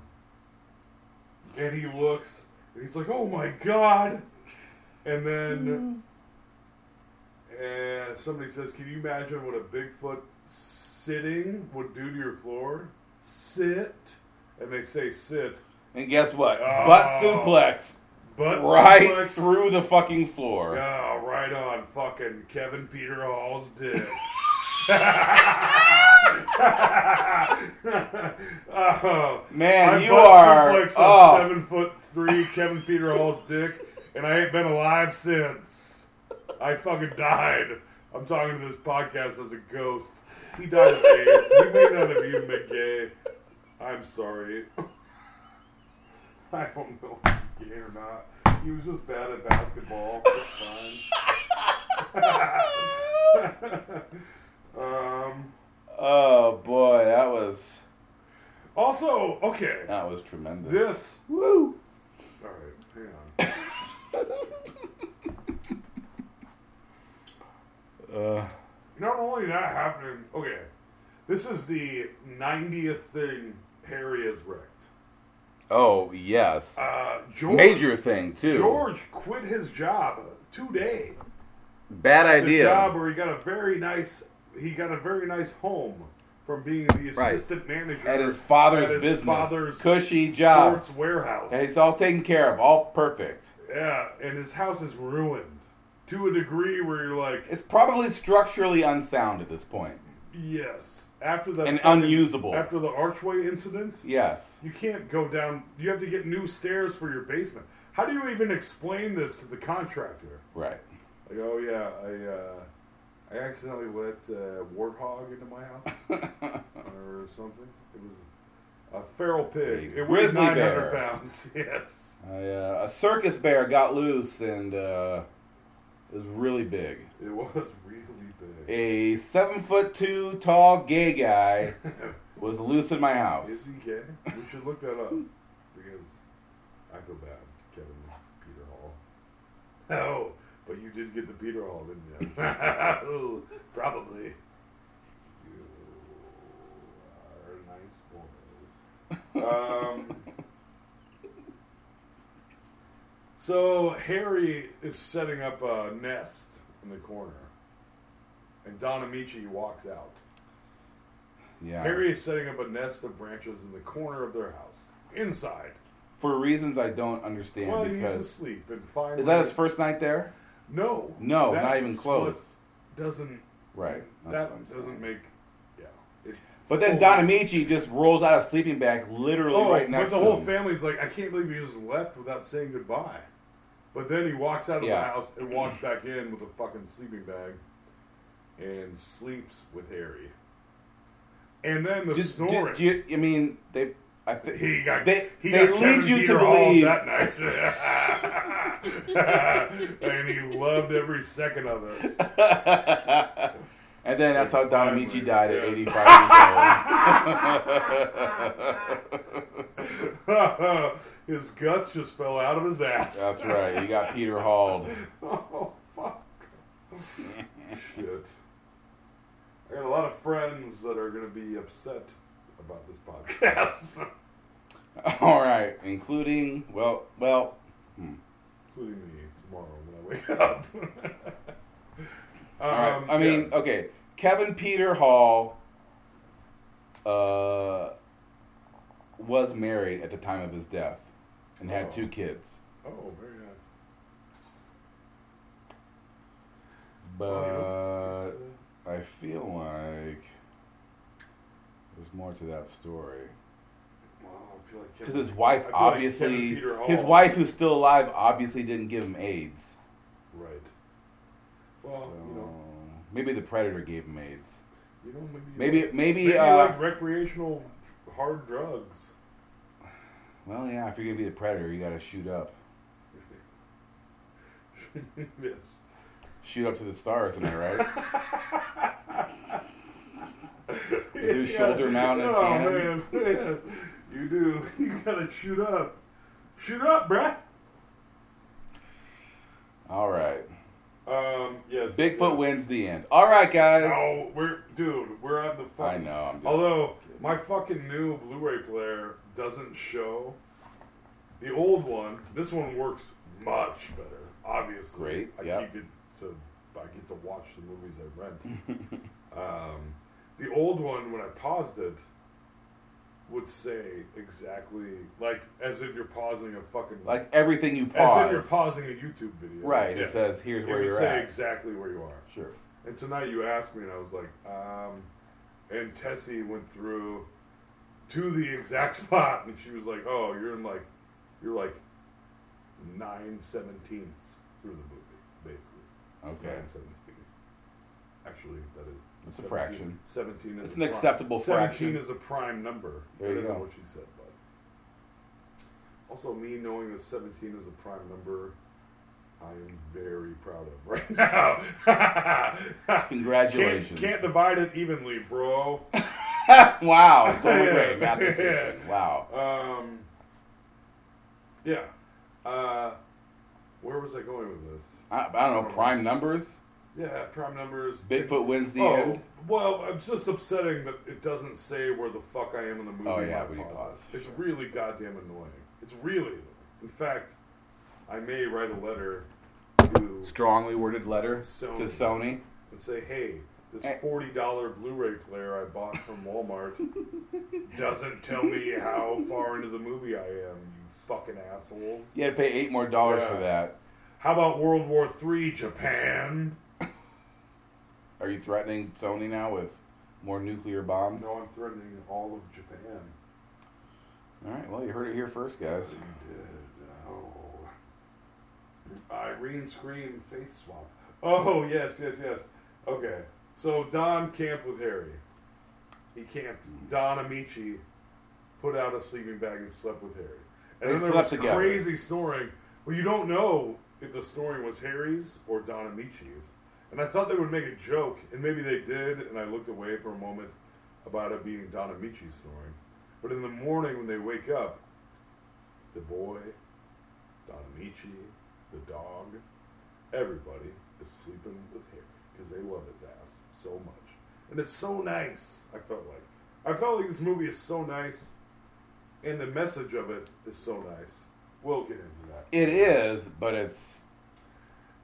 S9: and he looks, and he's like, "Oh my god!" And then, uh, somebody says, "Can you imagine what a Bigfoot sitting would do to your floor?" Sit, and they say sit.
S8: And guess what?
S9: Oh.
S8: butt suplex.
S9: Butt
S8: right
S9: suplex.
S8: through the fucking floor.
S9: Yeah, right on, fucking Kevin Peter Hall's dick. Oh,
S8: Man,
S9: I
S8: you
S9: butt
S8: are-
S9: suplexed a
S8: oh.
S9: seven foot three Kevin Peter Hall's dick, and I ain't been alive since. I fucking died. I'm talking to this podcast as a ghost. He died of AIDS. we may not have even been gay. I'm sorry. I don't know if he's gay or not. He was just bad at basketball. It's fine. um.
S8: Oh boy, that was
S9: Also, okay.
S8: that was tremendous.
S9: This.
S8: Woo.
S9: All right, hang on. uh. Not only that happening. Okay, this is the 90th thing Perry has wrecked.
S8: Oh yes.
S9: Uh, George,
S8: Major thing too.
S9: George quit his job today.
S8: Bad idea.
S9: The job where he got a very nice. He got a very nice home from being the
S8: Right.
S9: assistant manager
S8: At his father's
S9: at his
S8: business.
S9: father's
S8: Cushy job.
S9: sports warehouse.
S8: And it's all taken care of. All perfect.
S9: Yeah, and his house is ruined to a degree where you're like,
S8: It's probably structurally unsound at this point.
S9: yes. After that,
S8: And
S9: fucking-
S8: unusable.
S9: After the archway incident,
S8: Yes.
S9: you can't go down. You have to get new stairs for your basement. How do you even explain this to the contractor?
S8: Right.
S9: Like, oh yeah, I uh, I accidentally let uh, warthog into my house or something. It was a feral pig.
S8: A
S9: It weighs
S8: grizzly
S9: 900
S8: bear.
S9: pounds. Yes.
S8: I, uh, a circus bear got loose and uh, it was really big.
S9: It was really big.
S8: A seven foot two tall gay guy was loose in my house.
S9: Is he gay? We should look that up because I feel bad, Kevin Peter Hall. Oh, but you did get the Peter Hall, didn't you? Oh, Probably. You are a nice boy. Um, so Harry is setting up a nest in the corner, and Don Amici walks out.
S8: Yeah.
S9: Harry is setting up a nest of branches in the corner of their house, inside.
S8: For reasons I don't understand.
S9: Well, he's
S8: because
S9: asleep and fine.
S8: is that his first night there?
S9: No.
S8: No,
S9: That
S8: not even
S9: is
S8: close.
S9: what Doesn't.
S8: Right. That's
S9: that
S8: what I'm saying.
S9: doesn't make. Yeah. It-
S8: But then Don Amici just rolls out of sleeping bag literally
S9: Oh,
S8: right next
S9: but the
S8: to
S9: whole
S8: him.
S9: family's like, I can't believe he just left without saying goodbye. But then he walks out of
S8: Yeah.
S9: the house and walks back in with a fucking sleeping bag, and sleeps with Harry. And then the
S8: Just-
S9: snoring.
S8: did you- I mean, they. I thi-
S9: He got.
S8: They,
S9: he
S8: they
S9: got
S8: lead
S9: Kevin
S8: you
S9: Peter
S8: to
S9: Hall
S8: believe.
S9: that night, and he loved every second of it.
S8: and then that's how Don Amici died at
S9: yeah.
S8: 85 years old.
S9: his guts just fell out of his ass.
S8: that's right. You got Peter Hall.
S9: oh fuck. Shit. I got a lot of friends that are gonna be upset about this podcast,
S8: All right, including well, well, hmm.
S9: including me tomorrow when I wake up.
S8: All right.
S9: Um,
S8: I mean, uh,
S9: yeah.
S8: okay. Kevin Peter Hall uh, was married at the time of his death and had
S9: Oh.
S8: two kids.
S9: Oh, very nice. Oh,
S8: But I feel like there's more to that story. Because his wife obviously, his wife who's still alive, obviously didn't give him AIDS.
S9: Right. Well, you know,
S8: So, maybe the predator gave him AIDS.
S9: you know, maybe
S8: Maybe-
S9: like,
S8: maybe,
S9: maybe
S8: uh,
S9: like recreational hard drugs.
S8: Well, yeah, if you're gonna be the predator, you gotta shoot up,
S9: yes.
S8: shoot up to the stars, am I right? They do
S9: Yeah.
S8: shoulder mounted
S9: Oh
S8: cannon.
S9: man, man, you do. You gotta shoot up, shoot up, bruh.
S8: All right.
S9: Um, yes.
S8: Bigfoot
S9: yes.
S8: wins the end. All right, guys.
S9: No, we're dude, we're on the fucking.
S8: I know. I'm just,
S9: Although my fucking new Blu-ray player doesn't show the old one. This one works much better, obviously.
S8: Great,
S9: I
S8: yep.
S9: keep it to I get to watch the movies I rent. um, the old one, when I paused it, would say exactly like as if you're pausing a fucking
S8: like everything you
S9: as
S8: pause.
S9: if you're pausing a YouTube video.
S8: Right, it
S9: Yes.
S8: says, "Here's
S9: It
S8: where
S9: would
S8: you're
S9: say
S8: at."
S9: exactly where you are.
S8: Sure.
S9: And tonight you asked me, and I was like, um, and Tessie went through to the exact spot, and she was like, oh, you're in like, you're like nine seventeenths through the movie, basically.
S8: Okay.
S9: Nine seventeenths. Actually, that is.
S8: It's a fraction.
S9: Seventeen is
S8: It's an
S9: a prime-
S8: acceptable fraction.
S9: Seventeen is a prime number.
S8: There you
S9: That isn't
S8: go.
S9: what she said, but. Also, me knowing that 17 is a prime number, I am very proud of right now.
S8: Congratulations.
S9: Can't, can't divide it evenly, bro.
S8: wow, totally great mathematician. Wow.
S9: Um, yeah. Uh, where was I going with this?
S8: I, I don't know, prime numbers?
S9: Yeah, prime numbers.
S8: Bigfoot wins the
S9: Oh,
S8: end?
S9: Well, it's just upsetting that it doesn't say where the fuck I am in the movie.
S8: Oh, yeah,
S9: when
S8: when
S9: I
S8: you pause,
S9: It's really goddamn annoying. It's really. annoying. In fact, I may write a letter to
S8: Strongly worded letter
S9: Sony.
S8: to Sony.
S9: and say, "Hey, this
S8: Eh.
S9: forty-dollar Blu-ray player I bought from Walmart doesn't tell me how far into the movie I am. You fucking assholes."
S8: You had to pay eight more dollars
S9: Yeah.
S8: for that.
S9: How about World War Three, Japan?
S8: Are you threatening Sony now with more nuclear bombs?
S9: No, I'm threatening all of Japan.
S8: All right, well, you heard it here first, guys.
S9: Oh. Irene Scream face swap. Oh yes, yes, yes. Okay, so Don camped with Harry. He camped. Don Amici put out a sleeping bag and slept with Harry. And
S8: They
S9: then there
S8: slept
S9: was
S8: together.
S9: crazy snoring. Well, you don't know if the snoring was Harry's or Don Amici's. And I thought they would make a joke, and maybe they did. And I looked away for a moment about it being Don Amici's snoring. But in the morning when they wake up, the boy, Don Amici, the dog, everybody is sleeping with Harry because they love his ass so much. And it's so nice, I felt like. I felt like this movie is so nice, and the message of it is so nice. We'll get into that.
S8: It is, but it's.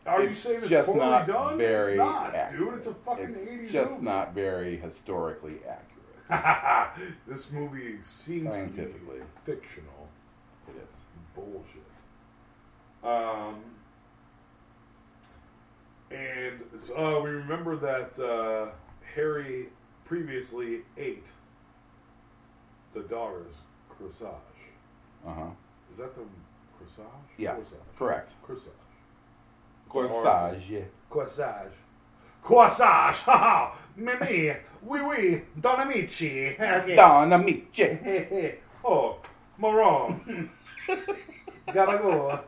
S9: Are you
S8: it's
S9: saying it's
S8: just
S9: poorly
S8: not
S9: done?
S8: very
S9: it's not,
S8: accurate.
S9: dude. It's a fucking
S8: It's
S9: 80s
S8: just
S9: movie.
S8: not very historically accurate.
S9: this movie seems
S8: Scientifically.
S9: to be fictional.
S8: It is.
S9: Bullshit. Um, and uh, we remember that uh, Harry previously ate the daughter's corsage.
S8: Uh huh.
S9: Is that the corsage?
S8: Yeah,
S9: Corsage.
S8: correct.
S9: Corsage.
S8: Corsage. yeah.
S9: Corsage. Corsage! Ha ha! Mimi! Oui oui! Don amici! Okay.
S8: Don Amici!
S9: Hey, hey. Oh, Moron! Gotta go.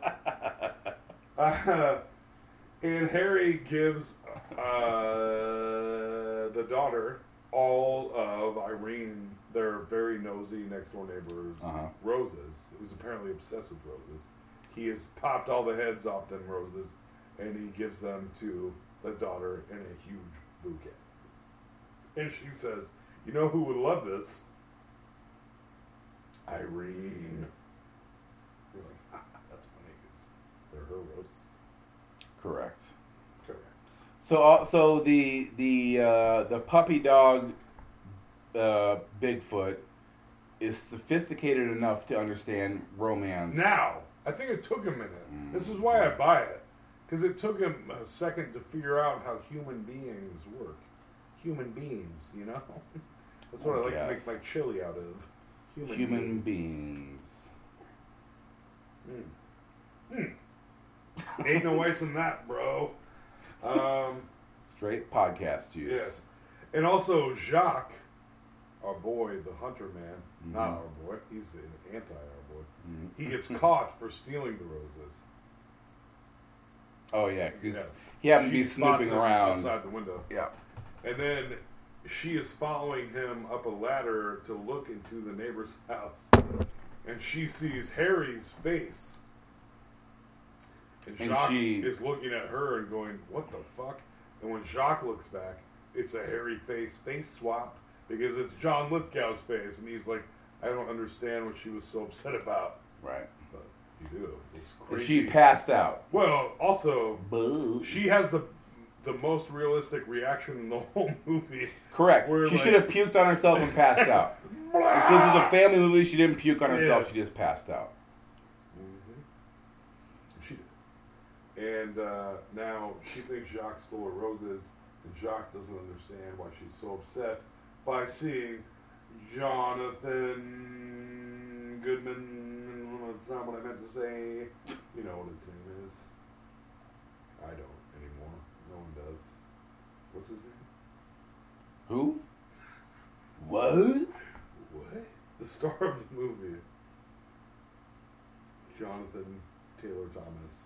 S9: Uh, and Harry gives uh, the daughter all of Irene, their very nosy next door neighbor's
S8: Uh-huh.
S9: roses, who's apparently obsessed with roses. He has popped all the heads off them roses, and he gives them to the daughter in a huge bouquet. And she says, "You know who would love this? Irene." You're like, "Ah, that's funny 'cause they're her roses.
S8: Correct.
S9: Correct.
S8: So, uh, so the the uh, the puppy dog, uh, Bigfoot, is sophisticated enough to understand romance.
S9: Now, I think it took a minute.
S8: Mm.
S9: This is why I buy it. Because it took him a second to figure out how human beings work. Human beings, you know? That's what I,
S8: I
S9: like
S8: guess.
S9: to make my chili out of.
S8: human, beings.
S9: Mm. Ain't no waste in that, bro. Um,
S8: Straight podcast juice.
S9: yes. And also, Jacques, our boy, the hunter man,
S8: Mm-hmm.
S9: not our boy, he's the anti our boy,
S8: Mhm.
S9: he gets caught for stealing the roses.
S8: Oh yeah, 'cause he's,
S9: Yeah.
S8: he happened to be
S9: She spots
S8: snooping
S9: him
S8: around.
S9: outside the window.
S8: Yeah.
S9: And then she is following him up a ladder to look into the neighbor's house. And she sees Harry's face. And
S8: And
S9: Jacques
S8: she-
S9: is looking at her and going, What the fuck? And when Jacques looks back, it's a Harry face face swap because it's John Lithgow's face. And he's like, I don't understand what she was so upset about.
S8: Right.
S9: But you do. It's
S8: And
S9: crazy.
S8: she passed out.
S9: well, also,
S8: Boo.
S9: she has the the most realistic reaction in the whole movie.
S8: Correct.
S9: Where,
S8: she
S9: like-
S8: should have puked on herself and passed out. and since it's a family movie, she didn't puke on herself.
S9: Yes.
S8: She just passed out.
S9: She did. And uh, now she thinks Jacques stole her roses, and Jacques doesn't understand why she's so upset by seeing Jonathan Goodman. That's not what I meant to say. You know what his name is. I don't anymore. No one does. What's his name?
S8: Who? What?
S9: What? The star of the movie. Jonathan Taylor Thomas.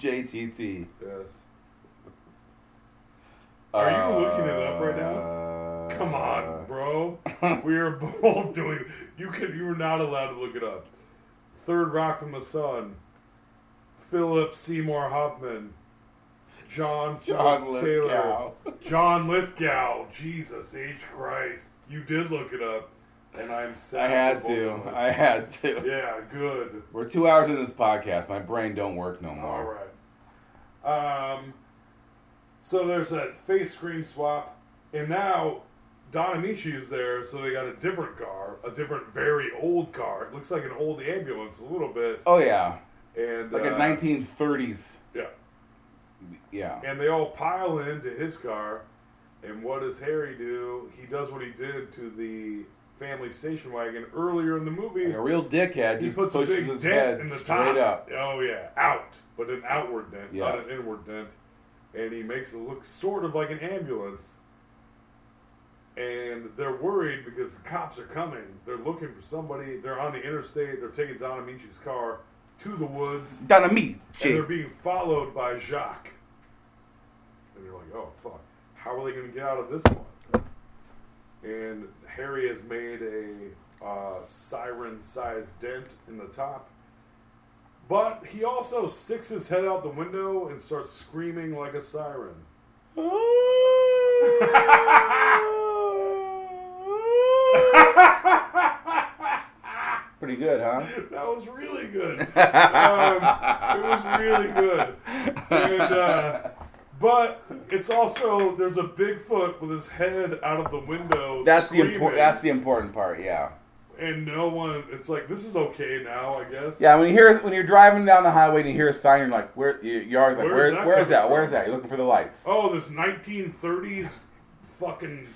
S8: JTT.
S9: Yes. Are you looking it up right
S8: Uh,
S9: now? Come on, bro. we are both doing. You could. You were not allowed to look it up. Third Rock from the Sun. Philip Seymour Hoffman. John,
S8: John
S9: Philip
S8: Lithgow.
S9: Taylor. John Lithgow. Jesus H. Christ. You did look it up, and I'm sad.
S8: I had
S9: for both
S8: to.
S9: of us.
S8: I had to.
S9: Yeah, good.
S8: We're two hours in this podcast. My brain don't work no more.
S9: All right. Um, so there's a face screen swap, and now Don Amici is there, so they got a different car, a different, very old car. It looks like an old ambulance a little bit.
S8: Oh yeah,
S9: And
S8: like
S9: uh,
S8: a 1930s.
S9: Yeah.
S8: Yeah.
S9: And they all pile into his car, and what does Harry do? He does what he did to the family station wagon earlier in the movie.
S8: Like a real dickhead
S9: He
S8: just
S9: puts a
S8: pushes
S9: big
S8: his
S9: dent
S8: head
S9: in the top.
S8: straight up.
S9: Oh yeah, out, but an outward dent, not
S8: Yes.
S9: an inward dent. And he makes it look sort of like an ambulance. And they're worried because the cops are coming. They're looking for somebody. They're on the interstate. They're taking Don Amici's car to the woods.
S8: Don Amici.
S9: And they're being followed by Jacques. And you're like, oh fuck, how are they going to get out of this one? And Harry has made a uh, siren-sized dent in the top, but he also sticks his head out the window and starts screaming like a siren.
S8: Pretty good, huh?
S9: That was really good. um, it was really good. And, uh, but it's also there's a Bigfoot with his head out of the window.
S8: That's the
S9: screaming,
S8: important. That's the important part. Yeah.
S9: And no one. It's like this is okay now, I guess.
S8: Yeah. When you hear when you're driving down the highway and you hear a sign, you're like, where? you- You're always like, where?
S9: Where's that
S8: where is
S9: coming
S8: that?
S9: from?
S8: Where is that? You're looking for the lights.
S9: Oh, this 1930s fucking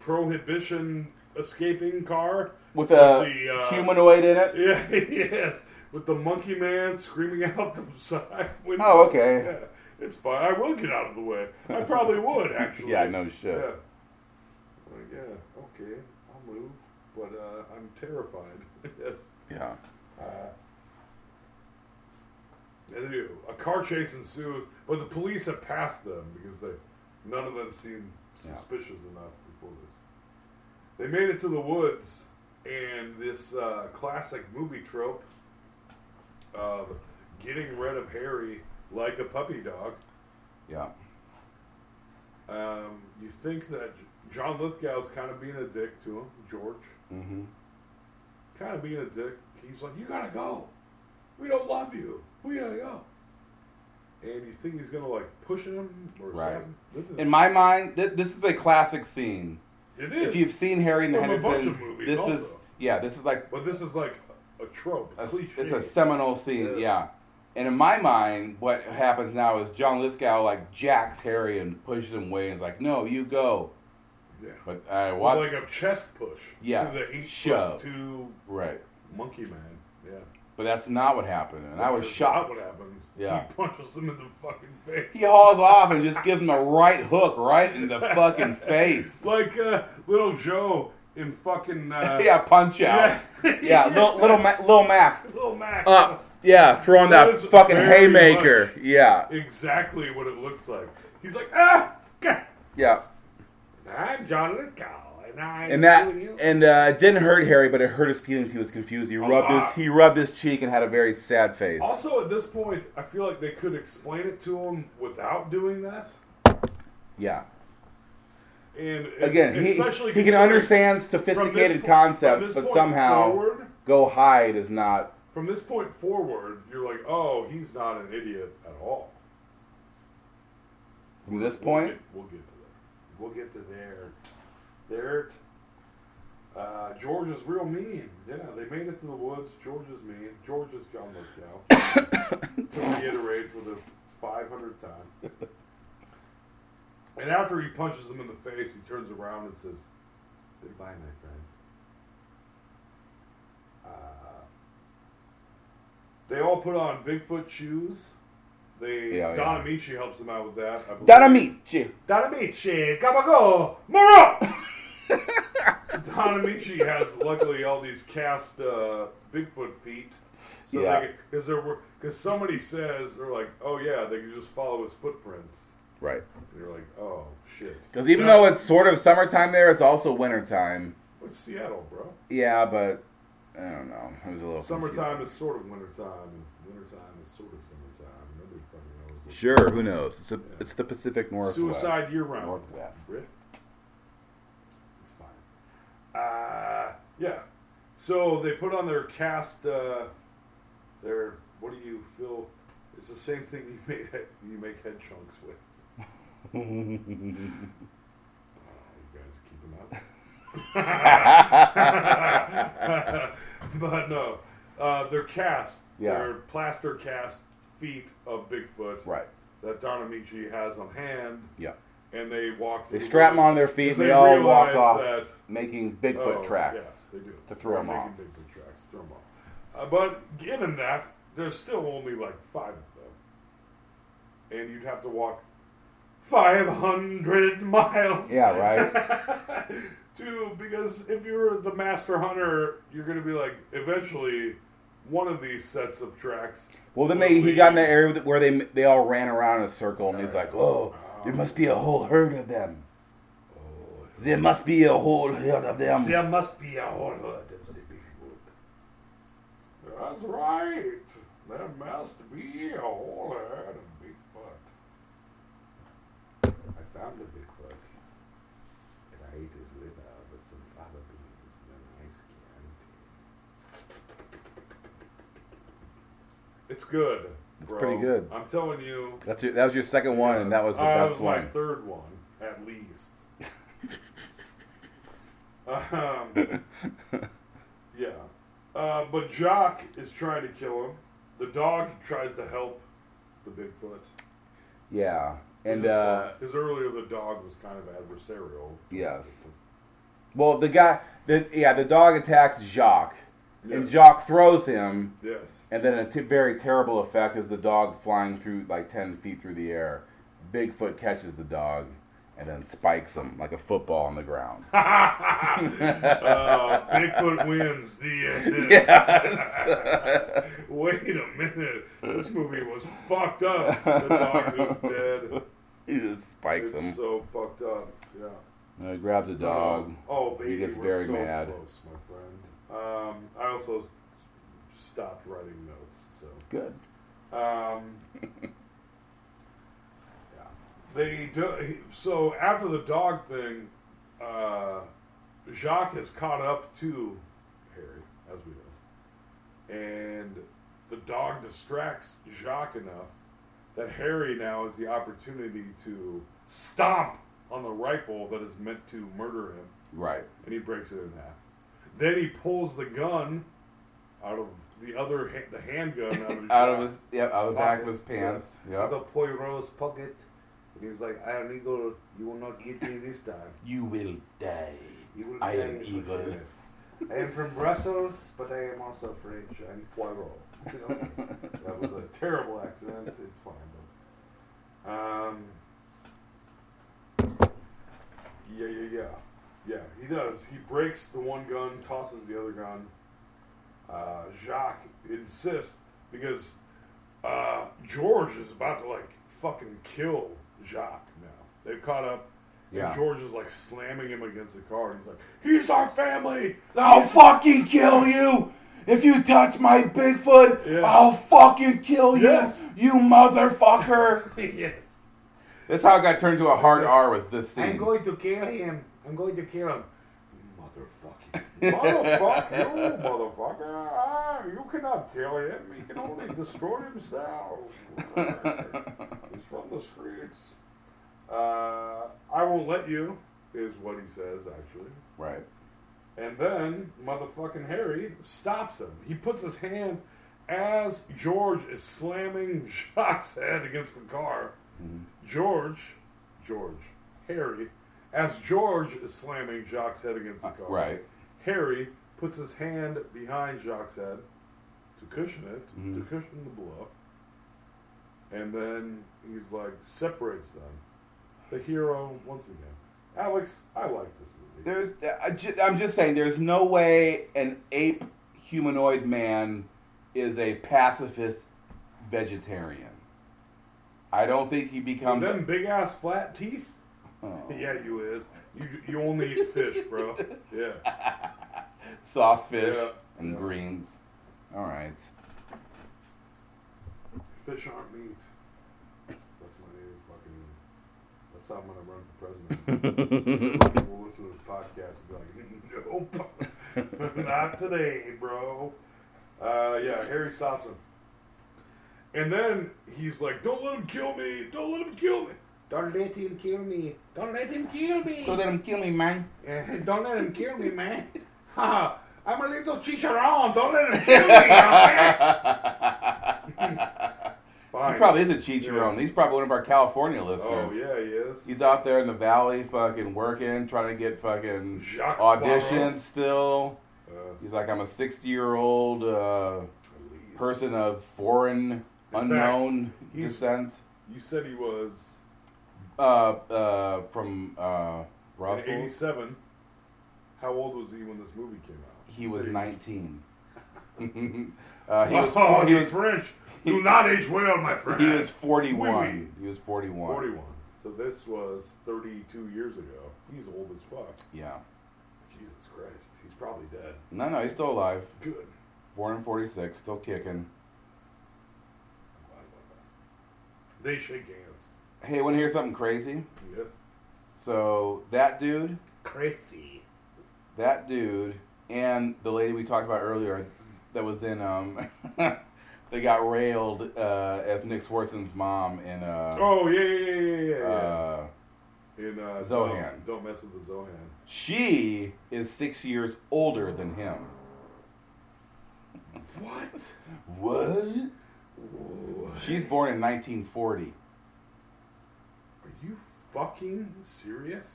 S9: prohibition escaping car
S8: With a
S9: uh,
S8: humanoid in it?
S9: Yeah, yes, with the monkey man screaming out the side window.
S8: Oh, okay.
S9: Yeah, it's fine. I will get out of the way. I probably would actually.
S8: Yeah, no shit.
S9: Yeah. Well, yeah. Okay, I'll move, but uh, I'm terrified. yes.
S8: Yeah.
S9: Uh, and they do. A car chase ensues, but the police have passed them because they none of them seem suspicious enough before this. They made it to the woods, and this uh, classic movie trope of getting rid of Harry like a puppy dog.
S8: Yeah.
S9: Um, you think that John Lithgow's kind of being a dick to him, George.
S8: Mm-hmm.
S9: kind of being a dick. He's like, "You gotta go. We don't love you. We gotta go." And you think he's gonna like push him or
S8: Right.
S9: something? This is
S8: In my mind, th- this is a classic scene.
S9: It
S8: If
S9: is.
S8: you've seen Harry and the
S9: From a bunch of
S8: Hendersons,
S9: movies
S8: this
S9: also.
S8: is yeah, this is like
S9: But this is like a trope, a
S8: a s-
S9: cliche.
S8: it's a seminal scene. Yeah, and in my mind, what happens now is John Lithgow like jacks Harry and pushes him away and is like, "No, you go."
S9: Yeah.
S8: But I
S9: With,
S8: watched.
S9: like a chest push.
S8: Yes,
S9: To the eight
S8: shove.
S9: foot two
S8: right,
S9: monkey man. Yeah.
S8: but that's not what happened, and I was
S9: That's
S8: shocked.
S9: Not what happens.
S8: Yeah.
S9: He punches him in the fucking face.
S8: He hauls off and just gives him a right hook right in the fucking face.
S9: like uh, little Joe in fucking. Uh,
S8: yeah, punch out. Yeah, Little, little Mac, little Mac
S9: Little Mac.
S8: up. Yeah, throwing that,
S9: That is
S8: fucking
S9: very
S8: haymaker.
S9: much
S8: Yeah,
S9: Exactly what it looks like. He's like, ah, God.
S8: yeah.
S9: I'm John Lithgow, and I'm
S8: And that
S9: doing you.
S8: and uh, it didn't hurt Harry, but it hurt his feelings. He was confused. He rubbed
S9: lot.
S8: his he rubbed his cheek and had a very sad face.
S9: Also, at this point, I feel like they could explain it to him without doing that.
S8: Yeah.
S9: And it-
S8: Again, he
S9: e- especially
S8: he can
S9: considering
S8: understand
S9: from this
S8: sophisticated
S9: po- from
S8: concepts,
S9: this
S8: but
S9: point
S8: somehow
S9: forward-
S8: go hide is not.
S9: from this point forward, you're like, oh, he's not an idiot at all.
S8: From this
S9: We'll
S8: point,
S9: get, we'll get to that. We'll get to there. There. Uh, George is real mean. Yeah, they made it to the woods. George is mean. George is John Lithgow. to reiterate for the 500th time. And after he punches him in the face, he turns around and says, "Goodbye, my friend." Uh, they all put on Bigfoot shoes. They
S8: Yeah, yeah.
S9: Don Amici helps them out with that. I believe.
S8: Don Amici.
S9: Don Amici, come on, go, more up. Don Amici has luckily all these cast uh, Bigfoot feet. So
S8: Yeah.
S9: yeah. Because there were, because somebody says they're like, oh yeah, they can just follow his footprints.
S8: Right.
S9: And you're like, oh shit.
S8: Because even
S9: No,
S8: though it's sort of summertime there, it's also wintertime.
S9: it's Seattle, bro.
S8: Yeah, but I don't know. It was a little
S9: Summertime
S8: confusing.
S9: is sort of wintertime, and wintertime is sort of summertime. Nobody fucking knows. what-
S8: Sure, who knows? It's, a, it's the Pacific Northwest.
S9: Suicide year round.
S8: Northwest.
S9: Riff. It's fine. Uh, yeah. So they put on their cast. Uh, their what do you feel? It's the same thing you made you make head chunks with. You guys keep them up. but no, uh, they're cast.
S8: Yeah.
S9: They're plaster cast feet of Bigfoot.
S8: Right.
S9: That Don Amici has on hand.
S8: Yeah.
S9: And they walk.
S8: They
S9: through
S8: strap them
S9: woods
S8: on their feet
S9: 'cause
S8: and they all walk
S9: realize
S8: off,
S9: that-
S8: making Bigfoot
S9: Oh,
S8: tracks
S9: Yeah, they do.
S8: to throw
S9: They're
S8: them off.
S9: making Bigfoot tracks. to Throw 'em off. Uh, but given that, there's still only like five of them, and you'd have to walk five hundred miles.
S8: Yeah, right.
S9: Two, because if you're the master hunter, you're going to be like, eventually, one of these sets of tracks.
S8: Well, then they, he got in the area with- where they they all ran around in a circle, and he's like, "Oh, there must be a whole herd of them. There must be a whole herd of them."
S9: There must be a whole herd of the Bigfoot. That's right. There must be a whole herd of Bigfoot. I found a Bigfoot.
S15: And I ate his liver with some fava beans and a nice Chianti.
S9: It's good.
S8: It's
S9: bro.
S8: pretty good.
S9: I'm telling you.
S8: That's your, that was your second one, and that was the
S9: Uh,
S8: best
S9: was
S8: one.
S9: my third one, at least. um, yeah. Uh, but Jock is trying to kill him. The dog tries to help the Bigfoot.
S8: Yeah, and uh,
S9: Because earlier the dog was kind of adversarial.
S8: yes. Well, the guy, the yeah, the dog attacks Jacques, and
S9: Yes.
S8: Jacques throws him.
S9: Yes.
S8: And then a t- very terrible effect is the dog flying through like ten feet through the air. Bigfoot catches the dog, and then spikes him like a football on the ground.
S9: uh, Bigfoot wins the end.
S8: Yes.
S9: Wait a minute. This movie was fucked up. The dog just dead.
S8: He just spikes
S9: it's
S8: him.
S9: so fucked up. Yeah.
S8: Uh, he grabs a dog.
S9: Oh, baby,
S8: He gets
S9: we're
S8: very
S9: so
S8: mad.
S9: close, my friend. Um, I also s- stopped writing notes. So
S8: Good.
S9: Um, yeah. They do, he- so after the dog thing, uh, Jacques has caught up to Harry, as we know, and the dog distracts Jacques enough that Harry now has the opportunity to stomp on the rifle that is meant to murder him,
S8: Right.
S9: and he breaks it in half. Then he pulls the gun out of the other ha- the handgun out of his
S8: Out of his yeah, out of the back of his
S9: Pocket.
S8: pants.
S15: Yeah.
S8: Yep.
S15: The Poirot's pocket. And he was like, I am eagle. You will not get me this time.
S8: You will die.
S15: You will
S8: I
S15: die
S8: am
S15: for
S8: eagle.
S15: sure. I am from Brussels, but I am also French. I'm Poirot. You know? that was a terrible accent. It's fine. But, um,
S9: Yeah, yeah, yeah. Yeah, he does. He breaks the one gun, tosses the other gun. Uh, Jacques insists because uh, George is about to like fucking kill Jacques now. They've caught up.
S8: Yeah.
S9: And George is like slamming him against the car. And he's like, "He's our family. I'll fucking kill you
S8: if you touch my Bigfoot.
S9: Yeah.
S8: I'll fucking kill you,
S9: Yes.
S8: you motherfucker.
S9: yes.
S8: That's how it got turned to a hard R with this
S15: I'm
S8: scene.
S15: going to kill him. I'm going to kill him.
S9: Motherfucker. Motherfucker, you motherfucker. Ah, you cannot kill him. He can only destroy himself. He's from the streets. Uh, I won't let you, is what he says, actually.
S8: right.
S9: And then motherfucking Harry stops him. He puts his hand as George is slamming Jacques' head against the car. George, George, Harry, as George is slamming Jacques' head against the car,
S8: right.
S9: Harry puts his hand behind Jacques' head to cushion it, to cushion the blow, and then he's like separates them. The hero once again. Alex, I like this movie.
S8: There's, I ju- I'm just saying, there's no way an ape humanoid man is a pacifist vegetarian. I don't think he becomes.
S9: Them big ass flat teeth.
S8: Oh.
S9: Yeah, you is. You you only eat fish, bro. Yeah.
S8: soft fish
S9: Yeah.
S8: and greens. All right.
S9: Fish aren't meat. That's my new fucking. That's how I'm gonna run for president. Some people will listen to this podcast and be like, "Nope, not today, bro." Uh, yeah, Harry stops him, and then he's like, "Don't let him kill me! Don't let him kill me! Don't let him kill me! Don't let him kill me!
S8: Don't let him kill me, man.
S9: Eh, Don't let him kill me, man! Ha! I'm a little chicharron! Don't let him kill me, man!"
S8: He probably is a chicharron. He's probably one of our California listeners.
S9: Oh yeah, he is.
S8: He's out there in the valley, fucking working, trying to get fucking
S9: Jacques
S8: auditions still.
S9: Uh,
S8: He's like, I'm a 60 year old uh, person of foreign,
S9: fact,
S8: unknown
S9: he's-
S8: descent.
S9: You said he was
S8: Uh, uh, from uh,
S9: in
S8: Russell.
S9: '87. How old was he when this movie came out?
S8: He was 19. uh, he
S9: oh,
S8: was, four- he was
S9: French. Do not age well, my friend.
S8: He was 41.
S9: Oui, oui.
S8: He was 41.
S9: 41. So this was 32 years ago. He's old as fuck.
S8: Yeah.
S9: Jesus Christ. He's probably dead.
S8: No, no, he's still alive.
S9: Good.
S8: Born in 46, still kicking.
S9: They shake hands.
S8: Hey, want to hear something crazy?
S9: Yes.
S8: So, that dude,
S9: Crazy.
S8: that dude, and the lady we talked about earlier that was in, um, they got railed uh, as Nick Swartzen's mom in, uh,
S9: Oh yeah, yeah, yeah, yeah, yeah.
S8: uh,
S9: yeah. In uh,
S8: Zohan.
S9: Don't, don't mess with the Zohan.
S8: she is six years older than him.
S9: What?
S8: What?
S9: Whoa.
S8: She's born in 1940.
S9: Are you fucking serious?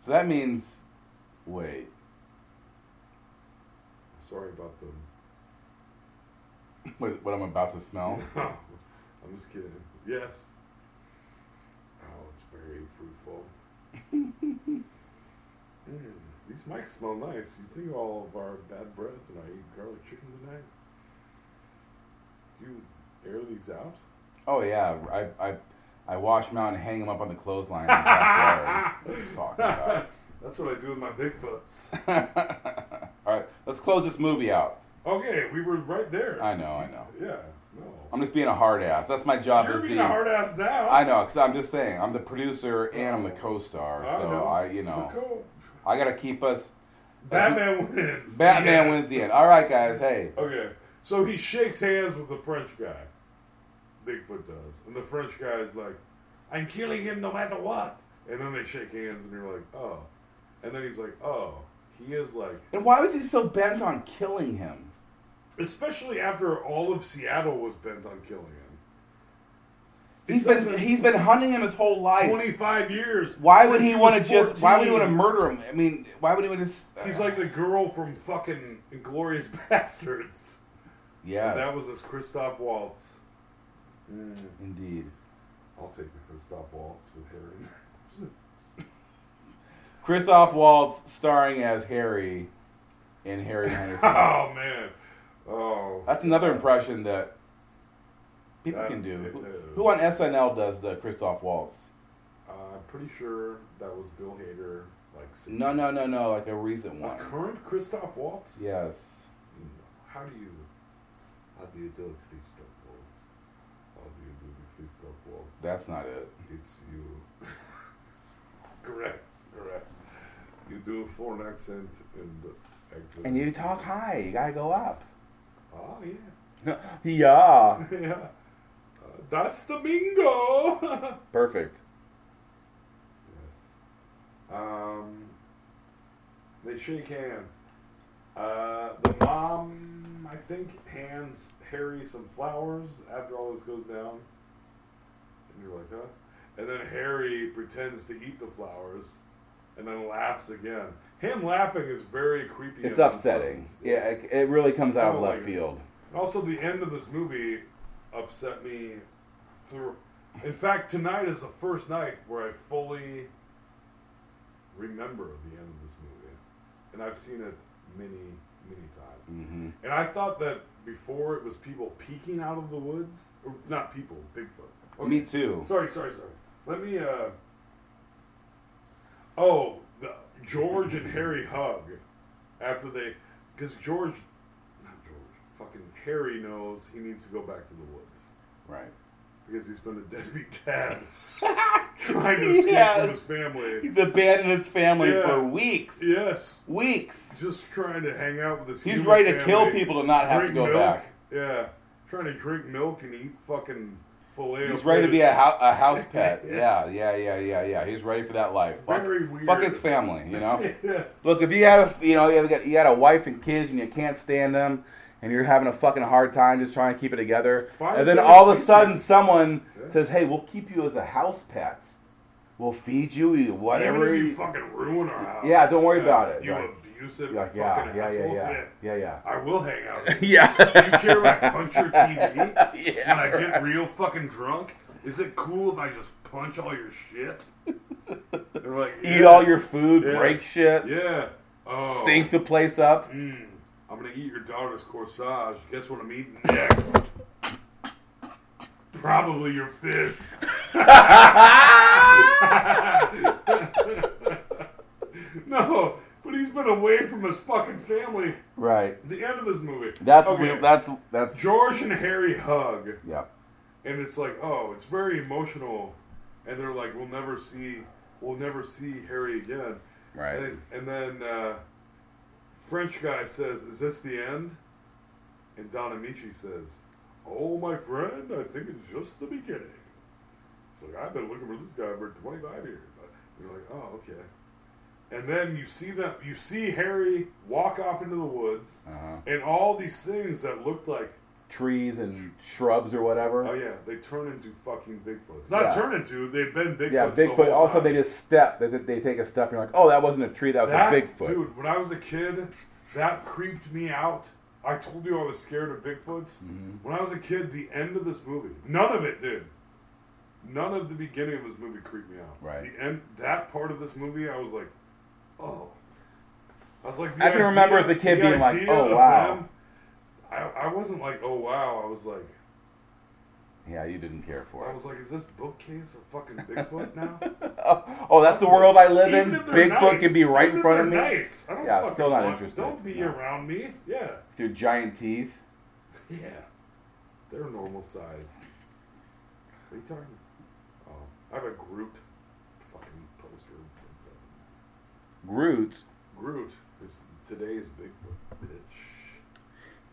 S8: So that means, wait,
S9: Sorry about the.
S8: what, what I'm about to smell?
S9: I'm just kidding. Yes. Oh, it's very fruitful. Mm, these mics smell nice. You think all of our bad breath and I eat garlic chicken tonight? You air these out?
S8: Oh yeah, I I, I wash them out and hang them up on the clothesline. In the backyard. What are you talking about?
S9: That's what I do with my Bigfoots.
S8: All right, let's close this movie out.
S9: Okay, we were right there.
S8: I know, I know.
S9: Yeah, no.
S8: I'm just being a hard ass. That's my job.
S9: You're
S8: as
S9: being
S8: the,
S9: a hard ass now.
S8: I know, cause I'm just saying, I'm the producer and I'm the co-star,
S9: I
S8: so
S9: know.
S8: I, you know,
S9: Cool.
S8: I gotta keep us.
S9: Batman wins.
S8: Batman
S9: Yeah.
S8: wins the end. All right, guys. Hey,
S9: Okay, so he shakes hands with the French guy. Bigfoot does, and the French guy is like, "I'm killing him no matter what." And then they shake hands, and you're like, "Oh," and then he's like, "Oh." He is like,
S8: and why was he so bent on killing him?
S9: especially after all of Seattle was bent on killing him.
S8: He's been he's been hunting him his whole life.
S9: Twenty-five years.
S8: Why would
S9: since
S8: he want
S9: was
S8: to just? Why would he want
S9: 14.
S8: to murder him? I mean, why would he want to? s-
S9: He's like the girl from fucking Inglorious Bastards.
S8: uh, Yes.
S9: That was his Christoph Waltz.
S8: Indeed.
S9: I'll take the Christoph Waltz with Harry.
S8: Christoph Waltz starring as Harry in Harry Henderson.
S9: oh man. Oh.
S8: That's another impression that people
S9: That-
S8: can do.
S9: Uh, it-
S8: Who-
S9: it-
S8: Who on SNL does the Christoph Waltz?
S9: Uh, I'm pretty sure that was Bill Hader. Like six
S8: No, no, no, no, like a recent
S9: A
S8: one.
S9: current Christoph Waltz.
S8: Yes.
S9: How do you? How do you do Christoph Waltz? How do you do the Christoph Waltz?
S8: That's not it.
S9: It's you. correct. Correct. You do a foreign accent and. Accent
S8: And you talk high. You gotta go up.
S9: Oh yes.
S8: Yeah.
S9: yeah. Uh, that's the bingo.
S8: Perfect.
S9: um, they shake hands. Uh, the mom, I think, hands Harry some flowers after all this goes down. And you're like, huh? And then Harry pretends to eat the flowers and then laughs again. Him laughing is very creepy.
S8: It's
S9: and
S8: upsetting. Yeah, it, it really comes out of
S9: Oh,
S8: left
S9: like-
S8: field.
S9: And Also, the end of this movie upset me. Through, in fact, tonight is the first night where I fully remember the end of this movie, and I've seen it many, many times.
S8: Mhm.
S9: And I thought that before it was people peeking out of the woods, or not people, Bigfoot.
S8: Me too.
S9: Sorry, sorry, sorry. Let me. uh Oh, the, George and Harry hug after they, because George, not George, fucking Harry knows he needs to go back to the woods.
S8: Right.
S9: Because he's been a deadbeat dad, trying to escape
S8: Yes.
S9: from his family.
S8: He's abandoned his family
S9: Yeah.
S8: for weeks.
S9: Yes.
S8: Weeks.
S9: Just trying to hang out with his.
S8: He's
S9: human
S8: ready to
S9: family,
S8: kill people to not have to
S9: drink
S8: go
S9: milk.
S8: back.
S9: Yeah, trying to drink milk and eat fucking filet.
S8: He's
S9: of
S8: ready to be
S9: fish.
S8: a, hou- a house pet. Yeah, yeah, yeah, yeah, yeah. He's ready for that life. Fuck,
S9: Very weird.
S8: fuck his family, you know.
S9: Yes.
S8: Look, if you have, a, you know, you have got, you got a wife and kids, and you can't stand them, and you're having a fucking hard time just trying to keep it together,
S16: Find
S8: and then
S16: those
S8: all of a
S16: pieces.
S8: sudden someone
S16: Yeah.
S8: says, "Hey, we'll keep you as a house pet. We'll feed you, you whatever."
S9: Even if
S8: you-
S9: you fucking ruin our house.
S8: Yeah, don't worry about it.
S9: You
S8: Like-
S9: abusive
S8: You're like,
S9: fucking
S8: yeah, yeah, yeah,
S9: asshole.
S8: yeah, yeah, yeah.
S9: I will hang out. with you.
S8: Yeah.
S9: Do you care if I punch your TV
S8: Yeah,
S9: when I get
S8: right.
S9: real fucking drunk? Is it cool if I just punch all your shit? They're like,
S8: Eat
S9: "Yeah."
S8: all your food,
S9: Yeah.
S8: break shit,
S9: Yeah. Oh.
S8: stink the place up.
S9: Mm, I'm gonna eat your daughter's corsage. Guess what I'm eating next? Probably your fish. no, but he's been away from his fucking family.
S8: Right.
S9: The end of this movie.
S8: That's weird- that's that's
S9: George and Harry hug.
S8: Yep.
S9: And it's like, oh, it's very emotional. And they're like, we'll never see, we'll never see Harry again.
S8: Right.
S9: And, and then uh, French guy says, "Is this the end?" And Don Amici says, "Oh, my friend, I think it's just the beginning." It's like I've been looking for this guy for 25 years. But you're like, oh, okay. And then you see them, you see Harry walk off into the woods,
S8: Uh-huh.
S9: and all these things that looked like
S8: Trees and shrubs or whatever.
S9: Oh yeah, they turn into fucking Bigfoots. Not
S8: Yeah.
S9: turn into. They've been Bigfoots.
S8: Yeah,
S9: the
S8: Bigfoot.
S9: whole
S8: Also,
S9: time.
S8: they just step. They, they take a step. And you're like, oh, that wasn't a tree. That was
S9: That-
S8: a Bigfoot.
S9: Dude, when I was a kid, that creeped me out. I told you I was scared of Bigfoots.
S8: Mhm.
S9: When I was a kid, the end of this movie, none of it did. None of the beginning of this movie creeped me out.
S8: Right.
S9: The end, that part of this movie, I was like, oh. I was like, the
S8: I can remember
S9: idea-
S8: as a kid
S9: the
S8: being like,
S9: idea
S8: "Oh,
S9: of
S8: wow."
S9: them- I, I wasn't like, oh wow. I was like,
S8: Yeah, you didn't care for
S9: I was like, is this bookcase a fucking Bigfoot now?
S8: it. oh, oh, that's the world I live in.
S9: Even if they're
S8: Bigfoot
S9: nice,
S8: can be right
S9: even
S8: in
S9: if
S8: front of me.
S9: they're Nice. I don't
S8: yeah,
S9: fucking
S8: still not
S9: want-
S8: interested.
S9: Don't be
S8: No.
S9: around me. Yeah.
S8: With Your giant teeth.
S9: Yeah. They're normal size. What are you talking? Oh, I have a Groot fucking poster.
S8: Groot.
S9: Groot is today's Bigfoot bitch.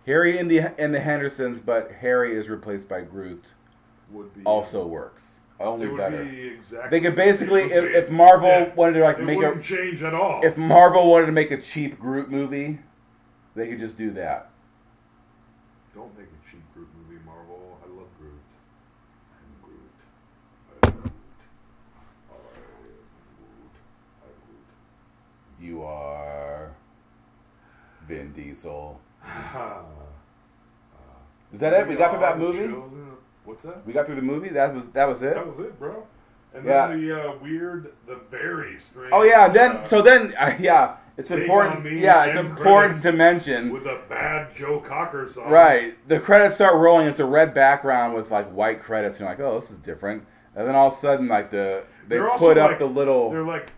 S8: Harry and the and the Hendersons, but Harry is replaced by Groot.
S9: Would be
S8: also works. Only
S9: It would
S8: better.
S9: be exactly
S8: they could
S9: the same.
S8: basically,
S9: It
S8: if,
S9: would be-
S8: if Marvel
S9: yeah.
S8: wanted to like
S9: It
S8: make a
S9: wouldn't change at all.
S8: If Marvel wanted to make a cheap Groot movie, they could just do that.
S9: Don't make a cheap Groot movie, Marvel. I love Groot. I'm Groot. I'm Groot. I'm Groot. I'm Groot.
S8: You are Vin Diesel.
S9: Ah.
S8: Is that it? We got through that
S9: are
S8: movie.
S9: children. What's that?
S8: We got through the movie. That was that was it.
S9: That was it, bro. And
S8: Yeah.
S9: then the uh, weird, the very strange.
S8: Oh yeah. Then
S9: uh,
S8: so then uh, yeah, it's
S9: Take
S8: important.
S9: On Me
S8: Yeah, it's
S9: and
S8: important
S9: credits
S8: to mention.
S9: with a bad Joe Cocker song.
S8: Right. The credits start rolling. It's a red background with like white credits. And you're like, oh, this is different. And then all of a sudden, like the they
S9: They're also
S8: put up
S9: like-
S8: the little
S9: They're like,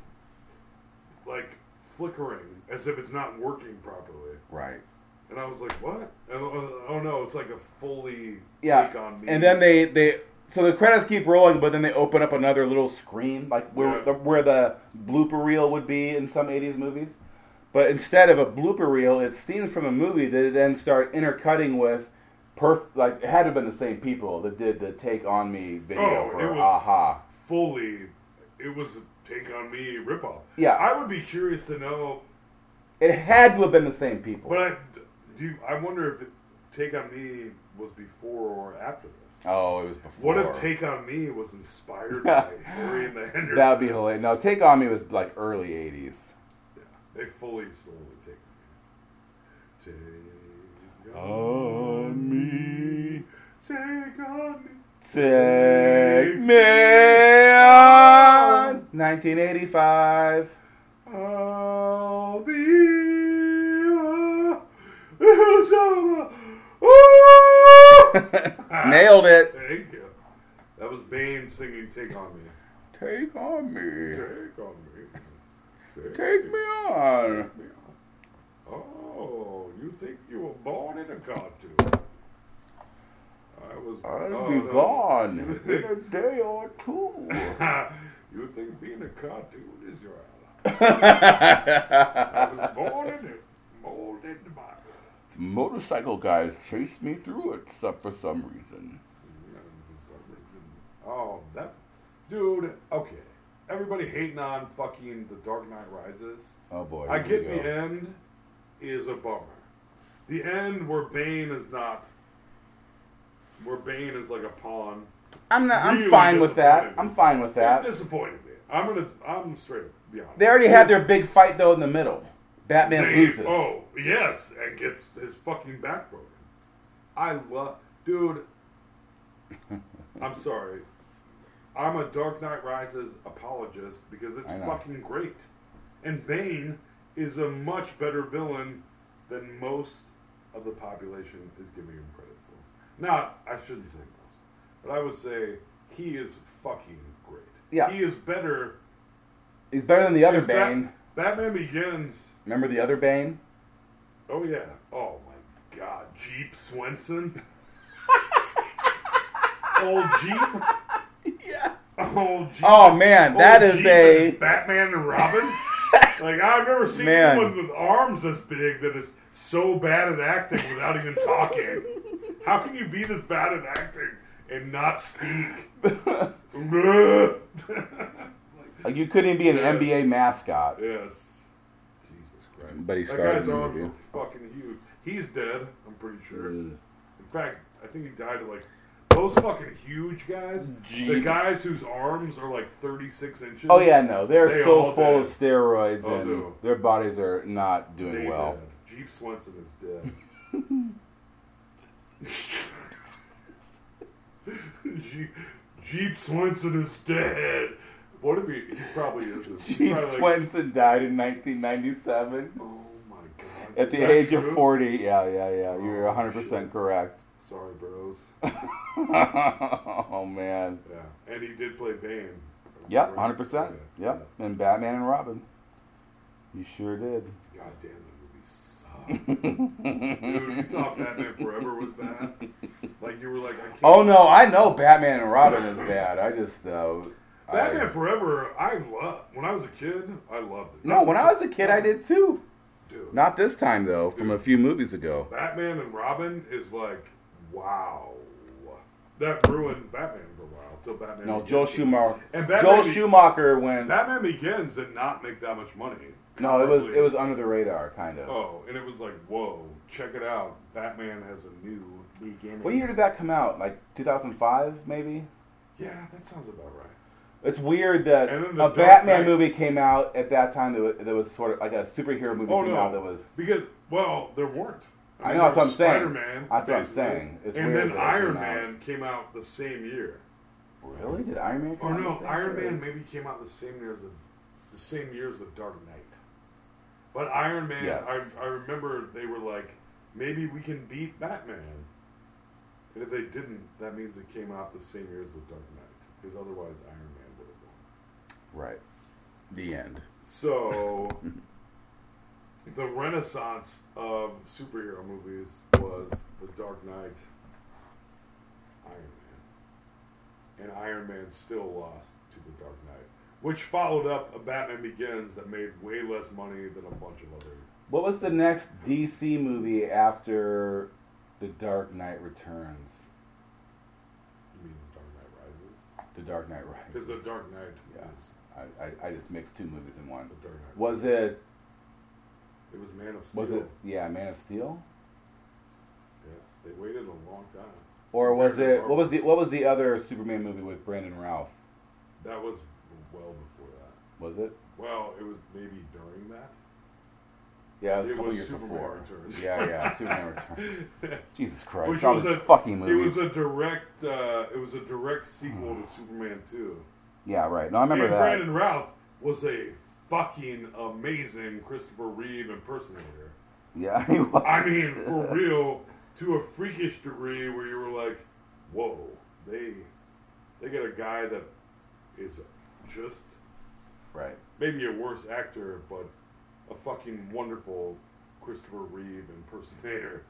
S9: like flickering as if it's not working properly.
S8: right.
S9: And I was like, what? And, uh, oh no, it's like a fully
S8: Yeah.
S9: take on me.
S8: And then they they so the credits keep rolling, but then they open up another little screen like where
S9: Yeah.
S8: the, where the blooper reel would be in some '80s movies. But instead of a blooper reel, it's scenes from a movie that then start intercutting with perf like it had to have been the same people that did the "Take on Me" video
S9: Oh,
S8: for
S9: it was-
S8: Aha.
S9: fully, it was a take on me ripoff.
S8: Yeah.
S9: I would be curious to know
S8: It had to have been the same people.
S9: But I do. You, I wonder if it, "Take on Me" was before or after this.
S8: Oh, it was before.
S9: What if Take on Me was inspired by Harry and the Hendersons?
S8: That would be hilarious. No, Take on Me was like early '80s.
S9: They fully stole the Take on Me. Take on me. Take on me.
S8: Take me on 1985.
S9: I'll be a- it's over.
S8: Nailed it.
S9: Thank you. That was Bane singing Take On Me.
S8: Take on me.
S9: Take on me.
S8: Take me on.
S9: Oh, you think you were born in a cartoon? I was.
S8: I'll
S9: oh,
S8: be
S9: no.
S8: gone
S9: You
S8: in a day or two.
S9: think- you think being a cartoon is your I was
S8: I
S9: born in it, molded by it.
S8: Motorcycle guys chased me through it, except for some reason.
S9: Oh, that dude. Okay, everybody hating on fucking The Dark Knight Rises.
S8: Oh boy.
S9: I
S8: here
S9: get
S8: we
S9: the
S8: go.
S9: end is a bummer. The end where Bane is not, where Bane is like a pawn.
S8: I'm not. I'm
S9: Really
S8: fine with that.
S9: disappointed.
S8: I'm fine with
S9: That
S8: that.
S9: disappointed me. I'm gonna. I'm straight. up, Be honest.
S8: They already had their big fight though in the middle. Batman
S9: They-
S8: loses.
S9: Oh yes, and gets his fucking back broken. I love, dude. I'm sorry. I'm a Dark Knight Rises apologist because it's
S8: I know.
S9: fucking great, and Bane is a much better villain than most of the population is giving him credit for. Now, I shouldn't say most, but I would say he is fucking great.
S8: Yeah.
S9: he is better.
S8: He's better than the other
S9: Is that-
S8: Bane.
S9: Batman Begins
S8: Remember the other Bane?
S9: Oh yeah. Oh my God, Jeep Swenson. Old Jeep.
S8: Yeah.
S9: Old Jeep.
S8: Oh, man,
S9: Old
S8: that is
S9: Jeep
S8: a-
S9: and Batman and Robin. like I've never seen
S8: Man.
S9: someone with arms this big that is so bad at acting without even talking. How can you be this bad at acting and not speak?
S8: Like you couldn't even be an
S9: Yeah.
S8: NBA mascot.
S9: Yes. Jesus Christ.
S8: But he
S9: that
S8: started
S9: guy's
S8: in the
S9: arms
S8: movie.
S9: were fucking huge. He's dead, I'm pretty sure.
S8: Mm.
S9: In fact, I think he died at like those fucking huge guys. The
S8: Jeep.
S9: guys whose arms are like 36 inches.
S8: Oh yeah, no, they're
S9: They
S8: so
S9: all
S8: full
S9: dead.
S8: of steroids
S9: Oh,
S8: and
S9: no.
S8: their bodies are not doing
S9: They
S8: well.
S9: dead. Jeep Swenson is dead. Jeep, Jeep Swenson is dead. What if he? He probably is. He's
S8: Gene
S9: probably, like,
S8: Swenson died in 1997
S9: Oh my god.
S8: at
S9: Is
S8: the
S9: that
S8: age
S9: true?
S8: of 40. Yeah, yeah, yeah. You're
S9: Oh,
S8: 100 percent correct.
S9: Sorry, bros.
S8: oh man.
S9: Yeah, and he did play Bane.
S8: Yep,
S9: Right?
S8: 100 percent.
S9: Yeah.
S8: Yep, and Batman and Robin. You sure did.
S9: God damn, that movie sucked. Dude, you thought Batman Forever was bad? Like you were like, I can't.
S8: oh no, I know Batman and Robin is bad. I just uh, I-
S9: Batman Forever, I love. When I was a kid, I loved it.
S8: no, when I was a kid, I did too.
S9: Dude,
S8: Not this time though. From a few movies ago.
S9: Batman and Robin is like, wow. That ruined Batman for a while till Batman.
S8: No,
S9: Begins.
S8: Joel Schumacher.
S9: And
S8: Joel
S9: Batman, Be-
S8: Schumacher when
S9: Batman Begins did not make that much money.
S8: no, it was
S9: Probably-
S8: it was under the radar kind of.
S9: Oh, and it was like, whoa, check it out. Batman has a new beginning.
S8: What year did that come out? Like 2005, maybe.
S9: Yeah, that sounds about right.
S8: It's weird that
S9: And then the
S8: a
S9: Dark
S8: Batman
S9: Knight-
S8: movie came out at that time that was, that was sort of like a superhero movie
S9: Oh,
S8: came
S9: no.
S8: out that was.
S9: Because, well, there weren't.
S8: I know, that's what I'm saying.
S9: man
S8: That's what I'm saying. It's
S9: and
S8: weird
S9: then
S8: that it
S9: Iron
S8: came out.
S9: Man came out the same year.
S8: Really? Did Iron Man?
S9: Or
S8: come out
S9: Oh, no,
S8: the Oh, same
S9: Iron
S8: year
S9: Man
S8: as-
S9: maybe came out the same year as the, the same year as the Dark Knight. But Iron Man,
S8: Yes.
S9: I, I remember they were like, maybe we can beat Batman. And if they didn't, that means it came out the same year as the Dark Knight, because otherwise Iron Man would have won.
S8: Right. The end.
S9: So, the renaissance of superhero movies was The Dark Knight, Iron Man. And Iron Man still lost to The Dark Knight, which followed up a Batman Begins that made way less money than a bunch of other.
S8: What was the next DC movie after The Dark Knight Returns?
S9: You mean The Dark Knight Rises?
S8: The Dark Knight
S9: Because
S8: Rises.
S9: The Dark Knight
S8: Yeah.
S9: is
S8: I, I, I just mixed two movies in one.
S9: The Dark Knight.
S8: Was it?
S9: It was Man of Steel.
S8: Was it? Yeah, Man of Steel.
S9: Yes, they waited a long time.
S8: Or was it what was the what was the other Superman movie with Brandon Ralph?
S9: That was well before that.
S8: Was it?
S9: Well, it was maybe during that.
S8: Yeah, it was a
S9: It
S8: couple
S9: was
S8: years
S9: Superman
S8: before.
S9: Returns.
S8: Yeah, yeah, Superman Returns. Jesus Christ,
S9: Which
S8: all
S9: was
S8: these
S9: a-
S8: fucking
S9: It was
S8: movies.
S9: a direct. Uh, it was a direct sequel to Superman Two.
S8: Yeah, right. No, I remember
S9: and
S8: that.
S9: Brandon Routh was a fucking amazing Christopher Reeve impersonator.
S8: Yeah, he was.
S9: I mean, for real, to a freakish degree, where you were like, "Whoa, they they got a guy that is just
S8: right,
S9: maybe a worse actor, but a fucking wonderful Christopher Reeve impersonator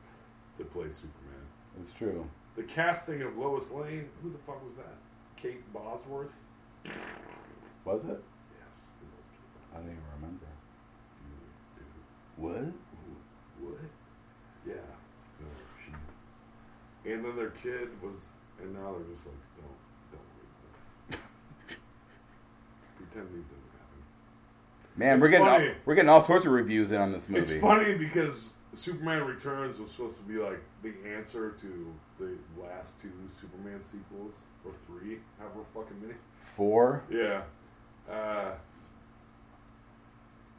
S9: to play Superman."
S8: It's true.
S9: The casting of Lois Lane. Who the fuck was that? Kate Bosworth.
S8: Was it?
S9: Yes, it was Kate
S8: I don't even remember. What?
S9: What? Yeah. No, she. And then their kid was, and now they're just like, don't, don't worry about it. Pretend these didn't happen.
S8: Man,
S9: It's
S8: we're getting all,
S9: funny.
S8: we're getting all sorts of reviews in on this movie.
S9: It's funny because Superman Returns was supposed to be like the answer to the last two Superman sequels or three, however fucking many.
S8: Four.
S9: Yeah. Uh,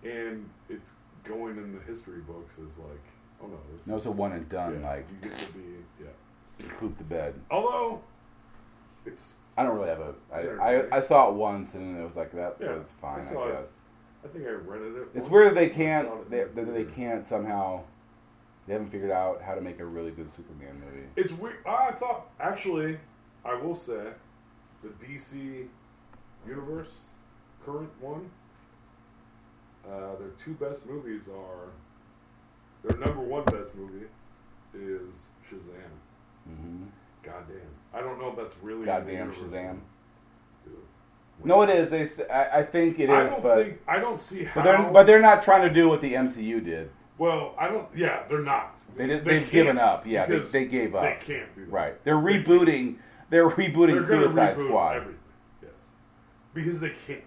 S9: and it's going in the history books as like, oh no, this
S8: No, it's a
S9: is-
S8: one and done.
S9: yeah,
S8: Like,
S9: you get to be yeah.
S8: poop the bed.
S9: Although it's
S8: I don't really have a. I,
S9: Entertaining.
S8: I, I saw it once and it was like that
S9: Yeah,
S8: was fine.
S9: I
S8: I,
S9: saw it.
S8: guess
S9: I think I rented it.
S8: it's
S9: once.
S8: weird that they
S9: I saw it
S8: can't.
S9: in
S8: They,
S9: the
S8: that they
S9: theater.
S8: can't somehow. They haven't figured out how to make a really good Superman movie.
S9: It's weird. I thought actually, I will say, the DC universe current one. Uh, their two best movies are. Their number one best movie is Shazam.
S8: Mm-hmm.
S9: Goddamn, I don't know if that's really in the
S8: Goddamn
S9: universe.
S8: Shazam.
S9: Dude.
S8: No, it is. They. s- I, I think it is,
S9: I don't
S8: but
S9: think I don't see how.
S8: but they're but they're not trying to do what the MCU did.
S9: well, I don't. Yeah, they're not.
S8: They did,
S9: They
S8: they have given
S9: can't,
S8: up. Yeah, they,
S9: because
S8: they gave up.
S9: They can't do that.
S8: Right. They're rebooting. They're rebooting
S9: gonna
S8: Suicide
S9: reboot
S8: Squad.
S9: Everything. Yes, because they can't.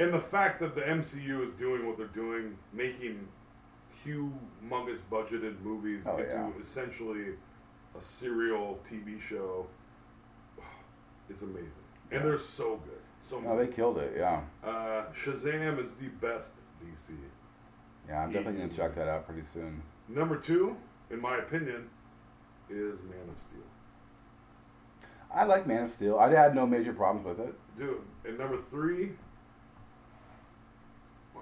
S9: And the fact that the MCU is doing what they're doing, making humongous budgeted movies
S8: Oh,
S9: into
S8: yeah.
S9: essentially a serial TV show is amazing. And they're so good. So
S8: No, they killed it. Yeah.
S9: Uh, Shazam is the best DC.
S8: Yeah, I'm definitely gonna check that out pretty soon.
S9: Number two, in my opinion, is Man of Steel.
S8: I like Man of Steel. I had no major problems with it.
S9: Dude, and number three, wow,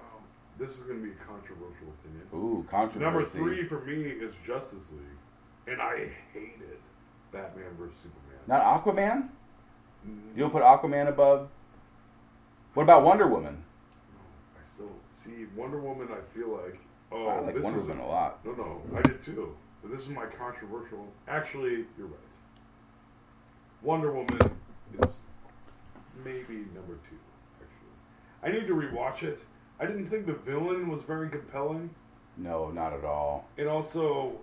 S9: this is going to be a controversial opinion.
S8: Ooh, controversy.
S9: Number three for me is Justice League, and I hated Batman versus Superman.
S8: Not Aquaman?
S9: Mm.
S8: You don't put Aquaman above? What about Wonder Woman?
S9: I still see Wonder Woman. I feel like oh,
S8: I like
S9: this
S8: Wonder
S9: is
S8: Woman a lot.
S9: No, no, I did too. But this is my controversial. Actually, you're right. Wonder Woman is maybe number two. Actually, I need to rewatch it. I didn't think the villain was very compelling,
S8: No, not at all.
S9: and also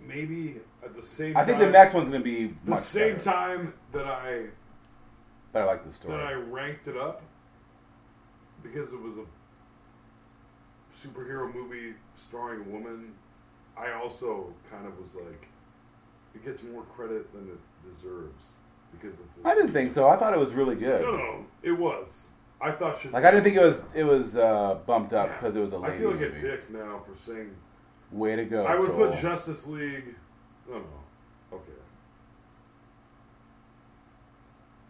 S9: maybe at the same.
S8: I think the
S9: time-
S8: next one's gonna be
S9: The
S8: much
S9: same
S8: better,
S9: time that I
S8: But I like the
S9: that I
S8: story.
S9: ranked it up because it was a superhero movie starring a woman. I also kind of was like, it gets more credit than it deserves because it's. a-
S8: I, didn't think so. I thought it was really good.
S9: No, no, it was. I thought Shazam.
S8: Like I didn't think it was it was uh, bumped up because it was a lady
S9: I feel like
S8: movie.
S9: a dick now for saying.
S8: Way to go!
S9: I would
S8: Joel.
S9: put Justice League. No, no, okay.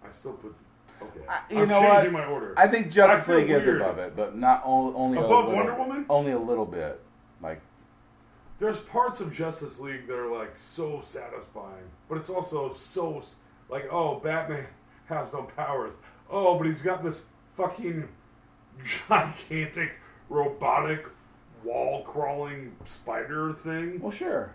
S9: I still put. Okay.
S8: you
S9: I'm
S8: know
S9: changing
S8: what?
S9: my order.
S8: I think
S9: I
S8: Justice
S9: feel
S8: League is
S9: weird.
S8: above it, but not on- only a
S9: Above
S8: little-
S9: Wonder Woman?
S8: Only a little bit. Like
S9: There's parts of Justice League that are like so satisfying, but it's also so s- like, oh, Batman has no powers. Oh, but he's got this fucking gigantic robotic wall crawling spider thing.
S8: well, sure,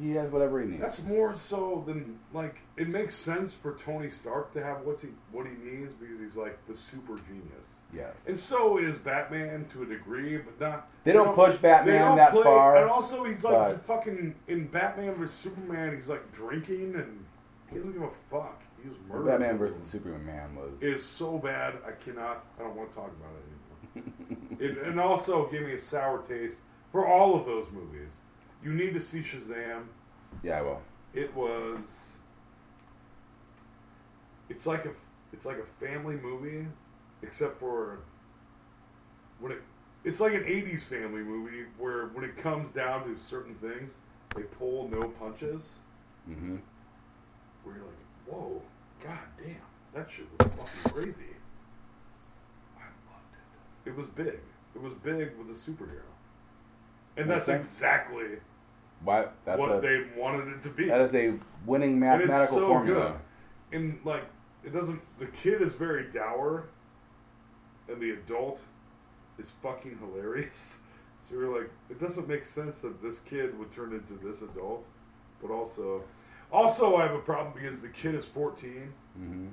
S8: he has whatever he needs.
S9: That's more so than like it makes sense for Tony Stark to have what's he what he needs because he's like the super genius.
S8: Yes.
S9: And so is Batman to a degree, but not.
S8: They don't push Batman
S9: they don't
S8: that
S9: play-
S8: far,
S9: And also, he's like
S8: but-
S9: fucking in Batman vs Superman. He's like drinking and he doesn't give a fuck. He's murdering.
S8: Batman
S9: people.
S8: versus Superman was
S9: is so bad. I cannot. I don't want to talk about it anymore. it, and also, gave me a sour taste for all of those movies. You need to see Shazam.
S8: yeah, well,
S9: It was It's like a it's like a family movie, except for when it it's like an '80s family movie where when it comes down to certain things, they pull no punches.
S8: Mm-hmm.
S9: Where you're like, whoa, god damn, that shit was fucking crazy. I loved it. It was big. It was big with a superhero, and
S8: Makes
S9: that's
S8: sense.
S9: exactly
S8: Why? That's
S9: what
S8: a,
S9: they wanted it to be.
S8: That is a winning
S9: And it's
S8: mathematical
S9: so
S8: formula.
S9: good. And like, it doesn't. The kid is very dour, and the adult is fucking hilarious. So you're like, it doesn't make sense that this kid would turn into this adult, but also, also I have a problem because the kid is 14.
S8: Mm-hmm.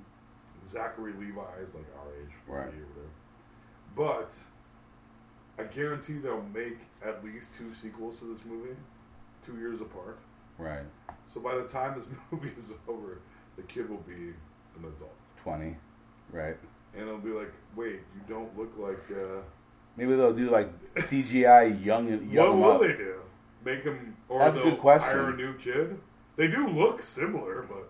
S9: Zachary Levi is like our age, 40
S8: Right.
S9: or whatever. But I guarantee they'll make at least two sequels to this movie, two years apart.
S8: Right.
S9: So by the time this movie is over, the kid will be an adult,
S8: Twenty. Right.
S9: and it'll be like, wait, you don't look like. Uh,
S8: Maybe they'll do like CGI young and
S9: what
S8: young
S9: will
S8: up.
S9: they do? Make him or
S8: That's a
S9: they'll
S8: good question.
S9: hire a new kid? They do look similar, but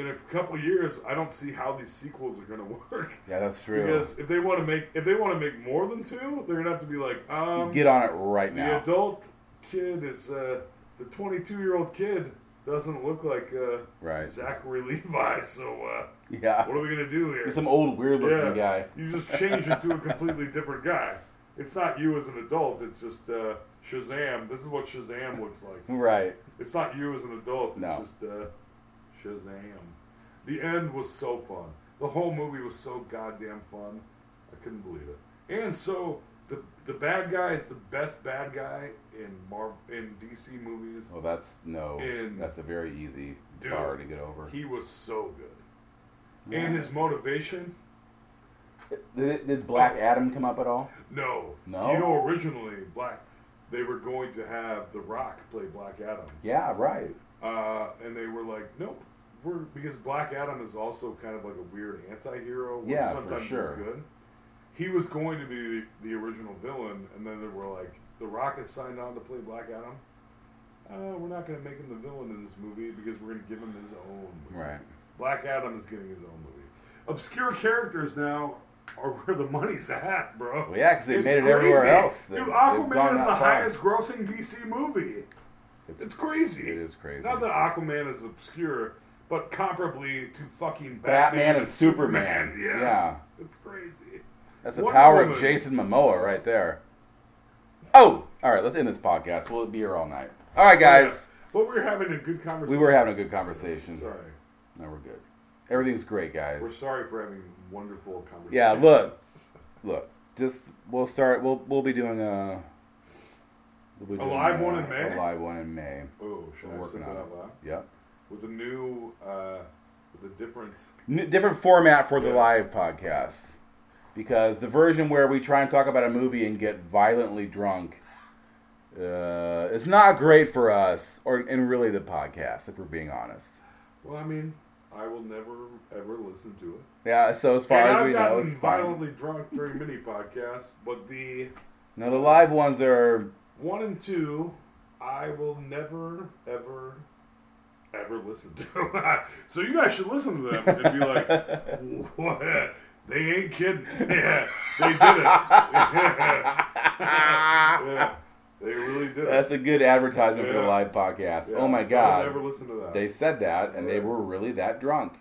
S9: in a couple of years, I don't see how these sequels are going to work.
S8: Yeah, that's true.
S9: Because if they want to make if they want to make more than two, they're gonna have to be like, um,
S8: Get on it right now.
S9: The adult kid is uh, the 22 year old kid doesn't look like uh,
S8: Right.
S9: Zachary Levi, so uh,
S8: Yeah.
S9: what are we gonna do here?
S8: He's some old weird looking guy.
S9: You just change it to a completely different guy. It's not you as an adult. It's just uh, Shazam. This is what Shazam looks like.
S8: Right.
S9: It's not you as an adult. It's
S8: No.
S9: just uh, Shazam. The end was so fun. The whole movie was so goddamn fun. I couldn't believe it. And so the the bad guy is the best bad guy in Mar- in DC movies.
S8: Well, that's no.
S9: And-
S8: that's a very easy
S9: Dude,
S8: bar to get over.
S9: He was so good.
S8: Yeah.
S9: And his motivation?
S8: Did, did Black Adam come up at all?
S9: No.
S8: No?
S9: You know, originally Black, they were going to have The Rock play Black Adam.
S8: Yeah. Right.
S9: Uh, and they were like, nope. We're, because Black Adam is also kind of like a weird anti-hero. Which
S8: Yeah, for
S9: sometimes is
S8: sure.
S9: good. He was going to be the, the original villain, and then they were like, The Rock has signed on to play Black Adam. Uh, we're not going to make him the villain in this movie because we're going to give him his own. Movie.
S8: Right.
S9: Black Adam is getting his own movie. Obscure characters now are where the money's at, bro.
S8: Well, yeah, 'cause they
S9: It's
S8: made it everywhere
S9: crazy.
S8: else. They-
S9: Dude,
S8: they've
S9: Aquaman
S8: gone
S9: is the
S8: that far.
S9: highest-grossing DC movie. It's, crazy.
S8: It is crazy.
S9: Not that Aquaman is obscure, but comparably to fucking Batman,
S8: Batman and Superman.
S9: Yeah.
S8: Yeah.
S9: it's crazy.
S8: That's the
S9: Wonder
S8: power of
S9: Woman.
S8: Jason Momoa right there. Oh, all right. Let's end this podcast. We'll be here all night. All right, guys.
S9: But we were having a good conversation.
S8: We were having a good conversation.
S9: Sorry,
S8: No, we're good. Everything's great, guys.
S9: we're sorry for having wonderful conversation.
S8: Yeah, look, look. Just we'll start. We'll we'll be doing a we'll
S9: A live one in May?
S8: A live one in May.
S9: Oh, should
S8: We're
S9: I
S8: working
S9: say that
S8: on it.
S9: out loud?
S8: Yep.
S9: With a new, uh, with a different.
S8: N- different format for the live podcast because the version where we try and talk about a movie and get violently drunk uh, is not great for us or and really the podcast if we're being honest.
S9: Well, I mean, I will never ever listen to it.
S8: Yeah. So as far
S9: and
S8: as
S9: I've
S8: we know,
S9: gotten
S8: it's fine.
S9: violently drunk during many podcasts, but the
S8: No, the live ones are
S9: one and two, I will never, ever, ever listen to. so you guys should listen to them and be like, what? They ain't kidding. Yeah, they did it. yeah, they really did
S8: That's
S9: it.
S8: a good advertisement for the
S9: Yeah.
S8: live podcast.
S9: Yeah,
S8: oh my
S9: I would
S8: god.
S9: never listened to that.
S8: They said that and they were really that drunk.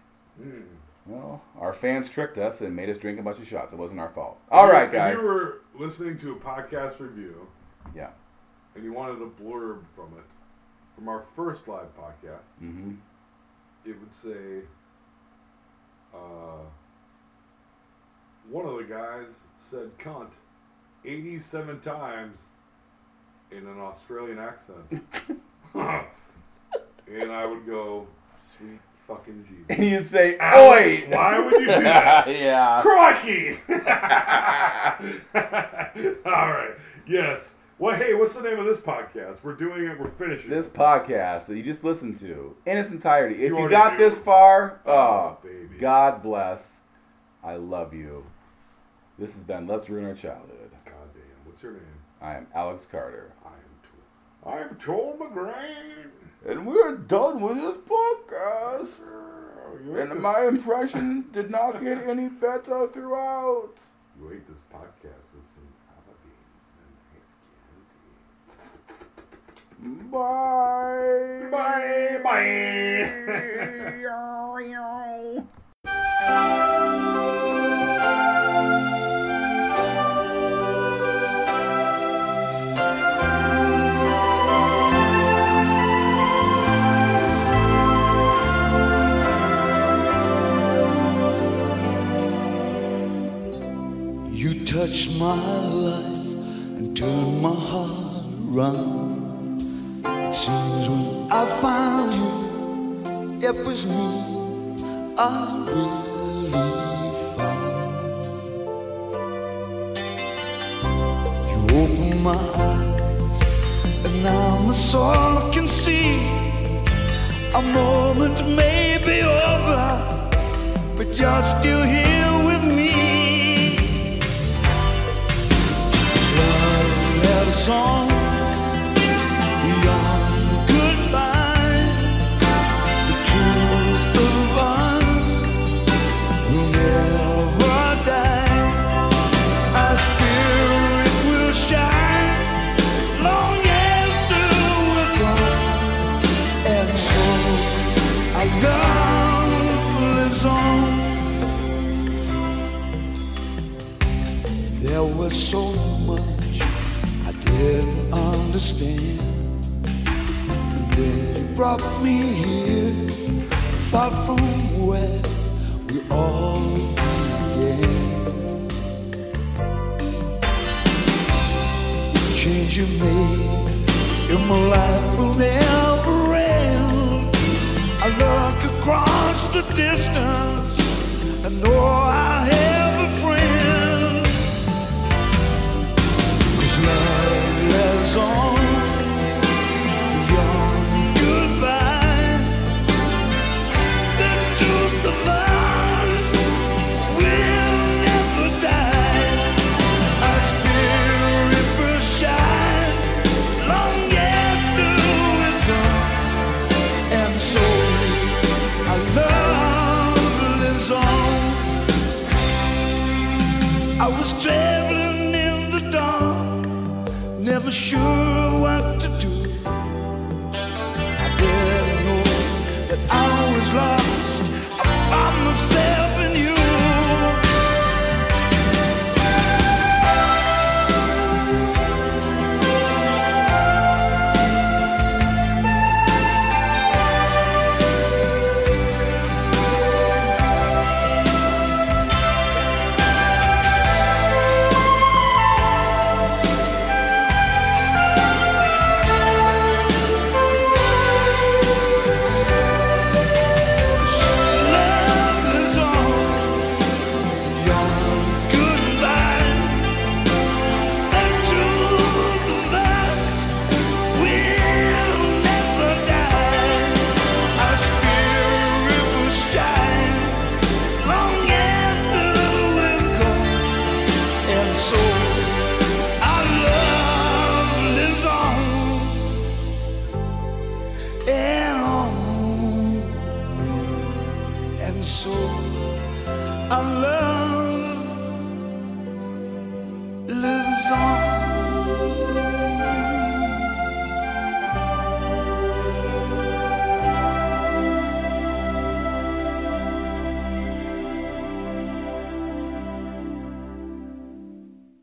S9: Hmm.
S8: Well, our fans tricked us and made us drink a bunch of shots. It wasn't our fault. All right,
S9: If
S8: guys.
S9: You were listening to a podcast review
S8: Yeah.
S9: and you wanted a blurb from it, from our first live podcast.
S8: Mm-hmm.
S9: it would say uh, one of the guys said cunt 87 times in an Australian accent. and I would go, sweet fucking Jesus.
S8: And you say,
S9: Alex,
S8: "Oi!"
S9: why would you do that?
S8: yeah.
S9: Crikey! All right. Yes. Well, hey, what's the name of this podcast? We're doing it. We're finishing
S8: This
S9: it.
S8: podcast that you just listened to in its entirety. If
S9: You
S8: you,
S9: already
S8: got
S9: knew.
S8: this far, oh,
S9: Oh, baby.
S8: God bless. I love you. This has been Let's Ruin Our Childhood.
S9: God damn. What's your name?
S8: I am Alex Carter.
S9: I am. Tor- I'm Joel McGrain.
S8: And we're done with this podcast.
S9: Oh,
S8: and my impression did not get any better throughout.
S17: You ate this podcast with some fava beans
S8: Bye.
S17: Bye.
S8: Bye.
S9: You touched my life and turned my heart around. It seems when I found you, it was me I really found. You opened my eyes, and now that's all I can see. A moment may be over, but you're still here with me. It's love that is on beyond goodbye. The truth of us will never die. Our spirit will shine long after we're gone. And so our love lives on. There was so much I didn't understand. And then you brought me here, far from where we all began. The change you made in my life will never end. I look across the distance and know I have a friend. Cause love lives on beyond goodbye. The truth of us will never die. Our spirit will shine long after we're gone. And so our love lives on. I was traveling in the dark, never sure what to